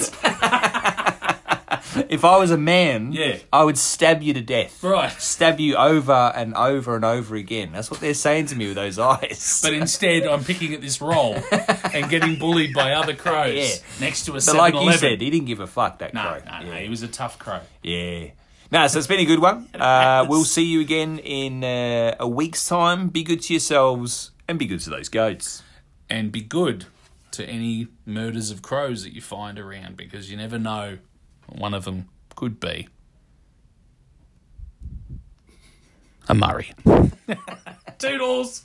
[SPEAKER 2] if I was a man,
[SPEAKER 1] Yeah.
[SPEAKER 2] I would stab you to death.
[SPEAKER 1] Right.
[SPEAKER 2] Stab you over and over and over again. That's what they're saying to me with those eyes.
[SPEAKER 1] But instead, I'm picking at this role and getting bullied by other crows
[SPEAKER 2] Yeah.
[SPEAKER 1] next to a
[SPEAKER 2] But
[SPEAKER 1] 7
[SPEAKER 2] like you said, he didn't give a fuck. That
[SPEAKER 1] No,
[SPEAKER 2] crow.
[SPEAKER 1] no, no.
[SPEAKER 2] Yeah.
[SPEAKER 1] He was a tough crow.
[SPEAKER 2] Yeah. No, so it's been a good one. Uh, we'll see you again in uh, a week's time. Be good to yourselves and be good to those goats.
[SPEAKER 1] And be good to any murders of crows that you find around because you never know what one of them could be a Murray. Toodles.